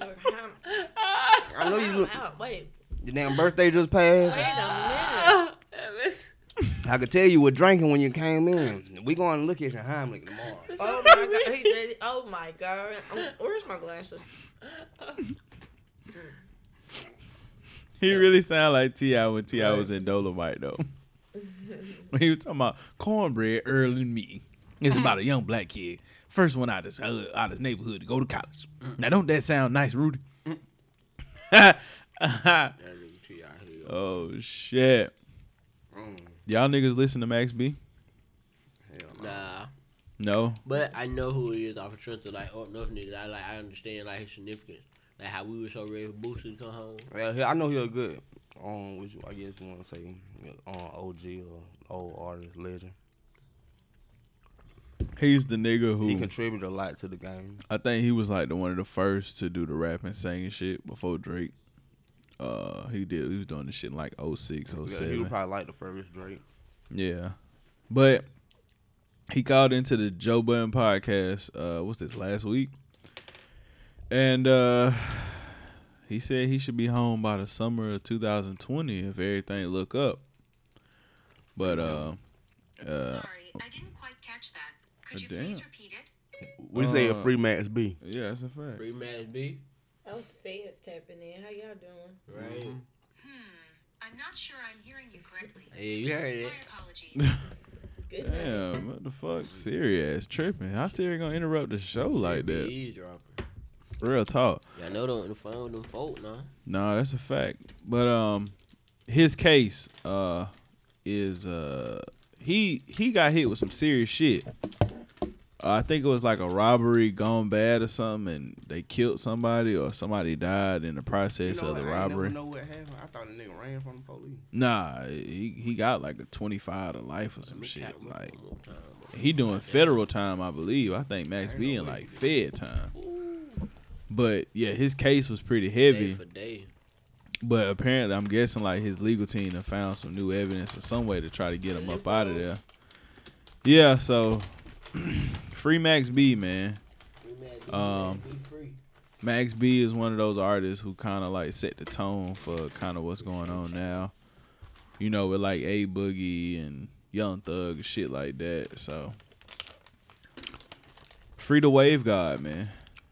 Speaker 3: over Heimlich.
Speaker 2: I know you. look-
Speaker 3: Out. Wait.
Speaker 2: The damn birthday just passed.
Speaker 3: Wait
Speaker 2: Ah.
Speaker 3: a minute.
Speaker 2: I could tell you were drinking when you came in. We going to look at your Heimlich tomorrow.
Speaker 3: Oh my god. He did. Oh my god. Oh, Where's my glasses?
Speaker 4: He really sound like T.I. when T.I. was in Dolomite, though. when he was talking about cornbread, Earl, and me. It's about a young black kid. First one out of his, uh, out of his neighborhood to go to college. Now, don't that sound nice, Rudy?
Speaker 1: That nigga T out here.
Speaker 4: oh, shit.
Speaker 2: Mm,
Speaker 4: Y'all niggas listen to Max B?
Speaker 2: hell no.
Speaker 1: Nah.
Speaker 4: No.
Speaker 1: But I know who he is off of Trent. Like, oh, no, nigga. I, like, I understand, like, his significance. Like, how we were so ready for Booster to come home.
Speaker 2: Yeah, he- I know he's a good. Um, which I guess you want to say, um, OG or old artist legend.
Speaker 4: He's the nigga
Speaker 2: He
Speaker 4: who
Speaker 2: contributed a lot to the game.
Speaker 4: I think he was like the one of the first to do the rap and singing shit before Drake. Uh, he did. He was doing the shit in like 06,
Speaker 2: Yeah,
Speaker 4: 07.
Speaker 2: he was probably like the first Drake.
Speaker 4: Yeah. But he called into the Joe Budden podcast, uh, what's this, last week? And uh he said he should be home by the summer of 2020 if everything look up. But uh, uh
Speaker 5: Sorry, I didn't quite catch that. Could you
Speaker 4: damn.
Speaker 5: please repeat it?
Speaker 2: We say a
Speaker 4: Uh,
Speaker 2: free Max B.
Speaker 4: yeah, that's a fact.
Speaker 1: Free Max B.
Speaker 3: That was the feds tapping in. How y'all doing?
Speaker 1: Right?
Speaker 5: Hmm, I'm not sure I'm hearing you correctly.
Speaker 1: Yeah, you heard
Speaker 5: My
Speaker 1: it.
Speaker 5: apologies.
Speaker 3: Good. night.
Speaker 4: Damn, what the fuck? Siri ass tripping. How Siri gonna interrupt the show like that?
Speaker 1: Eavesdropping.
Speaker 4: Real talk.
Speaker 1: Y'all know them on the phone with them folk, nah.
Speaker 4: No, that's a fact. But um, his case uh is uh he he got hit with some serious shit. Uh, I think it was like a robbery gone bad or something, and they killed somebody or somebody died in the process of the robbery.
Speaker 2: know what happened. I thought the nigga ran from the police.
Speaker 4: Nah, he he got like a twenty five to life or some shit.
Speaker 1: Count 'em up
Speaker 4: Like
Speaker 1: one more time, bro.
Speaker 4: he doing federal time, I believe. I think Max
Speaker 2: Ain't
Speaker 4: B
Speaker 2: no
Speaker 4: in
Speaker 2: way
Speaker 4: like
Speaker 2: he
Speaker 4: Fed time. But yeah, his case was pretty heavy.
Speaker 1: Day for day.
Speaker 4: But apparently, I'm guessing like his legal team have found some new evidence or some way to try to get him up out of there. Yeah, so free Max B, man.
Speaker 1: Free Max B.
Speaker 4: Um,
Speaker 1: Max B free.
Speaker 4: Max B is one of those artists who kind of like set the tone for kind of what's going on now. you know, with like A Boogie and Young Thug and shit like that. So free the wave god, man.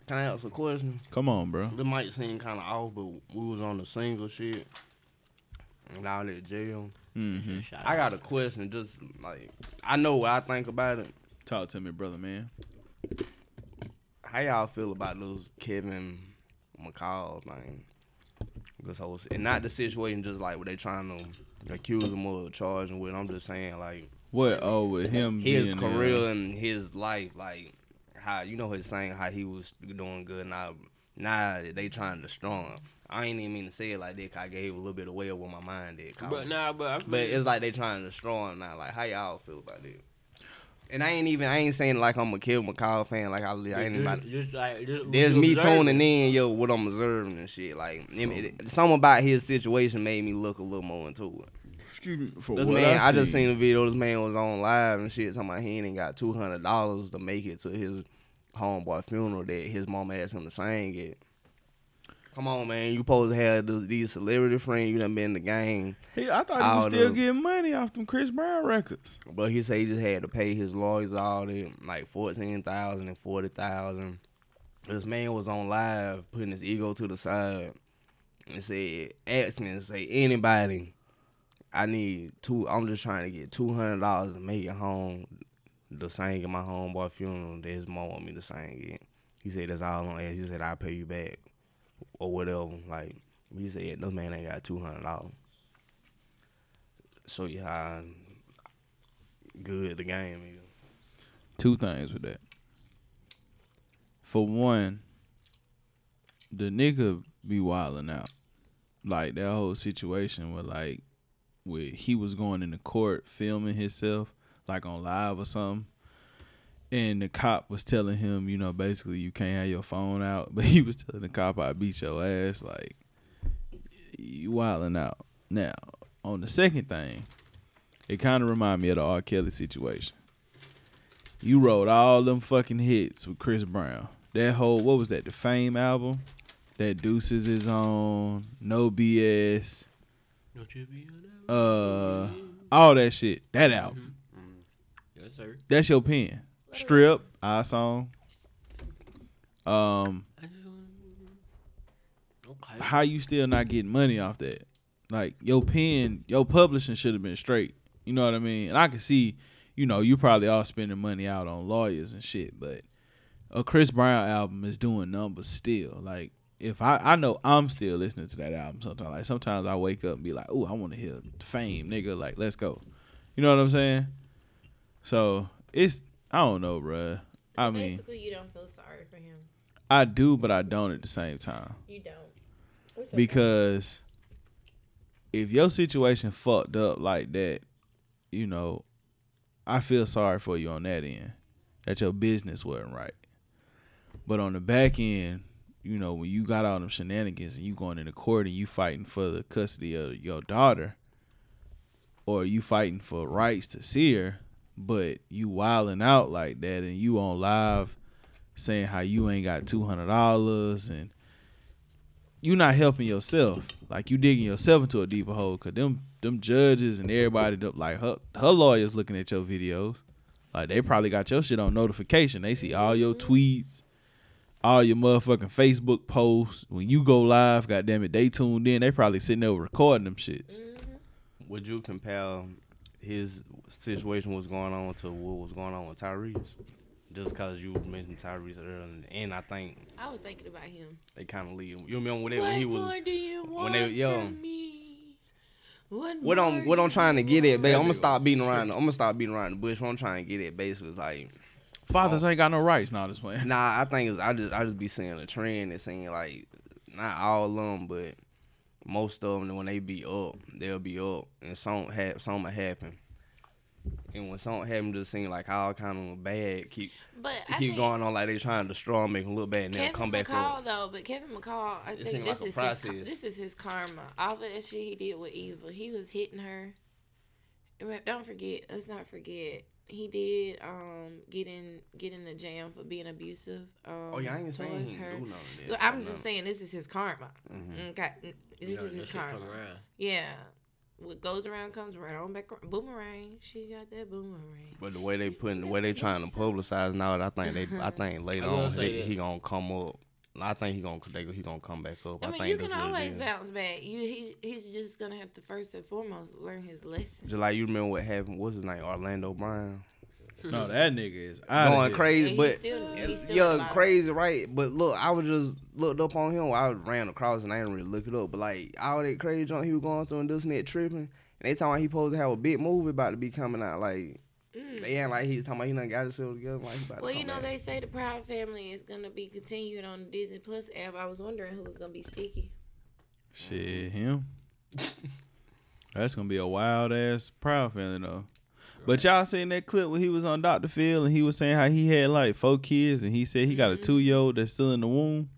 Speaker 2: Can I ask a question?
Speaker 4: Come on, bro.
Speaker 2: This might seem kind of off, but we was on the single shit and all that jail.
Speaker 4: hmm
Speaker 1: Shout
Speaker 2: I
Speaker 1: out.
Speaker 2: got a question. Just like I know what I think about it.
Speaker 4: Talk to me, brother, man.
Speaker 2: How y'all feel about those Kevin McCall thing? This whole si- and not the situation, just like what they trying to accuse him of charging with. I'm just saying like
Speaker 4: What? Oh, with him,
Speaker 2: his
Speaker 4: being, uh,
Speaker 2: career and his life, like how you know his saying how he was doing good. Now, now they trying to strong. him. I ain't even mean to say it like that. 'cause I gave a little bit away of what my mind did. 'cause I
Speaker 1: But
Speaker 2: was-
Speaker 1: nah, but I feel
Speaker 2: but it's like they trying to destroy him now. Like how y'all feel about that? And I ain't even I ain't saying like I'm a Kevin McCall fan. Like I, li- I ain't about.
Speaker 1: just, just like just,
Speaker 2: There's me
Speaker 1: observe it.
Speaker 2: toning in, yo, what I'm observing and shit. Like, I mean, it- something about his situation made me look a little more into it.
Speaker 4: Excuse me. For
Speaker 2: This
Speaker 4: what
Speaker 2: man, I, just
Speaker 4: see.
Speaker 2: seen a video. This man was on live and shit, talking about he ain't even got two hundred dollars to make it to his homeboy funeral that his mama asked him to sing it. Come on, man, you supposed to have this, these celebrity friends. You done been in the game,
Speaker 4: He, I thought he was
Speaker 2: All
Speaker 4: still
Speaker 2: the-
Speaker 4: getting money off them Chris Brown records.
Speaker 2: but he said he just had to pay his lawyers all that, like fourteen thousand and forty thousand. This man was on live, putting his ego to the side, and said, asked me and say anybody I need two. I'm just trying to get two hundred dollars to make it home. The sing at my homeboy funeral that his mom want me to sing it. He said that's all on ask. He said I'll pay you back or whatever. Like he said, this man ain't got two hundred dollars. Show you how good the game is.
Speaker 4: two things with that. For one, the nigga be wilding out. Like that whole situation where like where he was going into court filming himself, like on live or something. And the cop was telling him, you know, basically you can't have your phone out. But he was telling the cop I beat your ass, like you wilding out. Now, on the second thing, it kinda remind me of the R. Kelly situation. You wrote all them fucking hits with Chris Brown. That whole what was that? The Fame album. That Deuces is on. No BS.
Speaker 1: Don't you be on that?
Speaker 4: Uh, all that shit. That album.
Speaker 1: Yes, sir.
Speaker 4: That's your pen. Strip. Our song. Um,
Speaker 1: I just want. Okay.
Speaker 4: how you still not getting money off that? Like your pen, your publishing should have been straight. You know what I mean? And I can see, you know, you probably all spending money out on lawyers and shit, but a Chris Brown album is doing numbers still. Like if I I know I'm still listening to that album sometimes. Like sometimes I wake up and be like, "Oh, I want to hear Fame, nigga. Like let's go." You know what I'm saying? So it's I don't know, bruh. I mean,
Speaker 3: basically, you don't feel sorry for him.
Speaker 4: I do, but I don't at the same time
Speaker 3: You don't. It's okay.
Speaker 4: because if your situation fucked up like that, you know, I feel sorry for you on that end that your business wasn't right. But on the back end, you know, when you got all them shenanigans and you going into court and you fighting for the custody of your daughter, or you fighting for rights to see her, but you wilding out like that and you on live saying how you ain't got two hundred dollars and you not helping yourself. Like you digging yourself into a deeper hole because them them judges and everybody them- like her her lawyers looking at your videos. Like they probably got your shit on notification. They see all your tweets, all your motherfucking Facebook posts. When you go live, goddamn it, they tuned in. They probably sitting there recording them shits.
Speaker 2: Would you compare his situation what's going on to what was going on with Tyrese? Just cause you mentioned Tyrese earlier, and I think
Speaker 3: I was thinking about him.
Speaker 2: they kind of leave. You remember when, they,
Speaker 3: What
Speaker 2: when he was
Speaker 3: more do you want
Speaker 2: when they- yo.
Speaker 3: from me? What,
Speaker 2: What
Speaker 3: more
Speaker 2: I'm what
Speaker 3: do
Speaker 2: I'm trying to
Speaker 3: you
Speaker 2: get at,
Speaker 3: want?
Speaker 2: babe. I'm gonna stop beating around. I'm gonna stop beating around the bush. What I'm trying to get at, basically, is like,
Speaker 4: Fathers ain't got no rights. Nah, this playing.
Speaker 2: nah. I think it's I just I just be seeing a trend and seeing like, not all of them, but most of them when they be up, they'll be up, and some have something happen. And when something happen, just seem like all kind of bad keep
Speaker 3: But I
Speaker 2: keep
Speaker 3: think
Speaker 2: going on like they trying to destroy, 'em, make them look bad, and then
Speaker 3: Kevin
Speaker 2: come back
Speaker 3: McCall
Speaker 2: up.
Speaker 3: though, but Kevin McCall, I
Speaker 2: It
Speaker 3: think
Speaker 2: seemed like
Speaker 3: this
Speaker 2: a
Speaker 3: is his,
Speaker 2: process.
Speaker 3: this is his karma. All of that shit he did with Eva, he was hitting her. Re- Don't forget, let's not forget. He did um get in get in the jam for being abusive. Um,
Speaker 2: Oh yeah, I ain't saying
Speaker 3: towards
Speaker 2: he
Speaker 3: her.
Speaker 2: do none of
Speaker 3: Look,
Speaker 2: that.
Speaker 3: mm-hmm.
Speaker 2: Mm-hmm. Mm.
Speaker 3: I'm just saying this is his karma. Okay, n- this
Speaker 1: Yeah,
Speaker 3: is his
Speaker 1: that shit come
Speaker 3: karma.
Speaker 1: around.
Speaker 3: Yeah, What goes around comes right on back. ar- Boomerang. She got that boomerang.
Speaker 2: But the way they putting, the way they trying to publicize now, I think they, I think later
Speaker 1: I was gonna
Speaker 2: on
Speaker 1: say
Speaker 2: he,
Speaker 1: that.
Speaker 2: he gonna come up. I think he gonna they, he gonna come back up.
Speaker 3: I
Speaker 2: I,
Speaker 3: mean,
Speaker 2: think
Speaker 3: you can
Speaker 2: that's what it
Speaker 3: always
Speaker 2: is.
Speaker 3: bounce back. You he, he's just gonna have to first and foremost learn his lesson.
Speaker 2: Just like you remember what happened. What's his name? Orlando Brown
Speaker 4: No, that nigga is out
Speaker 2: going
Speaker 3: And
Speaker 2: crazy,
Speaker 3: he's
Speaker 2: but
Speaker 3: still, he's still
Speaker 2: yeah,
Speaker 3: alive.
Speaker 2: crazy, right? But look, I was just looked up on him. I ran across and I didn't really look it up. But like all that crazy junk he was going through and this and that tripping. And they talking about he supposed to have a big movie about to be coming out. Like they act like he's talking about he done got himself together. Like he about to
Speaker 3: Mm. Well, you
Speaker 2: come
Speaker 3: know
Speaker 2: out.
Speaker 3: they say the Proud Family is gonna be continued on the Disney Plus app. I was wondering who was gonna be sticky.
Speaker 4: Shit, him. That's gonna be a wild ass proud family though. But y'all seen that clip where he was on Dr. Phil and he was saying how he had like four kids and he said he got
Speaker 2: Mm-hmm.
Speaker 4: a two year old that's still in the womb.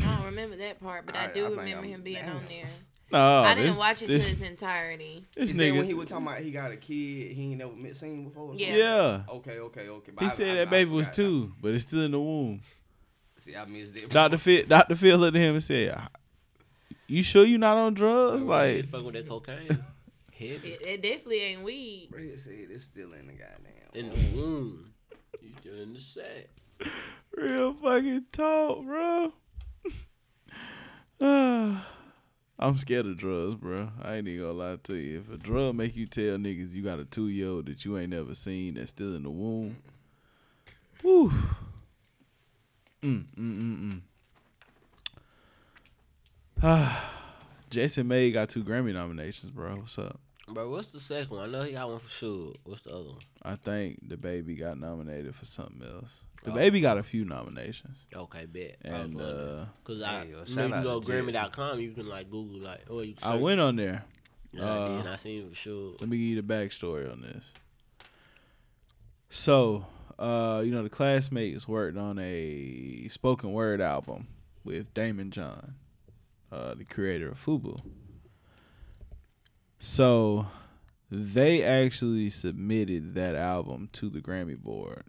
Speaker 3: don't remember that part, but I,
Speaker 2: I- I
Speaker 3: do
Speaker 2: think
Speaker 3: remember
Speaker 2: I'm
Speaker 3: him being
Speaker 2: down.
Speaker 3: on there.
Speaker 4: No,
Speaker 2: Oh,
Speaker 3: I didn't
Speaker 4: this-
Speaker 3: watch it to
Speaker 4: this,
Speaker 3: its entirety.
Speaker 4: This
Speaker 2: He said when he
Speaker 4: nigga,
Speaker 2: was talking about he got a kid he ain't never met seen before. or something?
Speaker 3: Yeah.
Speaker 4: yeah, Oh,
Speaker 2: Okay, okay, okay. But
Speaker 4: he
Speaker 2: Oh, I-
Speaker 4: said
Speaker 2: I-
Speaker 4: that
Speaker 2: I
Speaker 4: baby was
Speaker 2: forgot.
Speaker 4: two, but it's still in the womb.
Speaker 2: See, I missed it.
Speaker 4: Dr. Phil, Dr. Phil looked at him and said, "You sure you not on drugs?" Like,
Speaker 1: fuck with that cocaine. Heavy.
Speaker 3: It, it definitely ain't weed.
Speaker 2: Fred said it's still in the goddamn.
Speaker 1: In the womb. You still in the sack.
Speaker 4: Real fucking talk, bro. Ah, I'm scared of drugs, bro. I ain't even gonna lie to you. If a drug make you tell niggas you got a two year old that you ain't never seen that's still in the womb, woo. Mm mm mm mm. Jason May got two Grammy nominations, bro. What's up?
Speaker 1: Bro, what's the second one? I know he got one for sure. What's the other one?
Speaker 4: I think the baby got nominated for something else. The
Speaker 1: Oh.
Speaker 4: baby got a few nominations,
Speaker 1: Okay, bet. I was
Speaker 4: and
Speaker 1: wondering.
Speaker 4: uh,
Speaker 1: Cause I,
Speaker 2: Hey, yo,
Speaker 1: you,
Speaker 2: shout
Speaker 1: know, you
Speaker 2: out
Speaker 1: can go
Speaker 2: to Jackson.
Speaker 1: Grammy.com, you can like Google like, oh, you. Can
Speaker 4: I
Speaker 1: search.
Speaker 4: went on there.
Speaker 1: Yeah, I
Speaker 4: uh,
Speaker 1: did. I seen it for sure.
Speaker 4: Let me give you the backstory on this. So, uh, you know, the classmates worked on a spoken word album with Damon John, uh, the creator of Fubu. So, they actually submitted that album to the Grammy board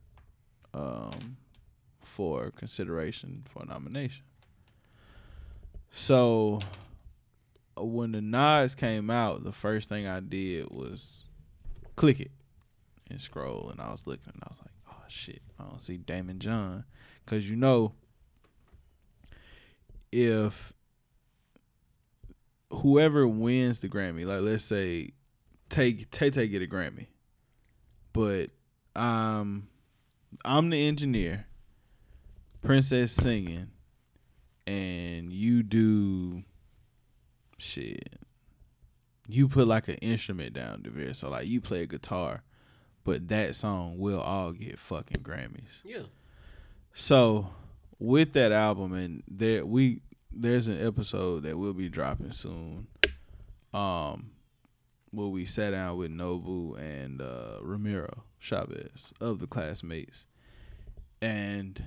Speaker 4: um, for consideration for nomination. So, uh, when the Nas came out, the first thing I did was click it and scroll, and I was looking, and I was like, "Oh shit, I don't see Damon John," because you know, if whoever wins the Grammy, like let's say, take Tay Tay get a Grammy, but um, I'm the engineer, Princess singing, and you do shit. You put like an instrument down to there, so like you play a guitar, but that song will all get fucking Grammys.
Speaker 1: Yeah.
Speaker 4: So with that album and there we there's an episode that we'll be dropping soon. Um where we sat down with Nobu and uh Ramiro Chavez of the classmates. And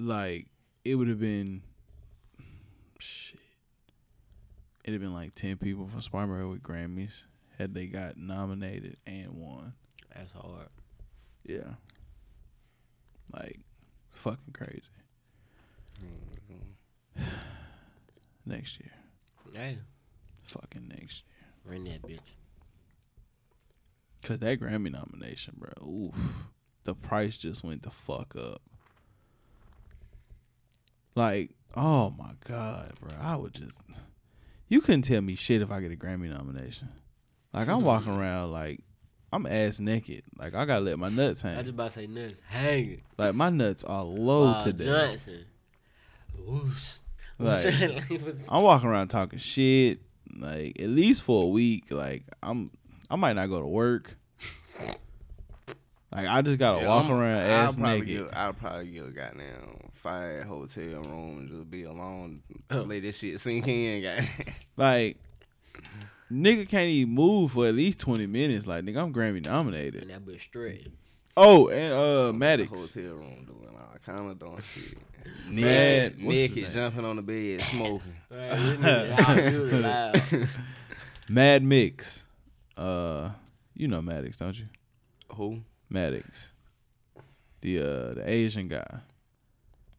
Speaker 4: like it would have been shit. It'd have been like ten people from Sparmer with Grammys had they got nominated and won.
Speaker 1: That's hard.
Speaker 4: Yeah. Like, fucking crazy. next year.
Speaker 1: Hey,
Speaker 4: Fucking next year.
Speaker 1: ring that bitch.
Speaker 4: Because that Grammy nomination, bro. Oof. The price just went the fuck up. Like, oh my God, bro. I would just. You couldn't tell me shit if I get a Grammy nomination. Like, I'm walking around like. I'm ass naked. Like I gotta let my nuts
Speaker 1: I just
Speaker 4: hang.
Speaker 1: about to say nuts. Hang.
Speaker 4: Like my nuts are low
Speaker 1: Bob
Speaker 4: today.
Speaker 1: Uh, Johnson. Whoosh.
Speaker 4: Like-
Speaker 1: Like, was-
Speaker 4: I'm walking around talking shit, like at least for a week. Like I'm, I might not go to work. Like I just gotta walk around ass
Speaker 2: I'll probably
Speaker 4: naked.
Speaker 2: Get, I'll probably get a goddamn fire hotel room and just be alone,
Speaker 1: Oh.
Speaker 2: let this shit sink in. Goddamn.
Speaker 4: Like nigga can't even move for at least twenty minutes. Like nigga, I'm Grammy
Speaker 1: and
Speaker 4: nominated.
Speaker 1: that bitch straight.
Speaker 4: Oh, and uh Maddox,
Speaker 2: Hotel room doing all kind of dumb shit.
Speaker 4: Mad- what's his
Speaker 2: naked
Speaker 4: name?
Speaker 2: jumping on the bed, smoking.
Speaker 1: Right, we need to- y'all really loud.
Speaker 4: Mad Mix. Uh, you know Maddox, don't you?
Speaker 2: Who?
Speaker 4: Maddox, the uh the Asian guy.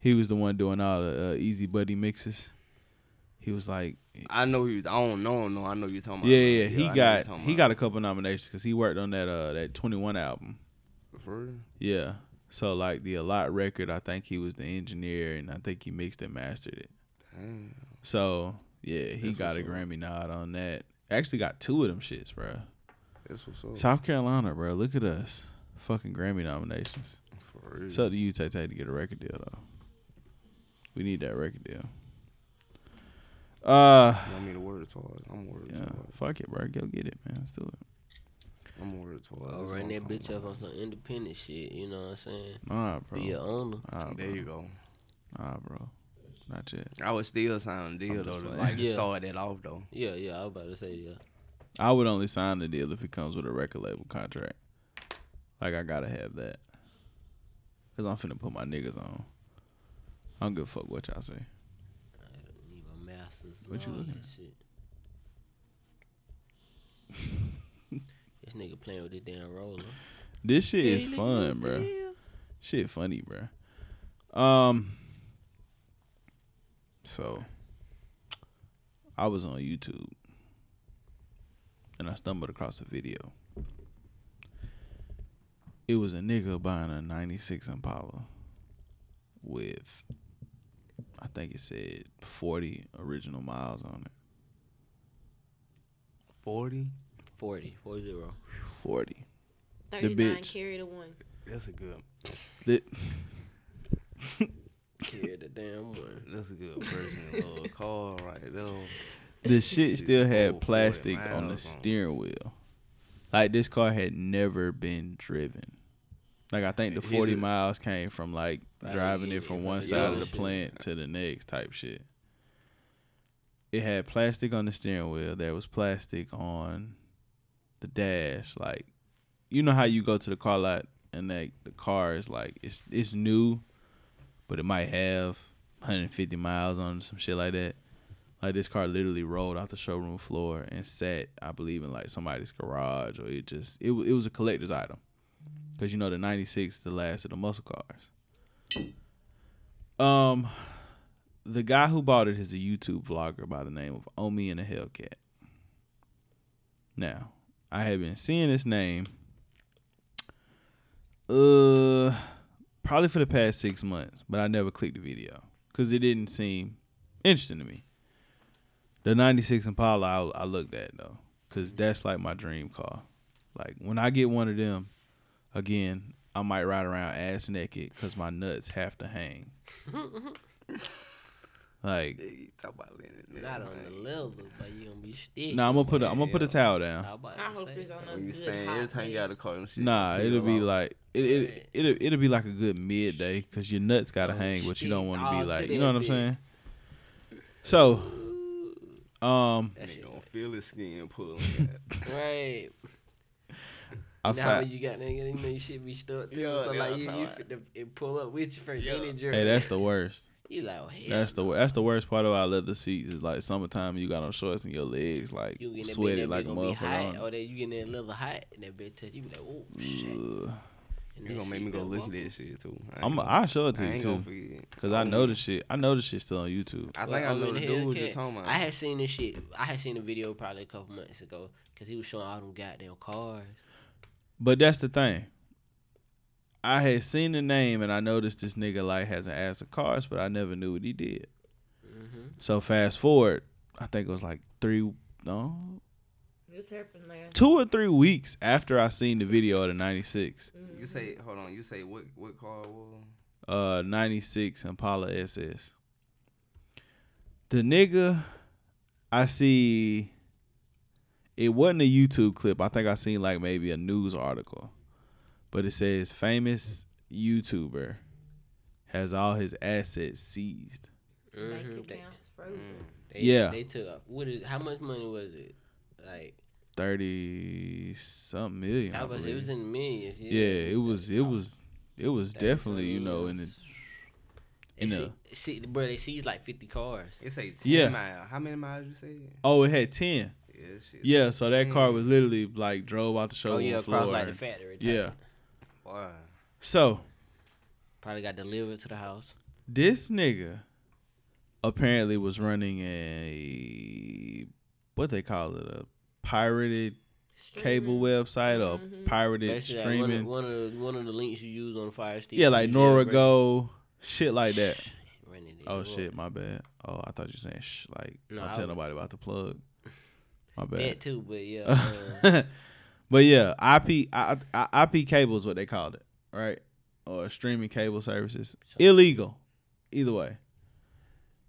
Speaker 4: He was the one doing all the uh, Easy Buddy mixes. He was like,
Speaker 2: I know you. I don't know. No, I know you talking about.
Speaker 4: yeah, yeah.
Speaker 2: I know
Speaker 4: He
Speaker 2: you
Speaker 4: got
Speaker 2: talking
Speaker 4: he
Speaker 2: about.
Speaker 4: got a couple nominations because he worked on that uh that Twenty One album.
Speaker 2: For real?
Speaker 4: Yeah. So like the a lot record, I think he was the engineer and I think he mixed and mastered it.
Speaker 2: Damn.
Speaker 4: So yeah, he
Speaker 2: That's
Speaker 4: got a
Speaker 2: what's up.
Speaker 4: Grammy nod on that. Actually got two of them shits, bro.
Speaker 2: That's what's up.
Speaker 4: South Carolina, bro. Look at us, fucking Grammy nominations.
Speaker 2: For real.
Speaker 4: So do you, Tay Tay, to get a record deal though? We need that record deal. Uh,
Speaker 2: you want me to word twice? I'm word
Speaker 4: yeah.
Speaker 2: twice.
Speaker 4: Fuck it, bro. Go get it, man. Let's do it.
Speaker 2: I'm word twice.
Speaker 1: I'll
Speaker 2: That's what
Speaker 1: run
Speaker 2: I'm
Speaker 1: that
Speaker 2: talking
Speaker 1: bitch
Speaker 2: about.
Speaker 1: up on some independent shit. You know what I'm saying?
Speaker 4: Nah, bro.
Speaker 1: Be your owner.
Speaker 4: Nah,
Speaker 2: There
Speaker 4: bro.
Speaker 2: you go.
Speaker 4: Nah, bro. Not yet.
Speaker 2: I would still sign a deal
Speaker 4: just
Speaker 2: though, to
Speaker 4: playing.
Speaker 2: like to
Speaker 1: Yeah.
Speaker 2: start that off though.
Speaker 1: Yeah, yeah. I was about to say yeah.
Speaker 4: I would only sign the deal if it comes with a record label contract. Like I gotta have that. Cause I'm finna put my niggas on. I don't give a fuck what y'all say.
Speaker 1: I don't need my masters.
Speaker 4: What
Speaker 1: What
Speaker 4: you
Speaker 1: you
Speaker 4: looking
Speaker 1: that shit. this nigga playing with this damn roller.
Speaker 4: This shit is fun, bro. Shit funny, bro. Um So I was on YouTube and I stumbled across a video. It was a nigga buying a 96 Impala with I think it said 40 original miles on it.
Speaker 2: Forty.
Speaker 1: 40, 40.
Speaker 4: 40.
Speaker 3: Thirty nine
Speaker 4: bitch.
Speaker 3: carry the one.
Speaker 2: That's a good.
Speaker 4: Th-
Speaker 1: Carry the damn one.
Speaker 2: That's a good person. little car right there.
Speaker 4: the shit still
Speaker 2: Ooh,
Speaker 4: had
Speaker 2: 40
Speaker 4: plastic on the
Speaker 2: miles on it.
Speaker 4: steering wheel. Like this car had never been driven. Like I think the
Speaker 2: He's
Speaker 4: forty
Speaker 2: a-
Speaker 4: miles came from like
Speaker 1: Probably
Speaker 4: driving
Speaker 1: getting
Speaker 4: it from
Speaker 1: it
Speaker 4: one
Speaker 1: from the
Speaker 4: side of the
Speaker 1: dealership.
Speaker 4: plant to the next type shit. It had plastic on the steering wheel. There was plastic on the dash. Like you know how you go to the car lot and like the car is like it's it's new, but it might have 150 miles on it, some shit like that. Like this car literally rolled off the showroom floor and sat, I believe, in like somebody's garage or it just it wa- it was a collector's item, because you know the '96 is the last of the muscle cars. Um, the guy who bought it is a YouTube vlogger by the name of Omi and a Hellcat. Now, I have been seeing this name, uh, probably for the past six months, but I never clicked the video because it didn't seem interesting to me. The '96 Impala I, I looked at though, because that's like my dream car. Like when I get one of them, again, I might ride around ass naked because my nuts have to hang. like,
Speaker 2: Hey, talk about Lennon.
Speaker 1: Not on the level, but you gonna be sticky.
Speaker 4: nah, I'm gonna put a, I'm gonna put a towel down.
Speaker 1: I, about
Speaker 3: I
Speaker 1: to
Speaker 3: hope
Speaker 1: say,
Speaker 3: it's on
Speaker 1: bro.
Speaker 3: a
Speaker 2: When you
Speaker 3: good
Speaker 2: stand
Speaker 3: hot
Speaker 2: every time you
Speaker 3: day.
Speaker 2: got a car and shit.
Speaker 4: Nah,
Speaker 2: you
Speaker 4: it'll be
Speaker 2: feel
Speaker 4: like it, it it'll it'll be like a good midday because your nuts gotta
Speaker 1: Oh,
Speaker 4: hang, but you don't
Speaker 1: shit.
Speaker 4: want to
Speaker 1: Oh,
Speaker 4: be
Speaker 1: to
Speaker 4: like you
Speaker 1: that
Speaker 4: know what I'm
Speaker 1: bit.
Speaker 4: saying. So, um,
Speaker 1: That shit
Speaker 2: Nigga
Speaker 1: like-
Speaker 2: gonna feel his skin pulling. yeah.
Speaker 1: Right.
Speaker 4: I
Speaker 1: now
Speaker 4: fi-
Speaker 1: when you got nigga, you know you shit be stuck too.
Speaker 2: Yeah,
Speaker 1: so
Speaker 2: yeah,
Speaker 1: like
Speaker 2: I'm
Speaker 1: you,
Speaker 2: talking
Speaker 1: you
Speaker 2: about-
Speaker 1: fit to it pull up with you for
Speaker 2: Yeah.
Speaker 1: any jury.
Speaker 4: hey, that's the worst.
Speaker 1: you like oh, hell.
Speaker 4: That's the wor- that's the worst part about leather seats is like summertime you got on shorts and your legs like
Speaker 1: you in that bitch, that
Speaker 4: sweated
Speaker 1: bitch
Speaker 4: like a
Speaker 1: gonna be hot,
Speaker 4: motherfucker.
Speaker 1: or
Speaker 4: on
Speaker 1: that you getting that little hot and that bitch touch you be like oh shit.
Speaker 4: it. Ugh.
Speaker 1: And
Speaker 2: You
Speaker 1: that
Speaker 2: gonna make me
Speaker 1: shit
Speaker 2: go
Speaker 1: been
Speaker 2: look at
Speaker 1: welcome.
Speaker 2: that shit too. I ain't
Speaker 4: I'm
Speaker 2: gonna-
Speaker 4: I'll show it to
Speaker 2: I
Speaker 4: you
Speaker 2: ain't gonna
Speaker 4: too
Speaker 2: forget.
Speaker 4: because
Speaker 1: Oh,
Speaker 4: I know the shit. I know the shit's still on YouTube.
Speaker 2: I
Speaker 1: Well,
Speaker 2: think I know
Speaker 1: mean,
Speaker 2: the
Speaker 1: the
Speaker 2: dude you're
Speaker 1: Hellcat,
Speaker 2: talking about.
Speaker 1: I had seen this shit. I had seen a video probably a couple months ago because he was showing all them goddamn cars.
Speaker 4: But that's the thing. I had seen the name and I noticed this nigga like has an ass of cars, but I never knew what he did.
Speaker 1: Mm-hmm.
Speaker 4: So fast forward, I think it was like three, no,
Speaker 3: This happened last.
Speaker 4: two or three weeks after I seen the video of the '96,
Speaker 2: You say, hold on. You say what? What car it was?
Speaker 4: uh, '96 Impala SS. The nigga, I see. It wasn't a YouTube clip. I think I seen like maybe a news article, but it says famous YouTuber has all his assets seized.
Speaker 3: Bank
Speaker 1: Mm-hmm. They,
Speaker 3: accounts
Speaker 2: Mm.
Speaker 3: frozen.
Speaker 1: they,
Speaker 4: Yeah.
Speaker 1: They took up. What is? How much money was it? Like
Speaker 4: Thirty something million. I
Speaker 1: that was. It
Speaker 4: believe.
Speaker 1: was in the millions.
Speaker 4: yeah, it was. It was. It was
Speaker 1: That is
Speaker 4: definitely you know in the
Speaker 1: hilarious.
Speaker 4: in
Speaker 1: They
Speaker 4: the-
Speaker 1: see, see, bro, they seized like fifty cars.
Speaker 2: It say ten
Speaker 4: Yeah.
Speaker 2: mile. How many miles you say?
Speaker 4: oh it had ten.
Speaker 2: Yeah, shit.
Speaker 4: Yeah, so that car
Speaker 2: 10.
Speaker 4: was literally like drove out the
Speaker 1: Oh
Speaker 4: showroom
Speaker 1: yeah,
Speaker 4: floor.
Speaker 1: across like the factory. type.
Speaker 4: yeah.
Speaker 2: Boy,
Speaker 4: So
Speaker 1: probably got delivered to the house.
Speaker 4: this nigga apparently was running a what they call it a pirated cable
Speaker 3: Mm-hmm.
Speaker 4: website or pirated
Speaker 1: Basically, like, one,
Speaker 4: streaming.
Speaker 1: of, one of the one of the links you use on the Fire Stick.
Speaker 4: yeah, like
Speaker 1: you jailbreak.
Speaker 4: Nora Go, shit like that.
Speaker 1: Running it
Speaker 4: Oh
Speaker 1: up.
Speaker 4: shit, my bad. Oh, I thought you were saying shh. Like
Speaker 1: No,
Speaker 4: don't
Speaker 1: I
Speaker 4: tell
Speaker 1: was-
Speaker 4: nobody about the plug. My bad.
Speaker 1: That too, but yeah. uh,
Speaker 4: but yeah, IP I, I, IP cable is what they called it, right? Or streaming cable services. Illegal, either way.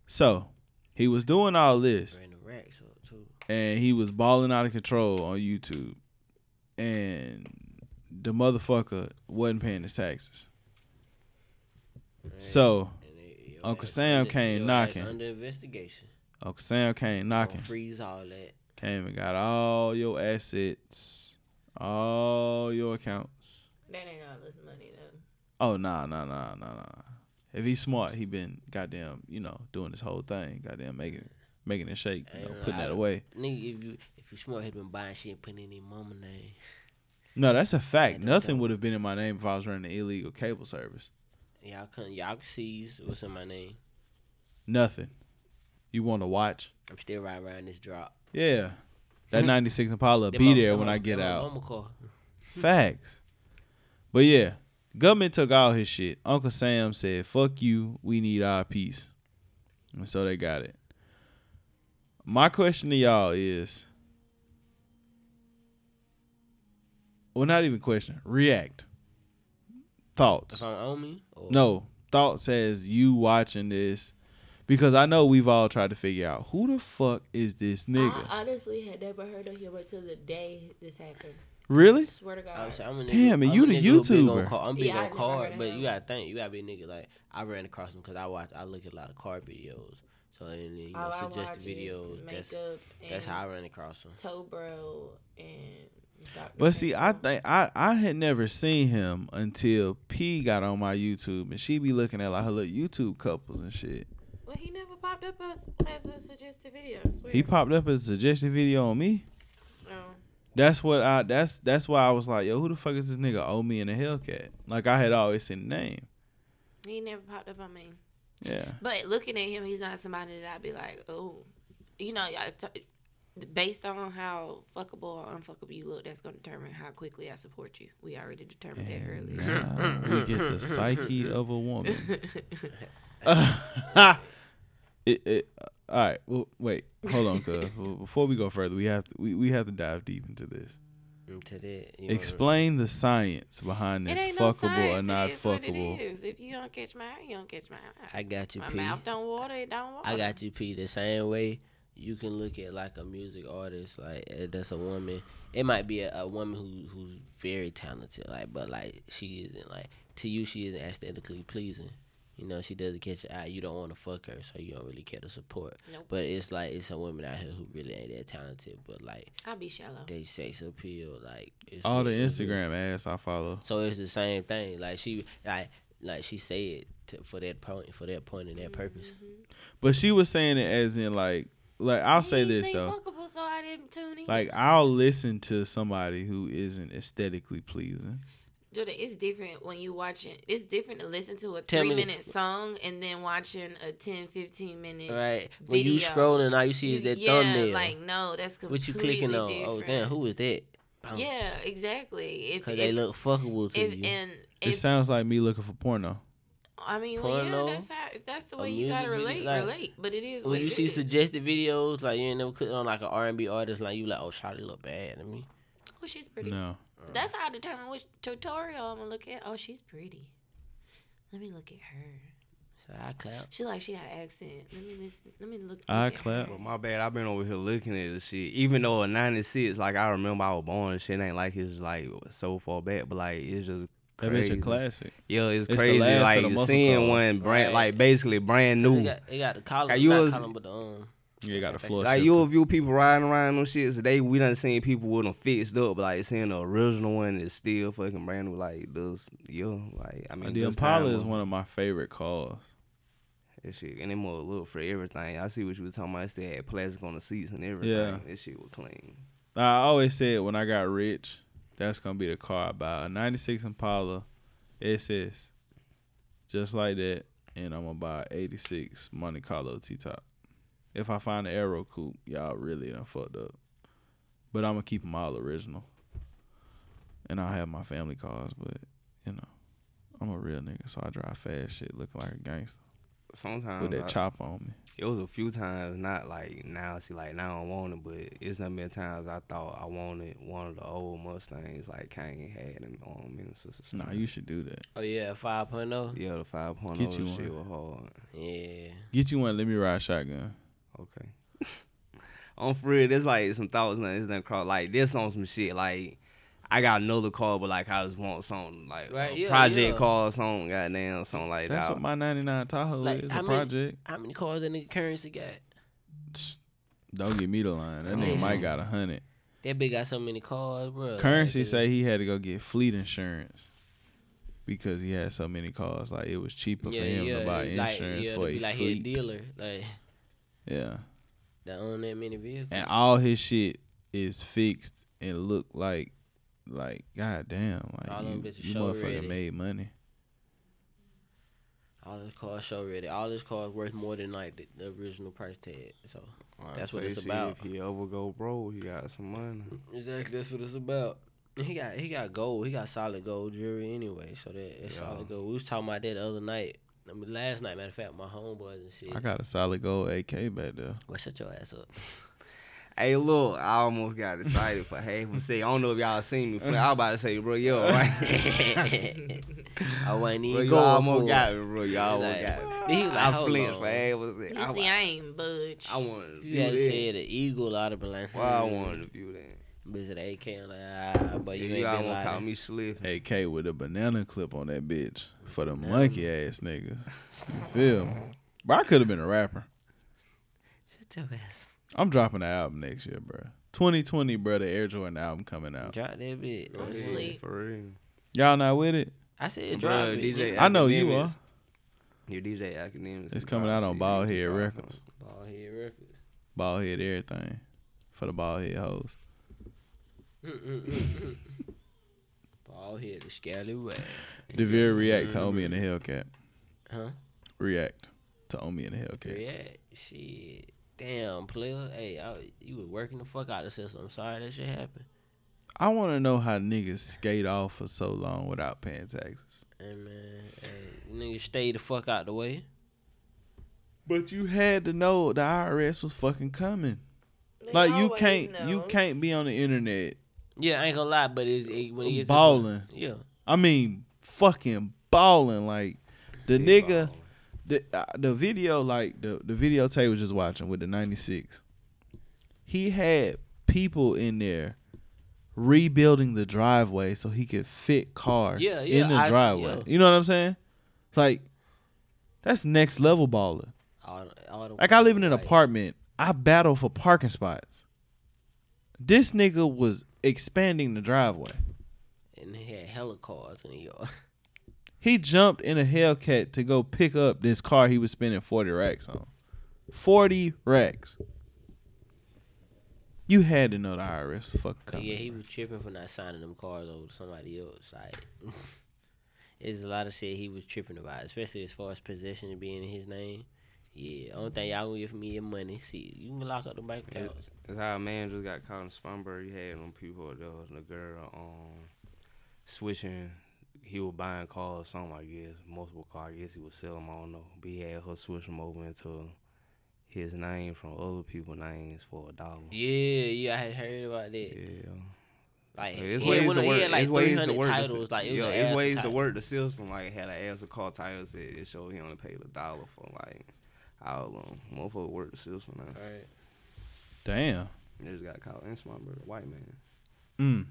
Speaker 4: So he was doing all this,
Speaker 1: ran the racks up too.
Speaker 4: and he was balling out of control on YouTube, and the motherfucker wasn't paying his taxes. So
Speaker 1: And they- your
Speaker 4: Uncle
Speaker 1: ass
Speaker 4: Sam
Speaker 1: under-
Speaker 4: came
Speaker 1: your ass
Speaker 4: knocking.
Speaker 1: Under investigation.
Speaker 4: Uncle Sam came knocking.
Speaker 1: Gonna freeze all that.
Speaker 4: Came and got all your assets, all your accounts.
Speaker 3: That ain't all this money though.
Speaker 4: Oh nah nah nah nah nah. If he's smart, he been goddamn, you know, doing this whole thing, goddamn making making it shake, you know,
Speaker 1: Ain't
Speaker 4: putting that
Speaker 1: lie.
Speaker 4: away.
Speaker 1: Nigga, if you if you smart, had been buying shit, and putting it in his mama name.
Speaker 4: No, that's a fact.
Speaker 1: Ain't no
Speaker 4: Nothing
Speaker 1: doubt.
Speaker 4: would have been in my name if I was running an illegal cable service.
Speaker 1: Y'all couldn't. Y'all could seize what's in my name.
Speaker 4: Nothing. You want to watch?
Speaker 1: I'm still right around this drop.
Speaker 4: Yeah. That 96 Impala
Speaker 1: That
Speaker 4: be
Speaker 1: my-
Speaker 4: there
Speaker 1: that
Speaker 4: when
Speaker 1: my-
Speaker 4: I get
Speaker 1: that my
Speaker 4: out.
Speaker 1: mama car.
Speaker 4: Facts. But yeah, government took all his shit. Uncle Sam said, "Fuck you. We need our piece." And so they got it. My question to y'all is Well, not even question. React. Thoughts.
Speaker 1: If I'm on me, or
Speaker 4: No, thoughts as you watching this because I know we've all tried to figure out who the fuck is this nigga.
Speaker 3: I honestly had never heard of him until the day this happened.
Speaker 4: really?
Speaker 3: Swear to God.
Speaker 1: I'm, sorry, I'm a nigga,
Speaker 4: Damn, and
Speaker 1: I'm
Speaker 4: you
Speaker 1: a
Speaker 4: the
Speaker 1: nigga who big on
Speaker 4: YouTuber.
Speaker 1: car- I'm big
Speaker 3: Yeah, I
Speaker 1: on
Speaker 3: never
Speaker 1: cars,
Speaker 3: heard
Speaker 1: but
Speaker 3: of
Speaker 1: you
Speaker 3: him.
Speaker 1: gotta think, you gotta be a nigga. Like I ran across him because I watch, I look at a lot of car videos. So and then you know,
Speaker 3: all I watch
Speaker 1: suggested
Speaker 3: is
Speaker 1: videos. That's
Speaker 3: makeup
Speaker 1: that's
Speaker 3: and
Speaker 1: how I ran across him.
Speaker 3: Tobro and Dr.
Speaker 4: But see, I
Speaker 3: Pepper.
Speaker 4: think I, I had never seen him until P got on my YouTube, and she be looking at like her little YouTube couples and shit.
Speaker 3: Well, he never popped up as, as a suggested video. I swear.
Speaker 4: He popped up as a suggested video on me.
Speaker 3: Um,
Speaker 4: That's what I. That's that's why I was like, yo, who the fuck is this nigga? Oh, me and a Hellcat. Like I had always seen the name.
Speaker 3: he never popped up on me.
Speaker 4: Yeah.
Speaker 3: But looking at him, he's not somebody that I'd be like, oh, you know, y'all t- based on how fuckable or unfuckable you look, that's gonna determine how quickly I support you. We already determined that
Speaker 4: And
Speaker 3: earlier.
Speaker 4: now we get the psyche of a woman. it, it, all right. Well, wait. Hold on, cuz. Well, Before we go further, we have to, we, we have to dive deep into this.
Speaker 1: Into that, you know,
Speaker 4: Explain the science behind
Speaker 3: it
Speaker 4: this
Speaker 3: ain't no
Speaker 4: fuckable
Speaker 3: science.
Speaker 4: or
Speaker 3: it
Speaker 4: not
Speaker 3: is what it
Speaker 4: fuckable.
Speaker 3: is. If you don't catch my eye, you don't catch my eye.
Speaker 1: I got you,
Speaker 3: my
Speaker 1: P.
Speaker 3: mouth don't water, it don't water.
Speaker 1: I got you, P. The same way you can look at like a music artist, like eh, that's a woman. It might be a, a woman who who's very talented, like, but like she isn't like to you, she isn't aesthetically pleasing. You know, she doesn't catch your eye. You don't want to fuck her, so you don't really care to support.
Speaker 3: Nope.
Speaker 1: But it's like it's some women out here who really ain't that talented, but like
Speaker 3: I'll be shallow.
Speaker 1: they sex appeal, like it's
Speaker 4: All the
Speaker 1: real, it's real.
Speaker 4: Instagram ass I follow.
Speaker 1: So it's the same thing. Like she, like like she said to, for that point, for that point and that purpose.
Speaker 4: But she was saying it as in like like I'll say this though.
Speaker 3: Fuckable, so I didn't tune in.
Speaker 4: Like I'll listen to somebody who isn't aesthetically pleasing.
Speaker 3: Dude, it's different when you watching. It's different to listen to a
Speaker 1: Tell
Speaker 3: three
Speaker 1: me-
Speaker 3: minute song and then watching a 10, 15 minute.
Speaker 1: Right. When you
Speaker 3: Video.
Speaker 1: scrolling, all you see is that
Speaker 3: yeah,
Speaker 1: thumbnail.
Speaker 3: Like no, that's
Speaker 1: what
Speaker 3: completely
Speaker 1: you clicking on?
Speaker 3: Different.
Speaker 1: Oh damn, who is that?
Speaker 3: Yeah, exactly. If,
Speaker 1: Because
Speaker 3: if,
Speaker 1: they look fuckable to
Speaker 3: if,
Speaker 1: you.
Speaker 3: and
Speaker 4: It
Speaker 3: if
Speaker 4: sounds like me looking for porno.
Speaker 3: I mean, well,
Speaker 1: porno,
Speaker 3: yeah, that's how. If that's the
Speaker 1: a
Speaker 3: way you gotta
Speaker 1: music
Speaker 3: relate,
Speaker 1: video, like,
Speaker 3: relate. But it is
Speaker 1: when
Speaker 3: what
Speaker 1: you
Speaker 3: it
Speaker 1: see
Speaker 3: is.
Speaker 1: suggested videos, like you ain't never clicking on like an R and B artist, like you like, oh, shawty look bad to me.
Speaker 3: oh, she's pretty.
Speaker 4: No.
Speaker 3: That's how I determine which tutorial I'm gonna look at. Oh, she's pretty. Let me look at her.
Speaker 1: So I clap.
Speaker 3: She like she got an accent. Let me listen. Let me look.
Speaker 4: I
Speaker 3: look at
Speaker 4: clap.
Speaker 3: her.
Speaker 2: But my bad, I've been over here looking at this shit. Even though a 96, like I remember I was born and shit ain't like it's like so far back, but like it's just
Speaker 4: That
Speaker 2: crazy.
Speaker 4: bitch a classic.
Speaker 2: Yeah, it's,
Speaker 4: the
Speaker 2: crazy.
Speaker 4: last of
Speaker 2: Like
Speaker 4: the muscle
Speaker 2: seeing
Speaker 4: cars.
Speaker 2: one brand,
Speaker 1: Right.
Speaker 2: like basically brand
Speaker 1: They
Speaker 2: new.
Speaker 1: got, they got the column,
Speaker 2: Like,
Speaker 1: like
Speaker 2: you
Speaker 1: not
Speaker 2: was-
Speaker 1: column, but the um.
Speaker 4: You got a floor.
Speaker 2: Like
Speaker 4: shifter.
Speaker 2: you'll view people riding around them shits today. We done seen people with them fixed up, but like seeing the original one is still fucking brand new. Like this, yeah. Like I mean,
Speaker 4: the
Speaker 2: this time
Speaker 4: Impala is
Speaker 2: was-
Speaker 4: one of my favorite cars.
Speaker 2: That shit, and them will look for everything. I see what you were talking about. It still had plastic on the seats and everything.
Speaker 4: Yeah.
Speaker 2: This shit was clean.
Speaker 4: I always said when I got rich, that's gonna be the car I buy. A '96 Impala, SS, just like that. and I'm gonna buy eighty six Monte Carlo T top. If I find the Aero Coupe, y'all really done fucked up. But I'm gonna keep them all original, and I'll have my family cars. But you know, I'm a real nigga, so I drive fast shit, looking like a gangster
Speaker 2: Sometimes
Speaker 4: with
Speaker 2: I-
Speaker 4: that chop on me.
Speaker 2: it was a few times, not like now. See, like now I don't want it, but it's not many times I thought I wanted one of the old Mustangs like Kanye had them on me. And so, so, so.
Speaker 4: Nah, you should do that.
Speaker 1: Oh yeah, five
Speaker 4: oh?
Speaker 2: yeah, the five point oh
Speaker 4: Get you
Speaker 2: shit was
Speaker 4: one.
Speaker 2: hard.
Speaker 1: Yeah.
Speaker 4: Get you one. Let me ride shotgun.
Speaker 2: Okay. on for real, there's like some thoughts now. It's done cross like this on some shit like. I got another car, but like I just want something like a
Speaker 1: Right, yeah,
Speaker 2: project
Speaker 1: yeah.
Speaker 2: car, or something, goddamn, something like
Speaker 4: That's
Speaker 2: that.
Speaker 4: what my '99 Tahoe
Speaker 1: Like,
Speaker 4: is.
Speaker 1: I
Speaker 4: A
Speaker 1: mean-
Speaker 4: project.
Speaker 1: How many cars that nigga currency got?
Speaker 4: Don't give me the line. That nigga
Speaker 1: Listen.
Speaker 4: Mike got a hundred.
Speaker 1: That bitch got so many cars, bro.
Speaker 4: Currency say he had to go get fleet insurance because he had so many cars. Like it was cheaper for him to buy
Speaker 1: it'd be like-
Speaker 4: insurance
Speaker 1: yeah,
Speaker 4: for
Speaker 1: it'd
Speaker 4: a
Speaker 1: be like he a
Speaker 4: fleet.
Speaker 1: dealer, like
Speaker 4: Yeah,
Speaker 1: that own that many vehicles.
Speaker 4: and all his shit is fixed and look like, like goddamn, like
Speaker 1: All
Speaker 4: you,
Speaker 1: them bitches
Speaker 4: you
Speaker 1: show
Speaker 4: motherfucking
Speaker 1: ready.
Speaker 4: made money.
Speaker 1: All his cars show ready. All his cars worth more than like the, the original price tag. So That's what it's about.
Speaker 2: If he ever go bro, he got some money.
Speaker 1: exactly, that's what it's about. He got he got gold. He got solid gold jewelry anyway. So that it's
Speaker 2: Yeah.
Speaker 1: solid gold. We was talking about that the other night. I mean, last night, matter of fact, my homeboys and shit.
Speaker 4: I got a solid gold AK back there.
Speaker 1: Well, shut your ass up.
Speaker 2: Hey, look, I almost got excited for half a second. I don't know if y'all seen me. Flip. I was about to say, bro, yo, right?
Speaker 1: I wasn't
Speaker 2: bro,
Speaker 1: even
Speaker 2: you
Speaker 1: going
Speaker 2: almost
Speaker 1: for
Speaker 2: got
Speaker 1: it.
Speaker 2: me, bro. You almost
Speaker 1: Like,
Speaker 2: got me.
Speaker 1: then he like,
Speaker 2: I
Speaker 1: hold
Speaker 2: flinched
Speaker 1: on.
Speaker 2: for half a second.
Speaker 3: You
Speaker 2: I,
Speaker 3: see, I ain't budge.
Speaker 2: I wanted to
Speaker 1: You
Speaker 2: view
Speaker 1: had
Speaker 2: that.
Speaker 1: said the eagle out of been like,
Speaker 2: Why I
Speaker 1: hmm,
Speaker 2: wanted to view that.
Speaker 1: bitch at AK and like, ah, but you
Speaker 2: You,
Speaker 1: ain't
Speaker 2: all
Speaker 1: been
Speaker 2: want to call
Speaker 1: lying.
Speaker 2: me slipping.
Speaker 4: AK with a banana clip on that bitch for the monkey ass niggas. You feel me? But I could have been a rapper.
Speaker 1: Shut your ass.
Speaker 4: I'm dropping the album next year, bro. 2020, bro. The Air Jordan album coming out.
Speaker 1: Drop that bit.
Speaker 3: I'm asleep.
Speaker 2: For real.
Speaker 4: Y'all not with it?
Speaker 1: I said drop
Speaker 2: Bro,
Speaker 1: it.
Speaker 2: DJ
Speaker 1: nigga.
Speaker 4: I know you
Speaker 2: Academics.
Speaker 4: are.
Speaker 2: Your DJ Academics.
Speaker 4: It's
Speaker 2: can
Speaker 4: coming
Speaker 2: drop
Speaker 4: out on
Speaker 2: shit.
Speaker 4: Bald
Speaker 2: They
Speaker 4: Head
Speaker 2: can drop
Speaker 4: Records.
Speaker 2: something.
Speaker 1: Bald head records.
Speaker 4: Bald head everything for the bald head hoes.
Speaker 1: Bald head the scallywag.
Speaker 4: Devere React to Omi and the
Speaker 3: Mm-hmm.
Speaker 4: Hellcat.
Speaker 1: Huh?
Speaker 4: React to Omi and the Hellcat.
Speaker 1: React. Shit. Damn, player. Hey, I, you was working the fuck out of the system. I'm sorry that shit happened.
Speaker 4: I want to know how niggas skate off for so long without paying taxes.
Speaker 1: Hey, man. Hey, nigga, stay the fuck out the way.
Speaker 4: But you had to know the IRS was fucking coming.
Speaker 3: They
Speaker 4: Like you
Speaker 3: always
Speaker 4: can't,
Speaker 3: know.
Speaker 4: you can't be on the internet
Speaker 1: Yeah, I ain't gonna lie, but it's, it, when it gets to-
Speaker 4: balling.
Speaker 1: Yeah.
Speaker 4: I mean, fucking balling. Like the nigga, the uh, the video, like the the videotape was just watching with the '96. He had people in there rebuilding the driveway so he could fit cars
Speaker 1: Yeah, yeah,
Speaker 4: in the
Speaker 1: I see,
Speaker 4: driveway.
Speaker 1: yeah.
Speaker 4: You know what I'm saying? It's like that's next level baller.
Speaker 1: All, the- all the
Speaker 4: Like I live in an
Speaker 1: like,
Speaker 4: apartment. I battle for parking spots. This nigga was expanding the driveway.
Speaker 1: And he had hella cars in the yard.
Speaker 4: He jumped in a Hellcat to go pick up this car he was spending 40 racks on. 40 racks. You had to know the IRS was fucking
Speaker 1: But
Speaker 4: coming.
Speaker 1: yeah, he was tripping for not signing them cards over to somebody else. Like, it's a lot of shit he was tripping about, especially as far as possession being in his name. Yeah, only thing y'all gonna give me is money. See, you can lock up the bank
Speaker 2: Yeah.
Speaker 1: accounts.
Speaker 2: That's how a man just got caught in Spamberg. He had them people, there was a girl um, switching. He was buying cars, some I guess, multiple cars. I guess he was selling. 'em, I don't know. But he had her switch them over into his name from other people's names for a dollar.
Speaker 1: Yeah, yeah, I had heard about that.
Speaker 2: Yeah.
Speaker 1: Like,
Speaker 2: Like, it's
Speaker 1: he,
Speaker 2: ways
Speaker 1: had one
Speaker 2: to
Speaker 1: of- he
Speaker 2: work.
Speaker 1: had like
Speaker 2: it's ways
Speaker 1: three
Speaker 2: to
Speaker 1: hundred
Speaker 2: work the
Speaker 1: titles.
Speaker 2: sy-
Speaker 1: like, it
Speaker 2: yeah,
Speaker 1: was
Speaker 2: it's ways
Speaker 1: title.
Speaker 2: to work the system. Like, had an ass of car titles that it showed he only paid a dollar for. Like, all of them. Motherfucker worked the system now.
Speaker 1: Right.
Speaker 4: Damn.
Speaker 2: They just got caught in smart a white man.
Speaker 4: Mm.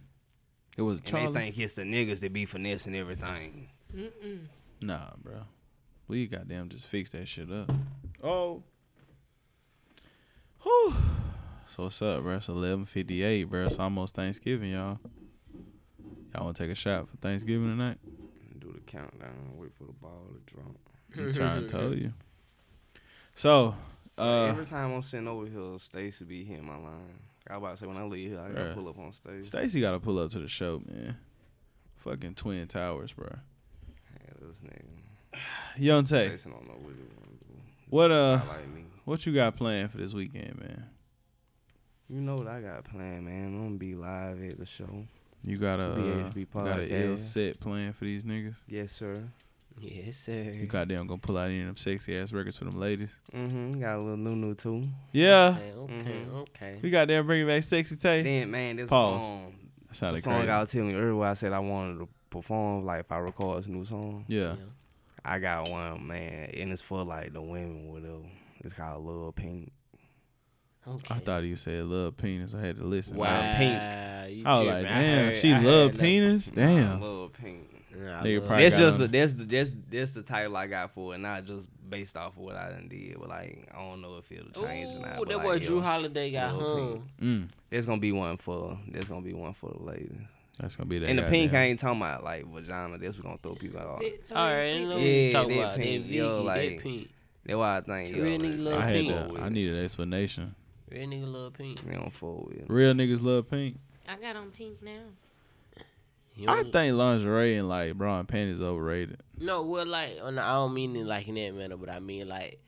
Speaker 4: It was
Speaker 2: And
Speaker 4: Charlie.
Speaker 2: they think it's the niggas that be finessing everything.
Speaker 3: Mm-mm.
Speaker 4: Nah, bro. We goddamn just fix that shit up. Oh. Whew. So what's up, bro? It's eleven fifty eight, bro. It's almost Thanksgiving, y'all. Y'all wanna take a shot for Thanksgiving tonight?
Speaker 2: Do the countdown, wait for the ball to drop.
Speaker 4: I'm trying to tell you. So, uh
Speaker 2: Every time I'm sitting over here, Stacy be hitting my line. I about to say when I leave here, I gotta
Speaker 4: Bruh.
Speaker 2: pull up on Stacy.
Speaker 4: Stacy gotta pull up to the show, man. Fucking Twin Towers, bro.
Speaker 2: Yeah, this nigga.
Speaker 4: Young Tay,
Speaker 2: Jason don't know what he wanna do.
Speaker 4: what uh,
Speaker 2: Not like me.
Speaker 4: what you got planned for this weekend, man?
Speaker 2: You know what I got planned, man. I'm gonna be live at the show.
Speaker 4: You got a uh,
Speaker 2: BHB
Speaker 4: you got a ill
Speaker 2: podcast.
Speaker 4: set planned for these niggas.
Speaker 2: Yes, sir.
Speaker 1: Yes, sir.
Speaker 4: You goddamn gonna pull out any of them sexy ass records for them ladies.
Speaker 2: Mm-hmm. Got a little new new too.
Speaker 4: Yeah,
Speaker 1: Okay, okay,
Speaker 2: Mhm.
Speaker 1: okay.
Speaker 4: we goddamn bringing back sexy Tay.
Speaker 2: Then man, this
Speaker 4: Pause.
Speaker 2: um,
Speaker 4: That sounded
Speaker 2: the song I
Speaker 4: crazy.
Speaker 2: was telling you earlier, I said I wanted to perform. Like if I record this new song,
Speaker 4: Yeah.
Speaker 2: I got one man, and it's for like the women, whatever. It's called Love Pink.
Speaker 1: Okay.
Speaker 4: I thought you said love penis. I had to listen.
Speaker 2: Wow.
Speaker 4: I,
Speaker 2: pink.
Speaker 1: You
Speaker 4: I was
Speaker 1: tripping.
Speaker 4: like,
Speaker 1: I
Speaker 4: damn,
Speaker 1: heard-
Speaker 4: she
Speaker 1: I heard
Speaker 4: love
Speaker 1: that.
Speaker 4: penis. Damn.
Speaker 2: Love Pink.
Speaker 1: Yeah, I
Speaker 4: Nigga
Speaker 1: love-
Speaker 4: probably
Speaker 2: That's
Speaker 4: got
Speaker 2: just
Speaker 4: on
Speaker 2: the
Speaker 4: it.
Speaker 2: that's the that's that's the title I got for it, not just based off of what I done did. But like I don't know if it'll change or not.
Speaker 1: Ooh,
Speaker 2: but,
Speaker 1: that
Speaker 2: like,
Speaker 1: boy
Speaker 2: yeah,
Speaker 1: Drew Holiday got
Speaker 2: Love pink.
Speaker 1: hung.
Speaker 4: Mm,
Speaker 2: There's gonna be one for there's gonna be one for the ladies.
Speaker 4: that's gonna be that.
Speaker 2: And the pink I
Speaker 4: goddamn-
Speaker 2: ain't talking about like vagina. This was gonna throw people
Speaker 1: All
Speaker 2: off.
Speaker 1: right, I know what
Speaker 2: Yeah,
Speaker 3: yeah.
Speaker 1: you talking
Speaker 2: that
Speaker 1: about. That
Speaker 2: pink,
Speaker 1: Vicky,
Speaker 2: yo,
Speaker 1: that
Speaker 2: like-
Speaker 1: pink.
Speaker 2: That's why I think yo,
Speaker 1: Real nigga
Speaker 2: like,
Speaker 1: love
Speaker 4: I had
Speaker 1: pink.
Speaker 4: to, I needed an explanation.
Speaker 1: Real nigga love pink.
Speaker 2: They don't fool with. it.
Speaker 4: Real niggas love pink.
Speaker 3: I got on pink now.
Speaker 1: You
Speaker 4: I
Speaker 1: don't-
Speaker 4: think lingerie and like bra and panties overrated.
Speaker 1: No, well, like, oh, no, I don't mean it like in that manner, but I mean like,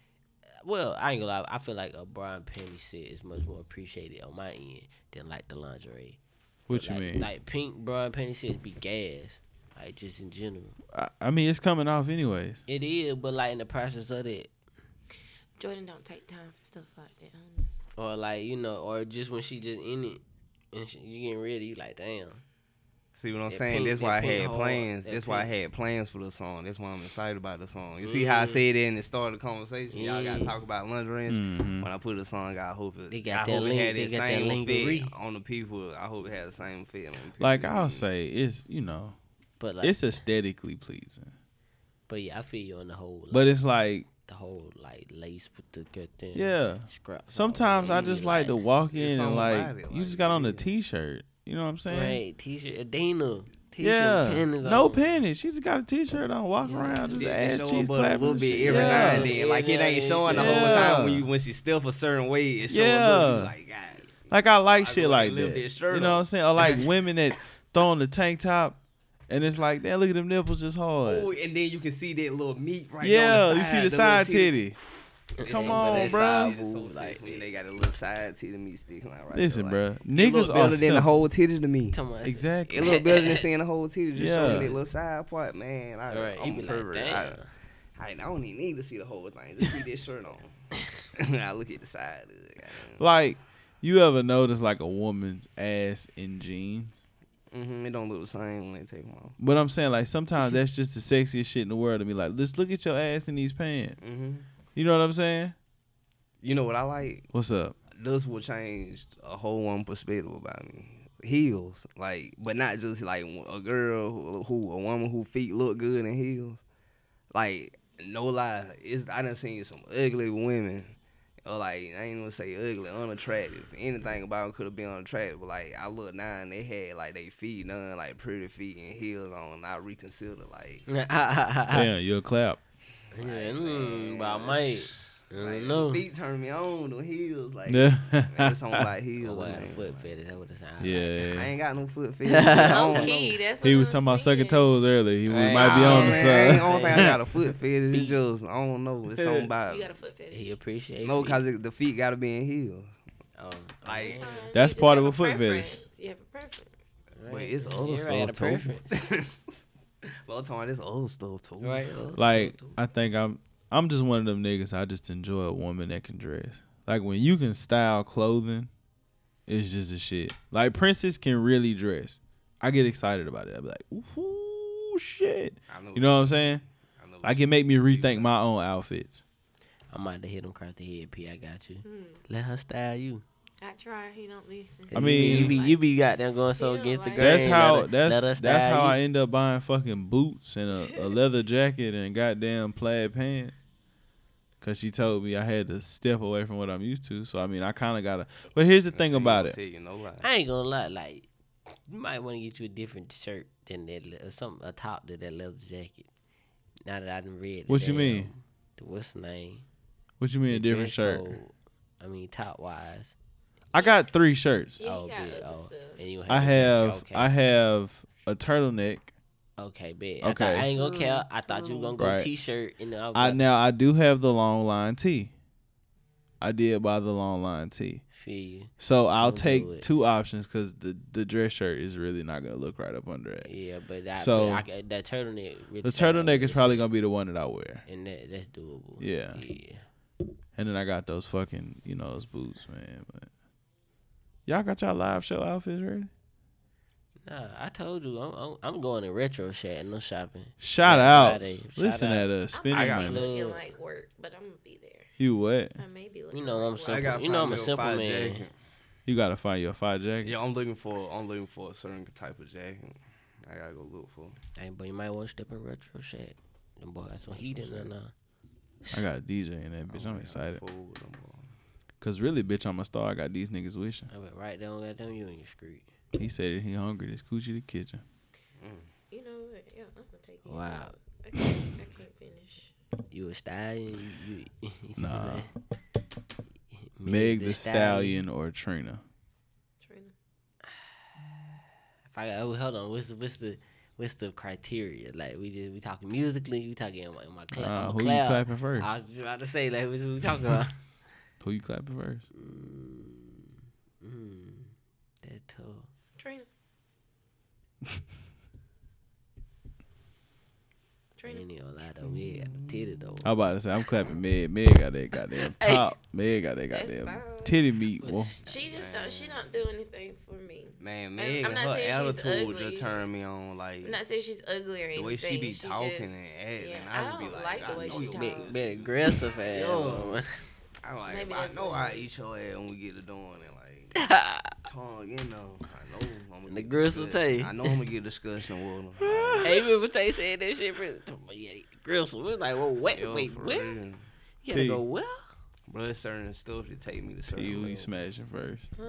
Speaker 1: well, I ain't gonna lie. I feel like a bra and panty set is much more appreciated on my end than like the lingerie.
Speaker 4: What you
Speaker 1: like,
Speaker 4: mean?
Speaker 1: Like pink bra and panty sets be gas, like just in general.
Speaker 4: I, I mean, it's coming off anyways.
Speaker 1: It is, but like in the process of that,
Speaker 3: Jordan don't take time for stuff like that. honey.
Speaker 1: or like you know, or just when she just in it and she, you getting ready, you like damn.
Speaker 2: See what I'm
Speaker 1: That
Speaker 2: saying?
Speaker 1: pink-
Speaker 2: That's why I
Speaker 1: that pink
Speaker 2: had
Speaker 1: hard,
Speaker 2: plans.
Speaker 1: that
Speaker 2: That's why I
Speaker 1: pink.
Speaker 2: had plans for the song. That's why I'm excited about the song. You see how I said that in the start of the conversation? Y'all gotta
Speaker 1: Mm.
Speaker 2: talk about lingerie. and shit.
Speaker 4: Mhm.
Speaker 2: When I put the song, out, I hope it.
Speaker 1: They got
Speaker 2: I
Speaker 1: that
Speaker 2: hope it
Speaker 1: ling-
Speaker 2: had the
Speaker 1: they got that
Speaker 2: same
Speaker 1: lingerie.
Speaker 2: effect on the people. I hope it had the same effect. On the people.
Speaker 4: Like I'll say, it's you know,
Speaker 1: But like,
Speaker 4: it's aesthetically pleasing,
Speaker 1: but yeah, I feel you on the whole. Like,
Speaker 4: but it's like
Speaker 1: the whole like lace with the goddamn
Speaker 4: Yeah.
Speaker 1: Scraps all
Speaker 4: sometimes I
Speaker 1: over
Speaker 4: just
Speaker 1: you,
Speaker 4: like to walk
Speaker 2: It's
Speaker 4: in and
Speaker 2: on
Speaker 4: like
Speaker 2: body,
Speaker 4: you
Speaker 2: like,
Speaker 4: just got on a
Speaker 2: yeah.
Speaker 4: t-shirt. You know what I'm saying?
Speaker 1: Right, t-shirt, Adina. T-shirt,
Speaker 4: Yeah,
Speaker 1: panties
Speaker 4: no
Speaker 1: on.
Speaker 4: panties. She just got a t-shirt on, walk
Speaker 1: Yeah,
Speaker 4: around, just
Speaker 2: It-
Speaker 4: ass
Speaker 2: it show
Speaker 4: cheeks
Speaker 2: above a
Speaker 4: clapping.
Speaker 2: little bit every
Speaker 4: yeah.
Speaker 2: now and then. Like it
Speaker 1: Yeah.
Speaker 2: ain't showing the
Speaker 4: Yeah.
Speaker 2: whole time when you when she stiff a certain way. It show a little.
Speaker 4: Yeah.
Speaker 2: You like God.
Speaker 4: Like I like
Speaker 2: I
Speaker 4: shit
Speaker 2: go
Speaker 4: like
Speaker 2: and lift
Speaker 4: that.
Speaker 2: that shirt
Speaker 4: you know
Speaker 2: up.
Speaker 4: what I'm saying? Or like women that throw on the tank top, and it's like, damn, look at them nipples just hard.
Speaker 2: Ooh, and then you can see that little meat right
Speaker 4: yeah,
Speaker 2: there on the
Speaker 4: you
Speaker 2: side,
Speaker 4: see the,
Speaker 2: little
Speaker 4: side titty.
Speaker 2: It's
Speaker 4: Come
Speaker 2: so
Speaker 4: on,
Speaker 2: sexy.
Speaker 4: bruh.
Speaker 2: It's so
Speaker 1: Like
Speaker 2: sexy when they got a little side titty meat sticking out right
Speaker 4: Listen,
Speaker 2: there,
Speaker 4: bruh,
Speaker 2: like, it
Speaker 4: niggas
Speaker 2: look
Speaker 4: are
Speaker 2: better than the
Speaker 4: simple.
Speaker 2: whole titty to me.
Speaker 1: Tell me,
Speaker 4: Exactly.
Speaker 2: It look better than seeing the whole titty. Just
Speaker 4: Yeah.
Speaker 2: showing that little side part, man. I,
Speaker 1: All right, you
Speaker 2: I'm
Speaker 1: be
Speaker 2: a
Speaker 1: like,
Speaker 2: pervert.
Speaker 1: damn.
Speaker 2: I, I, I don't even need to see the whole thing. Just see this shirt on. I look at the side. of it, goddamn.
Speaker 4: Like, you ever notice like a woman's ass in jeans?
Speaker 2: Mhm, it don't look the same when they take them off.
Speaker 4: But I'm saying like sometimes that's just the sexiest shit in the world to me. Like, let's look at your ass in these pants.
Speaker 2: hmm
Speaker 1: Mm-hmm.
Speaker 4: You know what I'm saying?
Speaker 2: You know what I like?
Speaker 4: What's up?
Speaker 2: this will change a whole one perspective about me. Heels, like, but not just like a girl who, who a woman who feet look good in heels. Like, no lie, it's I done seen some ugly women. Or like I ain't gonna say ugly, unattractive. Anything about them could have been unattractive. But like I look now and they had like they feet done, like pretty feet and heels on. I reconsider like
Speaker 1: yeah,
Speaker 4: Damn, you'll clap.
Speaker 1: mm, but I might. I
Speaker 2: like,
Speaker 1: don't know.
Speaker 2: feet turn me on. The heels like
Speaker 4: Yeah.
Speaker 2: man, it's on like heels.
Speaker 1: Oh, I had a
Speaker 2: man.
Speaker 1: foot fetish. That would have sounded.
Speaker 2: I
Speaker 4: Yeah.
Speaker 2: ain't got no foot fetish. I don't
Speaker 3: Okay,
Speaker 2: know.
Speaker 3: that's
Speaker 4: He
Speaker 3: what
Speaker 4: was
Speaker 3: I'm
Speaker 4: talking about sucking
Speaker 3: saying.
Speaker 4: toes earlier. He was,
Speaker 1: Hey,
Speaker 4: might be
Speaker 1: ah,
Speaker 4: on the
Speaker 2: man, I ain't
Speaker 4: side.
Speaker 2: only thing I got a foot fetish. It's just I don't know. It's something about
Speaker 3: You got a foot
Speaker 1: like, He
Speaker 3: fetish.
Speaker 1: appreciates.
Speaker 2: no,
Speaker 1: it.
Speaker 2: cause it, the feet gotta be in heels.
Speaker 1: Oh,
Speaker 2: Like,
Speaker 3: It's fine. You
Speaker 4: That's
Speaker 3: just
Speaker 4: part
Speaker 3: have
Speaker 4: of a foot
Speaker 3: preference.
Speaker 4: fetish.
Speaker 3: You have a preference.
Speaker 1: right.
Speaker 2: but it's other
Speaker 1: You're right, a
Speaker 2: stuff too.
Speaker 1: preference.
Speaker 2: well, I'm talking about this old stuff too.
Speaker 1: Right. uh,
Speaker 4: Like
Speaker 1: so-
Speaker 4: I think I'm I'm just one of them niggas. I just enjoy a woman that can dress. Like when you can style clothing, it's just a shit. Like Princess can really dress. I get excited about it. I be like, ooh shit.
Speaker 2: I know.
Speaker 4: You know what I'm saying?
Speaker 2: I know.
Speaker 4: Like it make me rethink my own outfits.
Speaker 1: I'm about to hit him across the head. P. I got you.
Speaker 3: Hmm.
Speaker 1: Let her style you.
Speaker 3: I try. He don't listen.
Speaker 4: I mean-
Speaker 1: you be you be goddamn going so
Speaker 3: Yeah,
Speaker 1: against the
Speaker 3: like-
Speaker 1: grain.
Speaker 4: That's how
Speaker 1: Let her- let her
Speaker 4: that's that's
Speaker 1: style
Speaker 4: how I
Speaker 1: you.
Speaker 4: end up buying fucking boots and a, a leather jacket and goddamn plaid pants. Cause she told me I had to step away from what I'm used to. So I mean I kinda gotta but here's the
Speaker 2: She
Speaker 4: thing
Speaker 2: ain't
Speaker 4: about
Speaker 2: gonna
Speaker 4: it.
Speaker 2: tell you no lie.
Speaker 1: I ain't gonna lie. Like you might want to get you a different shirt than that. le- Some a top to that leather jacket. Now that I done read. the
Speaker 4: What you mean?
Speaker 1: damn- The, what's the name?
Speaker 4: What you mean a
Speaker 1: The
Speaker 4: different
Speaker 1: dress
Speaker 4: shirt?
Speaker 1: code. I mean, top wise.
Speaker 4: I got three shirts.
Speaker 3: Yeah,
Speaker 1: oh,
Speaker 3: he got
Speaker 1: good.
Speaker 3: other
Speaker 1: Oh,
Speaker 3: stuff.
Speaker 1: and you
Speaker 4: I
Speaker 1: to-
Speaker 4: have I have a turtleneck
Speaker 1: Okay, bet. I,
Speaker 4: Okay.
Speaker 1: thought, I ain't gonna care.
Speaker 3: Mm-hmm.
Speaker 1: I thought you were gonna go
Speaker 4: Right.
Speaker 1: t-shirt and I, was
Speaker 4: I
Speaker 1: like,
Speaker 4: now I do have the long line tee. I did buy the long line tee.
Speaker 1: feel you.
Speaker 4: So I'll
Speaker 1: Don't do
Speaker 4: take
Speaker 1: it.
Speaker 4: two options because the, the dress shirt is really not gonna look right up under it.
Speaker 1: Yeah, but that
Speaker 4: So-
Speaker 1: so, I, ca- that turtleneck. really
Speaker 4: The
Speaker 1: turned out
Speaker 4: turtleneck is
Speaker 1: good.
Speaker 4: probably gonna be the one that I wear.
Speaker 1: and that that's doable.
Speaker 4: Yeah.
Speaker 1: yeah.
Speaker 4: And then I got those fucking you know those boots, man. But y'all got y'all live show outfits ready?
Speaker 1: Nah, I told you I'm I'm, I'm going to retro shop and no shopping.
Speaker 4: Shout
Speaker 1: Yeah,
Speaker 4: out!
Speaker 1: Friday. Shout
Speaker 4: Listen
Speaker 1: out.
Speaker 4: at us
Speaker 3: I
Speaker 4: spending
Speaker 3: might be
Speaker 4: money.
Speaker 1: look-
Speaker 3: looking
Speaker 1: Love.
Speaker 3: like work, but I'm gonna be there.
Speaker 4: You what?
Speaker 3: I may be looking.
Speaker 1: You know
Speaker 3: like
Speaker 1: I'm
Speaker 3: work.
Speaker 1: simple. You know I'm a simple man.
Speaker 4: You gotta find your five jacket.
Speaker 2: Yeah, I'm looking for I'm looking for a certain type of jacket. I gotta go look for.
Speaker 1: Hey, but you might want to step in retro shop. Them boy got some heat in there now.
Speaker 4: I got a DJ in that
Speaker 2: Oh
Speaker 4: bitch. I'm excited.
Speaker 2: Fool, them boy.
Speaker 4: Cause really, bitch, I'm a star. I got these niggas wishing.
Speaker 1: I went right down, got down you in your street.
Speaker 4: He said that he hungry. This coochie the kitchen.
Speaker 3: You know what? Yeah, I'm gonna take these.
Speaker 1: Wow.
Speaker 3: out. I can't, I can't finish.
Speaker 1: You a stallion? You, you
Speaker 4: Nah.
Speaker 1: Meg
Speaker 4: Meg the Stallion or Trina.
Speaker 3: Trina.
Speaker 1: If I got, oh, hold on, what's the what's the what's the criteria? Like we just we talking musically, we talking in my, in my cla-
Speaker 4: Uh,
Speaker 1: I'm a
Speaker 4: who you
Speaker 1: cloud.
Speaker 4: clapping first?
Speaker 1: I was just about to say like what's we talking about.
Speaker 4: Who you clapping first?
Speaker 1: mm, mm, that tough.
Speaker 3: Trina. Trina.
Speaker 1: Ain't gonna lie though, we ain't got no titty though.
Speaker 4: I'm about to say I'm clapping Meg. Meg got that goddamn
Speaker 1: Hey.
Speaker 4: top. Meg got that
Speaker 3: That's
Speaker 4: goddamn
Speaker 3: fine.
Speaker 4: titty meat. Well,
Speaker 3: She just don't. She don't do anything for me.
Speaker 2: Man,
Speaker 3: I'm
Speaker 2: Megan,
Speaker 3: not
Speaker 2: her
Speaker 3: saying she's
Speaker 2: attitude
Speaker 3: ugly.
Speaker 2: just turned me on. Like
Speaker 3: I'm not saying she's ugly or anything.
Speaker 2: the way she be talking
Speaker 3: just-
Speaker 2: and acting,
Speaker 3: yeah,
Speaker 2: I just
Speaker 3: don't
Speaker 2: be like,
Speaker 3: like
Speaker 2: I
Speaker 3: the way
Speaker 2: know
Speaker 3: she
Speaker 2: you
Speaker 3: talks.
Speaker 1: Bit, bit aggressive ass.
Speaker 2: Yo.
Speaker 1: motherfucker.
Speaker 2: I'm like,
Speaker 3: Maybe
Speaker 2: if I
Speaker 3: that's
Speaker 2: know
Speaker 3: what
Speaker 2: I
Speaker 3: it
Speaker 2: eat your ass when we get to doing it. Like tongue, you know. I know I'm gonna
Speaker 1: The
Speaker 2: get
Speaker 1: grits will
Speaker 2: discussed.
Speaker 1: tell you.
Speaker 2: I know I'm gonna get discussion with them.
Speaker 1: hey, remember Tay said that shit? bro? Talking about, Yeah, gristle. We was like, well, wait,
Speaker 2: Yo,
Speaker 1: wait,
Speaker 2: for
Speaker 1: what? You
Speaker 2: real.
Speaker 1: gotta
Speaker 4: Hey.
Speaker 1: go well.
Speaker 2: Bro, it's certain stuff that take me to certain.
Speaker 4: you, you
Speaker 2: levels.
Speaker 4: smashing first.
Speaker 3: Huh?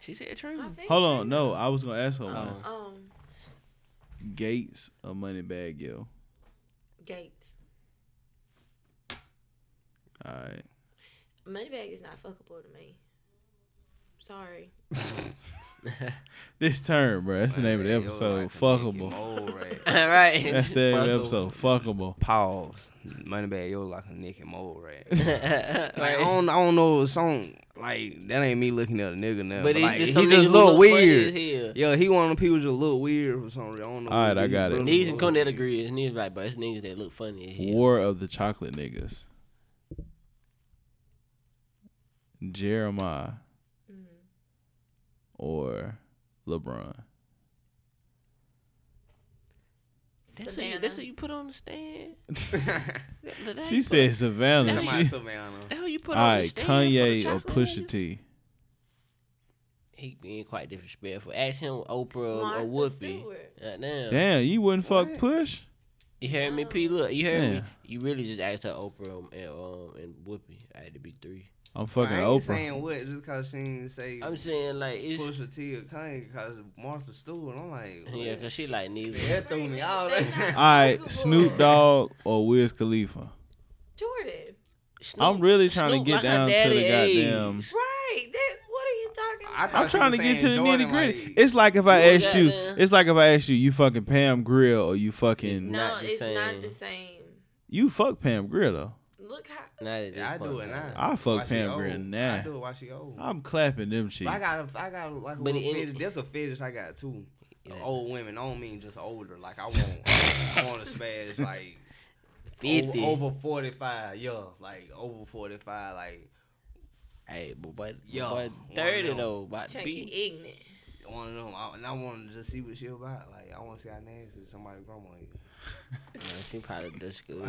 Speaker 1: She said true.
Speaker 3: I said
Speaker 4: Hold on,
Speaker 3: Trina.
Speaker 4: no, I was gonna ask her one.
Speaker 3: Um,
Speaker 4: Gates or money bag, yo.
Speaker 3: Gates.
Speaker 4: All right.
Speaker 3: Moneybag is not fuckable to me. Sorry.
Speaker 4: This term, bro. That's the name of the
Speaker 2: Yo, I
Speaker 4: episode.
Speaker 2: can make you
Speaker 4: Fuckable.
Speaker 2: mold right.
Speaker 1: All right.
Speaker 4: That's the name of the
Speaker 1: Fuck 'em.
Speaker 4: episode. Fuckable.
Speaker 2: Pause. Moneybag, yo, like a Nick and Mole rat. Like, I
Speaker 1: Right.
Speaker 2: don't, I don't know a song like that. Ain't me looking at a nigga now,
Speaker 1: But
Speaker 2: but,
Speaker 1: it's
Speaker 2: like,
Speaker 1: just
Speaker 2: he
Speaker 1: some niggas
Speaker 2: just
Speaker 1: who
Speaker 2: look
Speaker 1: look funny as
Speaker 2: weird.
Speaker 1: hell.
Speaker 2: Yeah, he one of them people just look weird for some reason. I don't know.
Speaker 4: Alright,
Speaker 2: what
Speaker 4: I
Speaker 2: it
Speaker 4: got
Speaker 2: is,
Speaker 4: it.
Speaker 2: but
Speaker 1: Niggas
Speaker 2: look
Speaker 1: and Cone that
Speaker 2: weird.
Speaker 1: agree. It's niggas like, but it's niggas that look funny as hell.
Speaker 4: War of the Chocolate Niggas. Jeremiah
Speaker 3: Mm.
Speaker 4: or LeBron.
Speaker 1: That's what, you,
Speaker 3: Savannah.
Speaker 1: that's what you put on the stand. That- that- that
Speaker 4: She
Speaker 1: you put-
Speaker 4: said Savannah.
Speaker 1: That's
Speaker 2: Somebody
Speaker 4: She, all
Speaker 2: Savannah.
Speaker 1: That who you put on the
Speaker 4: right,
Speaker 1: stand? for the
Speaker 4: Kanye or
Speaker 1: chocolate
Speaker 4: Pusha
Speaker 1: niggas?
Speaker 4: T.
Speaker 1: He being quite disrespectful. Ask him Oprah or,
Speaker 3: Martha
Speaker 1: or Whoopi.
Speaker 3: Stewart.
Speaker 1: Goddamn.
Speaker 4: Damn, you wouldn't fuck
Speaker 2: What?
Speaker 4: Push.
Speaker 1: You heard me, P. Look, you heard me.
Speaker 4: Yeah.
Speaker 1: You really just asked her Oprah and um and Whoopi. I had to be three.
Speaker 4: I'm fucking
Speaker 2: I ain't
Speaker 4: Oprah.
Speaker 2: saying what just cause she didn't say
Speaker 1: I'm saying like it's
Speaker 2: Pusha T or Kanye cause Martha Stewart. I'm like,
Speaker 1: yeah,
Speaker 2: what?
Speaker 1: cause she like neither.
Speaker 2: that threw me out.
Speaker 3: They
Speaker 4: All
Speaker 3: not-
Speaker 4: right, Snoop Dogg or Wiz Khalifa.
Speaker 3: Jordan.
Speaker 1: Snoop-
Speaker 4: I'm really trying
Speaker 1: Snoop
Speaker 4: to get
Speaker 1: like her
Speaker 4: down to
Speaker 1: daddy
Speaker 4: the
Speaker 1: age.
Speaker 4: goddamn.
Speaker 3: Right. That's what are you talking
Speaker 2: I
Speaker 3: about?
Speaker 2: thought
Speaker 4: I'm
Speaker 2: she
Speaker 4: trying
Speaker 2: was
Speaker 4: to get to the
Speaker 2: saying
Speaker 4: nitty
Speaker 2: Jordan,
Speaker 4: gritty.
Speaker 2: like-
Speaker 4: it's like if I
Speaker 1: Well,
Speaker 4: asked you,
Speaker 1: goddamn.
Speaker 4: it's like if I asked you, you fucking Pam Grill or you fucking
Speaker 3: no,
Speaker 1: Not the
Speaker 3: it's
Speaker 1: same.
Speaker 3: not the same.
Speaker 4: you fuck Pam Grill though.
Speaker 3: Look how
Speaker 1: Not at this
Speaker 2: Yeah, I do
Speaker 1: point,
Speaker 2: it
Speaker 1: though.
Speaker 2: now.
Speaker 4: I fuck
Speaker 2: Why she
Speaker 4: Pam
Speaker 2: old?
Speaker 4: Grill now. Oh,
Speaker 2: I do it while she old.
Speaker 4: I'm clapping them cheeks.
Speaker 2: But I got a, I got a, like a
Speaker 1: But
Speaker 2: little
Speaker 1: it-
Speaker 2: fetish. That's a fetish I got too.
Speaker 1: Yeah.
Speaker 2: Old women. I don't mean just older. Like I want, I want to smash like
Speaker 1: Fifty.
Speaker 2: Over, over forty five. Yeah, like over forty five. Like
Speaker 1: Hey, but but,
Speaker 2: Yo, oh,
Speaker 1: but
Speaker 2: one
Speaker 1: thirty
Speaker 2: of them.
Speaker 1: though, about to
Speaker 3: Chucky
Speaker 1: be.
Speaker 3: ignorant.
Speaker 2: one of them. I, and I want to just see what she about. Like I want to see how nasty somebody grandma is.
Speaker 1: No, she probably disgusting.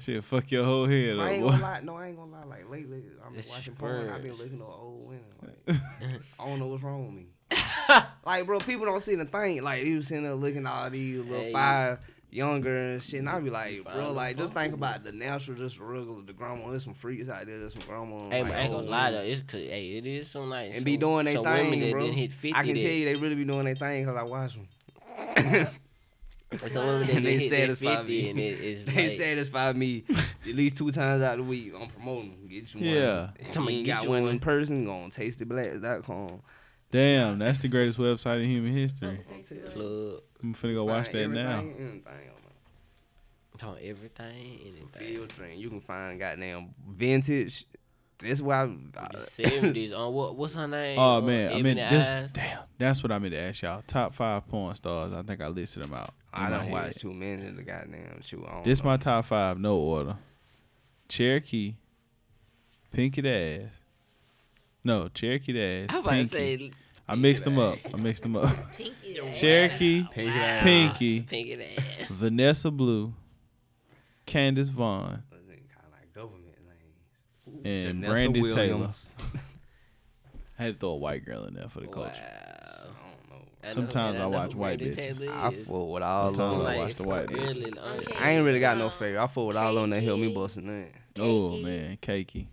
Speaker 4: Shit, fuck your whole head
Speaker 2: I
Speaker 4: up.
Speaker 2: ain't
Speaker 4: boy.
Speaker 2: gonna lie. No, I ain't gonna lie. Like lately, I'm
Speaker 1: It's
Speaker 2: watching porn. I've been
Speaker 1: Spurs.
Speaker 2: looking at old women. Like, I don't know what's wrong with me. like, bro, people don't see the thing. Like, you sitting there looking at all these little
Speaker 1: Hey.
Speaker 2: five younger and shit. And I be
Speaker 1: You
Speaker 2: like,
Speaker 1: five
Speaker 2: bro,
Speaker 1: and
Speaker 2: like, just
Speaker 1: fuck
Speaker 2: think
Speaker 1: with
Speaker 2: about the natural, just regular, the grandma. There's some freaks out there. There's some grandma.
Speaker 1: Hey,
Speaker 2: like,
Speaker 1: but I ain't
Speaker 2: old
Speaker 1: gonna lie though,
Speaker 2: women.
Speaker 1: it's 'cause, hey, it is some like
Speaker 2: oh. And be
Speaker 1: some-
Speaker 2: doing their
Speaker 1: some women
Speaker 2: thing,
Speaker 1: that
Speaker 2: bro.
Speaker 1: didn't hit fifty.
Speaker 2: I can
Speaker 1: that,
Speaker 2: tell you they really be doing their thing because I watch them. and
Speaker 1: there's some women that didn't
Speaker 2: And they
Speaker 1: hit their
Speaker 2: satisfy
Speaker 1: fifty,
Speaker 2: me.
Speaker 1: and it, it's
Speaker 2: they
Speaker 1: like,
Speaker 2: satisfy me at least two times out of the week. I'm promoting them. Get you one.
Speaker 4: Yeah.
Speaker 2: If
Speaker 1: Tell me,
Speaker 2: you ain't
Speaker 1: get
Speaker 2: got
Speaker 1: you
Speaker 2: one
Speaker 1: one.
Speaker 2: in person, go on tastyblacks.com.
Speaker 4: Damn, that's the greatest website in human history.
Speaker 3: Tasty Love.
Speaker 1: Club
Speaker 4: I'm finna go watch that
Speaker 2: Everything,
Speaker 4: now.
Speaker 2: everything on my
Speaker 1: on everything, anything.
Speaker 2: filtering. You can find goddamn vintage. That's why I,
Speaker 1: The seventies on what? What's her name?
Speaker 4: Oh
Speaker 1: on
Speaker 4: man, I
Speaker 1: Ebony
Speaker 4: mean this.
Speaker 1: Eyes?
Speaker 4: Damn, that's what I meant to ask y'all. Top five porn stars. I think I listed them out. in
Speaker 2: I
Speaker 4: my
Speaker 2: don't
Speaker 4: head.
Speaker 2: watch too many of the goddamn shoe on.
Speaker 4: This my top five, no order. Cherokee, Pinky the ass. No, Cherokee the ass.
Speaker 1: I was about to
Speaker 4: Pinky.
Speaker 1: say
Speaker 4: I mixed them up. I mixed them up.
Speaker 3: Pinky. the ass.
Speaker 4: Cherokee,
Speaker 2: Pinky the
Speaker 4: Pinky,
Speaker 1: pinky the ass.
Speaker 4: Vanessa Blue, Candace Vaughn,
Speaker 2: kind of like government lanes.
Speaker 4: and
Speaker 2: Vanessa
Speaker 4: Brandy Taylor.
Speaker 2: Williams.
Speaker 4: I had to throw a white girl in there for the culture.
Speaker 1: Wow.
Speaker 2: I don't know.
Speaker 1: I know-
Speaker 4: Sometimes
Speaker 1: and
Speaker 4: I
Speaker 1: know
Speaker 4: watch
Speaker 1: who
Speaker 4: white
Speaker 1: Brandy
Speaker 4: bitches.
Speaker 1: Taylor
Speaker 2: I
Speaker 1: is.
Speaker 2: fool with all
Speaker 4: It's time
Speaker 2: on.
Speaker 4: I
Speaker 1: Like,
Speaker 4: watch the white bitches.
Speaker 1: really, the only-
Speaker 3: Okay.
Speaker 2: I ain't really got no
Speaker 3: So,
Speaker 2: favorite. I fool with all on that hill. Me
Speaker 3: Kiki.
Speaker 2: busting that.
Speaker 4: Oh
Speaker 3: Pinky.
Speaker 4: man, Cakey,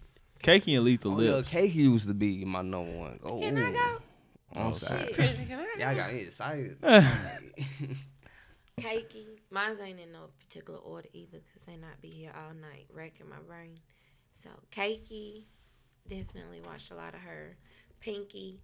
Speaker 4: Cakey and Lethal
Speaker 2: Oh, Lil
Speaker 4: Lips.
Speaker 2: Cakey used to be my number one. Oh,
Speaker 3: Can I go?
Speaker 2: I'm
Speaker 4: Oh,
Speaker 2: sorry.
Speaker 3: Shit. Can I go?
Speaker 2: Y'all got me excited.
Speaker 3: Cakey. Mine's ain't in no particular order either because they not be here all night racking my brain. So, Cakey, definitely watched a lot of her. Pinky,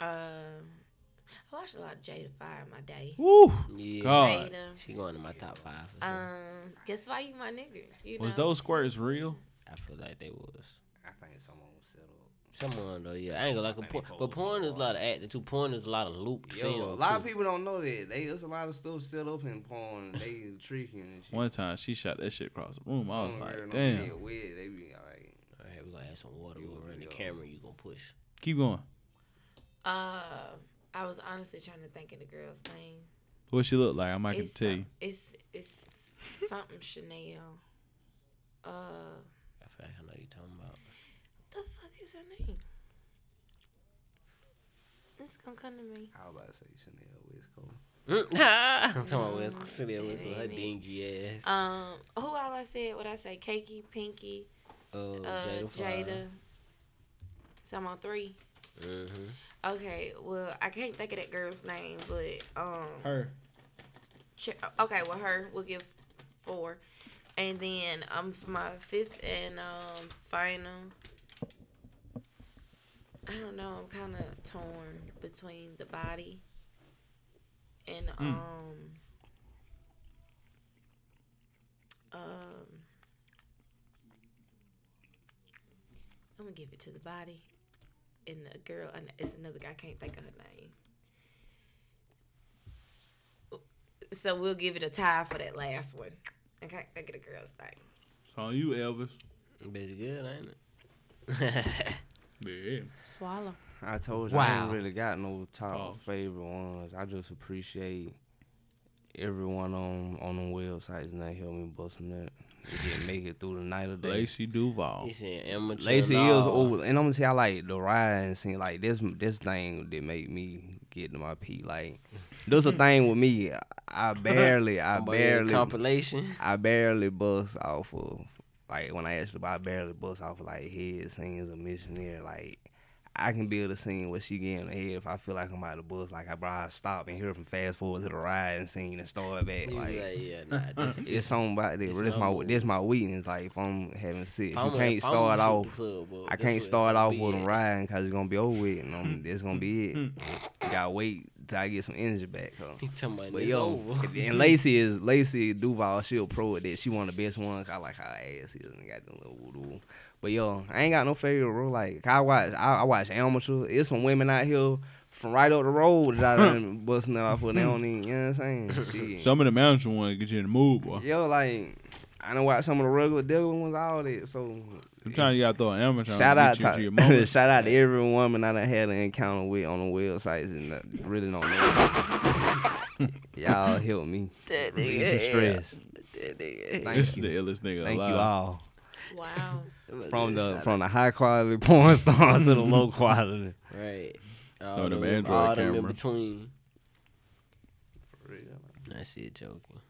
Speaker 3: um, I watched a lot of Jada Fire in my day.
Speaker 4: Woo.
Speaker 1: Yeah,
Speaker 4: God.
Speaker 3: Jada.
Speaker 1: she going to my top five. For sure.
Speaker 3: Um, guess why you my nigga? You
Speaker 4: Was
Speaker 3: know?
Speaker 4: those squirts real?
Speaker 1: I feel like they was.
Speaker 2: I think someone will settle.
Speaker 1: Someone though, yeah. I ain't gonna like a
Speaker 2: think they
Speaker 1: porn, but
Speaker 2: posed
Speaker 1: porn is a
Speaker 2: hard.
Speaker 1: lot of acting too. Porn is a lot of looped
Speaker 2: Yo,
Speaker 1: film.
Speaker 2: a lot of
Speaker 1: too.
Speaker 2: people don't know that. They there's a lot of stuff set up in porn. They tricking and shit.
Speaker 4: One time she shot that shit across the room. I was
Speaker 2: Some girl
Speaker 4: like,
Speaker 2: don't
Speaker 4: damn.
Speaker 2: get Weird. They be like,
Speaker 1: All right, we gonna add some water
Speaker 2: You
Speaker 1: over
Speaker 2: was
Speaker 1: in the
Speaker 2: a yo.
Speaker 1: camera. You gonna push?
Speaker 4: Keep going.
Speaker 3: Uh, I was honestly trying to think of the girl's name.
Speaker 4: What she look like? I might can
Speaker 3: it's
Speaker 4: tell
Speaker 3: some-
Speaker 4: you.
Speaker 3: It's it's something Chanel. Uh,
Speaker 1: I feel like I know you talking about.
Speaker 3: the fuck is her name? It's gonna come to me.
Speaker 2: I was about to say Chanel West Coast.
Speaker 1: Mm, ah, I'm talking about West City
Speaker 3: it
Speaker 1: with her
Speaker 3: ain't it.
Speaker 1: dingy ass.
Speaker 3: Um, who all I said? What I say? Cakey, Pinky,
Speaker 1: Uh,
Speaker 3: uh,
Speaker 1: Jada.
Speaker 3: Jada. So I'm on three.
Speaker 1: Mm-hmm.
Speaker 3: Okay, well I can't think of that girl's name, but um,
Speaker 4: Her.
Speaker 3: Ch- okay, well, her we'll give four, and then um for my fifth and um final. I don't know. I'm kind of torn between the body and um um. I'm gonna give it to the body, and the girl. And it's another guy. I can't think of her name. So we'll give it a tie for that last one. Okay, I get a girl's thing.
Speaker 4: It's on you, Elvis.
Speaker 1: Bitch, good, ain't it?
Speaker 4: Yeah.
Speaker 3: Swallow.
Speaker 2: I told you I ain't
Speaker 1: Wow.
Speaker 2: really got no top
Speaker 4: Pause.
Speaker 2: favorite ones. I just appreciate everyone on on the websites and they help me busting that. We didn't make it through the night of day.
Speaker 4: Lacey Duval.
Speaker 1: He's an amateur.
Speaker 2: Lacey
Speaker 1: no.
Speaker 2: is old, and I'm gonna say I like the ride and see like this this thing that make me get to my pee. Like there's a thing with me. I- I barely, I
Speaker 1: Boy, the
Speaker 2: barely,
Speaker 1: compilation.
Speaker 2: I barely bust off of like when I asked about I barely bust off of like head scenes or missionary. Like I can build a scene where she getting the head if I feel like I'm out of bus. Like I probably stop and hear from fast forward to the ride and scene and start back.
Speaker 1: He was
Speaker 2: Like
Speaker 1: like, yeah, nah, this
Speaker 2: it's something about this.
Speaker 1: It's
Speaker 2: This my
Speaker 1: humble.
Speaker 2: this my weakness. Like if I'm having sex,
Speaker 1: I'm gonna-
Speaker 2: you can't
Speaker 1: I'm gonna
Speaker 2: start
Speaker 1: shoot
Speaker 2: off.
Speaker 1: the club up.
Speaker 2: I
Speaker 1: That's where
Speaker 2: can't
Speaker 1: it's
Speaker 2: start
Speaker 1: gonna
Speaker 2: off
Speaker 1: be
Speaker 2: with
Speaker 1: at.
Speaker 2: them riding because it's gonna be over with, and I'm, that's gonna be it. You gotta wait till I get some energy back. huh?
Speaker 1: He talking about
Speaker 2: But
Speaker 1: it's
Speaker 2: yo,
Speaker 1: over.
Speaker 2: and Lacey is Lacey Duval. She a pro at that. She one of the best ones. I like how her ass is and got them little voodoo. But yo, I ain't got no favorite role. Like I watch, I, I watch amateur. It's some women out here from right up the road that I done busting it off with. They don't even, you know what I'm saying? Shit.
Speaker 4: Some of the mountain ones get you in the mood, boy.
Speaker 2: yo, like I done watch some of the regular dealing ones, all that. So
Speaker 4: I'm trying to get out throw an amateur.
Speaker 2: shout out
Speaker 4: to your
Speaker 2: to
Speaker 4: moment.
Speaker 2: shout out to every woman I done had an encounter with on the websites and I really don't know. Y'all help me.
Speaker 1: That
Speaker 2: Relieve some
Speaker 1: nigga,
Speaker 2: stress.
Speaker 1: that nigga.
Speaker 2: Thank
Speaker 4: This is
Speaker 2: you.
Speaker 4: the illest nigga
Speaker 2: Thank
Speaker 4: alive.
Speaker 2: you all.
Speaker 3: Wow.
Speaker 2: From the from the high quality porn star to the low quality.
Speaker 1: Right. All
Speaker 4: them
Speaker 1: them-
Speaker 4: Android
Speaker 1: all them in
Speaker 4: Oh, camera.
Speaker 1: between. That shit joking.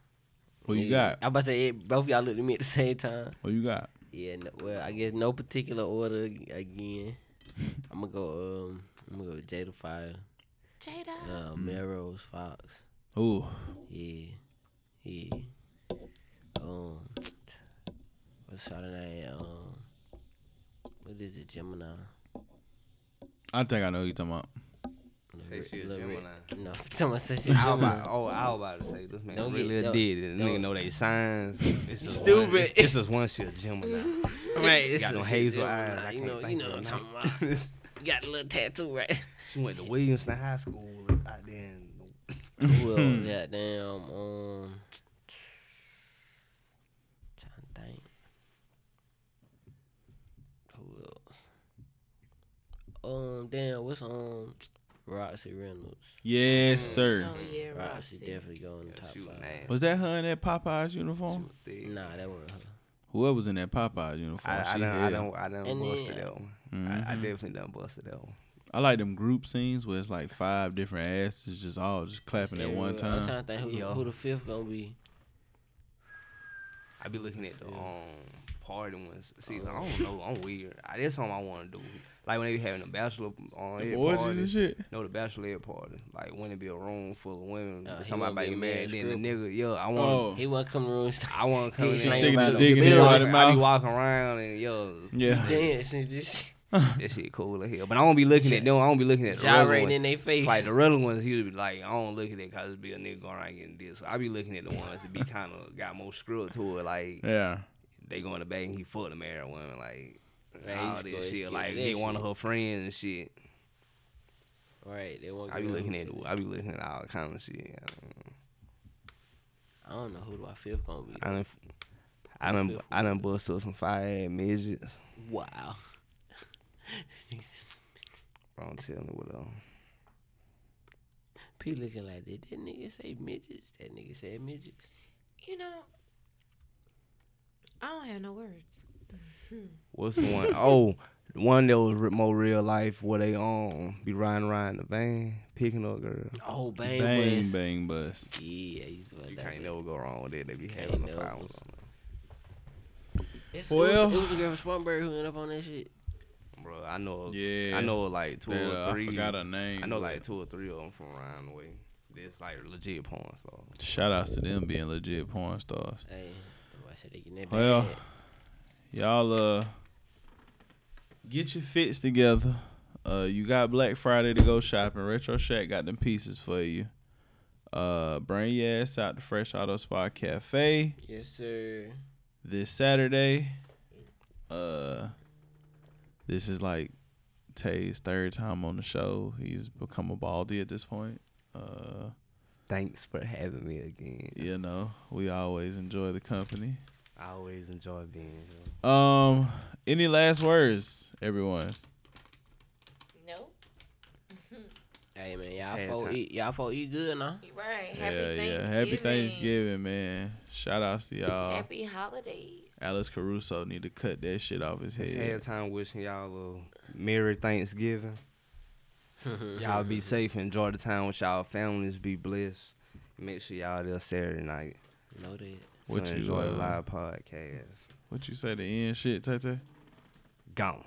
Speaker 4: What you
Speaker 1: Yeah.
Speaker 4: got?
Speaker 1: I about to say it, both y'all looked at me at the same time.
Speaker 4: What you got?
Speaker 1: Yeah. No, well, I guess no particular order ag- again. I'm gonna go. Um, I'm gonna go with Jada Fire,
Speaker 3: Jada.
Speaker 1: uh,
Speaker 2: Mm.
Speaker 1: Melrose Fox.
Speaker 4: Ooh,
Speaker 1: Yeah. Yeah. Um. What's her name? Um. What is it? Gemini.
Speaker 4: I think I know who you talking about.
Speaker 2: Say she a
Speaker 1: Lil Rick.
Speaker 2: Gemini.
Speaker 1: No, someone said she.
Speaker 2: I was
Speaker 1: Gemini.
Speaker 2: about, oh, I was about to say this man
Speaker 1: Don't
Speaker 2: don't
Speaker 1: get-
Speaker 2: really
Speaker 1: don't-
Speaker 2: did it. This
Speaker 1: don't-
Speaker 2: nigga know they signs. It's just
Speaker 1: Stupid.
Speaker 2: One, it's, it's just one shit Gemini.
Speaker 1: Right,
Speaker 2: She
Speaker 1: it's
Speaker 2: got
Speaker 1: a
Speaker 2: no
Speaker 1: shit
Speaker 2: hazel
Speaker 1: Gemini.
Speaker 2: eyes. I
Speaker 1: You
Speaker 2: can't
Speaker 1: know, you
Speaker 2: think
Speaker 1: know what I'm
Speaker 2: of
Speaker 1: talking
Speaker 2: her
Speaker 1: about.
Speaker 2: name.
Speaker 1: You got a little tattoo, right?
Speaker 2: she went to Williamson High School out there. In,
Speaker 1: well, yeah, damn. Um, trying to think. Who else? Um, damn. What's um, Roxy Reynolds?
Speaker 4: Yes, sir.
Speaker 3: Oh yeah,
Speaker 1: Roxy
Speaker 3: Roxy.
Speaker 1: definitely go in the top
Speaker 2: she was
Speaker 1: five.
Speaker 2: nasty.
Speaker 4: Was that her in that Popeyes uniform?
Speaker 2: Thick.
Speaker 1: Nah, that wasn't her.
Speaker 4: Whoever was in that Popeyes uniform,
Speaker 2: I, I,
Speaker 4: she
Speaker 2: done, I
Speaker 4: hell.
Speaker 2: done, I done
Speaker 1: And then-
Speaker 2: busted
Speaker 1: Mm-hmm.
Speaker 2: that one. I, I definitely done busted that one.
Speaker 4: I like them group scenes where it's like five different asses just all just clapping at
Speaker 1: Yeah,
Speaker 4: one
Speaker 1: I'm
Speaker 4: time.
Speaker 1: trying to think who,
Speaker 2: Yeah.
Speaker 1: who the fifth gonna be.
Speaker 2: I be looking at the um party ones. See, I
Speaker 1: Oh.
Speaker 2: don't know. I'm weird. I, that's something I want to do. Like when they be having a bachelor on
Speaker 4: Them
Speaker 2: every
Speaker 4: orgies
Speaker 2: party.
Speaker 4: and shit.
Speaker 2: No, the bachelorette party. Like when it be a room full of women,
Speaker 1: Uh, he wanna
Speaker 2: somebody about
Speaker 1: be
Speaker 2: get
Speaker 1: a
Speaker 2: married,
Speaker 1: mad
Speaker 2: then the nigga, yeah, I want,
Speaker 4: Oh,
Speaker 1: He won't come to the room.
Speaker 2: I want to come in.
Speaker 1: Sticking
Speaker 2: and
Speaker 1: his
Speaker 2: be
Speaker 1: dick
Speaker 2: like-
Speaker 1: in
Speaker 4: his
Speaker 2: I be
Speaker 4: mouth.
Speaker 2: walking around and yo,
Speaker 4: yeah.
Speaker 1: dancing, just
Speaker 2: that shit cool as hell. But I don't be looking at them. I don't be looking at the regular
Speaker 1: gyrating in
Speaker 2: ones.
Speaker 1: their face.
Speaker 2: Like the regular ones, you be like, I don't look at it because it be a nigga going around getting this. I be looking at the ones that be kind of got more screwed to it. Like
Speaker 4: Yeah.
Speaker 2: they going to bang, he fuck the married woman. Like
Speaker 1: Man,
Speaker 2: all
Speaker 1: he's cool,
Speaker 2: this
Speaker 1: he's
Speaker 2: shit.
Speaker 1: cute.
Speaker 2: Like
Speaker 1: That
Speaker 2: get one of
Speaker 1: shit.
Speaker 2: her friends and shit.
Speaker 1: right, they won't.
Speaker 2: I be
Speaker 1: come.
Speaker 2: looking at, I be looking at all kind of shit.
Speaker 1: I don't know who do I fifth gonna be.
Speaker 2: I done, I done, I done bust up some fire ass midgets.
Speaker 1: Wow.
Speaker 2: I don't tell me what else.
Speaker 1: P looking like that. That nigga say midgets. That nigga said midgets.
Speaker 3: You know, I don't have no words.
Speaker 2: What's the one? oh, the one that was re- more real life where they um be riding around in the van picking up girl.
Speaker 1: Oh, bang,
Speaker 4: Bang
Speaker 1: bus.
Speaker 4: bang bus.
Speaker 1: Yeah, he's about
Speaker 2: You
Speaker 1: that.
Speaker 2: can't
Speaker 1: bitch.
Speaker 2: never go wrong with it. They be
Speaker 1: Can't
Speaker 2: having the
Speaker 1: never
Speaker 2: fire
Speaker 1: go
Speaker 2: ones on
Speaker 1: It's- it,
Speaker 4: Well-
Speaker 1: was, it was the girl from Spartanburg who ended up on that shit.
Speaker 2: them. Bro, I know.
Speaker 4: Yeah.
Speaker 2: I know like two
Speaker 4: Yeah,
Speaker 2: or
Speaker 4: I
Speaker 2: three.
Speaker 4: forgot her name.
Speaker 2: I know
Speaker 4: but
Speaker 2: like two or three of them from around the way. That's like legit porn. So
Speaker 4: Shout outs to them being legit porn stars.
Speaker 1: Hey, I said they getting that
Speaker 4: Well,
Speaker 1: bad.
Speaker 4: Y'all uh get your fits together. Uh you got Black Friday to go shopping. Retro Shack got them pieces for you. Uh bring your ass out to Fresh Auto Spa Cafe
Speaker 1: Yes, sir.
Speaker 4: this Saturday. Uh this is like Tay's third time on the show. He's become a baldy at this point. Uh
Speaker 2: thanks for having me again.
Speaker 4: you know, we always enjoy the company.
Speaker 2: I always enjoy being here.
Speaker 4: Um, any last words, everyone?
Speaker 3: No,
Speaker 1: Hey, man,
Speaker 2: Sad
Speaker 1: y'all folk
Speaker 2: time.
Speaker 1: eat, y'all folk eat good, nah?
Speaker 3: you're right. Happy
Speaker 4: yeah,
Speaker 3: Thanksgiving.
Speaker 4: yeah. Happy Thanksgiving, man. Shout outs to y'all.
Speaker 3: Happy holidays.
Speaker 4: Alice Caruso need to cut that shit off his
Speaker 2: It's
Speaker 4: head.
Speaker 2: halftime wishing y'all a merry Thanksgiving. y'all be safe. Enjoy the time with y'all families. Be blessed. Make sure y'all there Saturday night.
Speaker 1: Know that.
Speaker 2: So
Speaker 4: What you,
Speaker 2: enjoy the
Speaker 4: uh,
Speaker 2: live podcast.
Speaker 4: What you say the end shit, Tay Tay?
Speaker 2: Gone.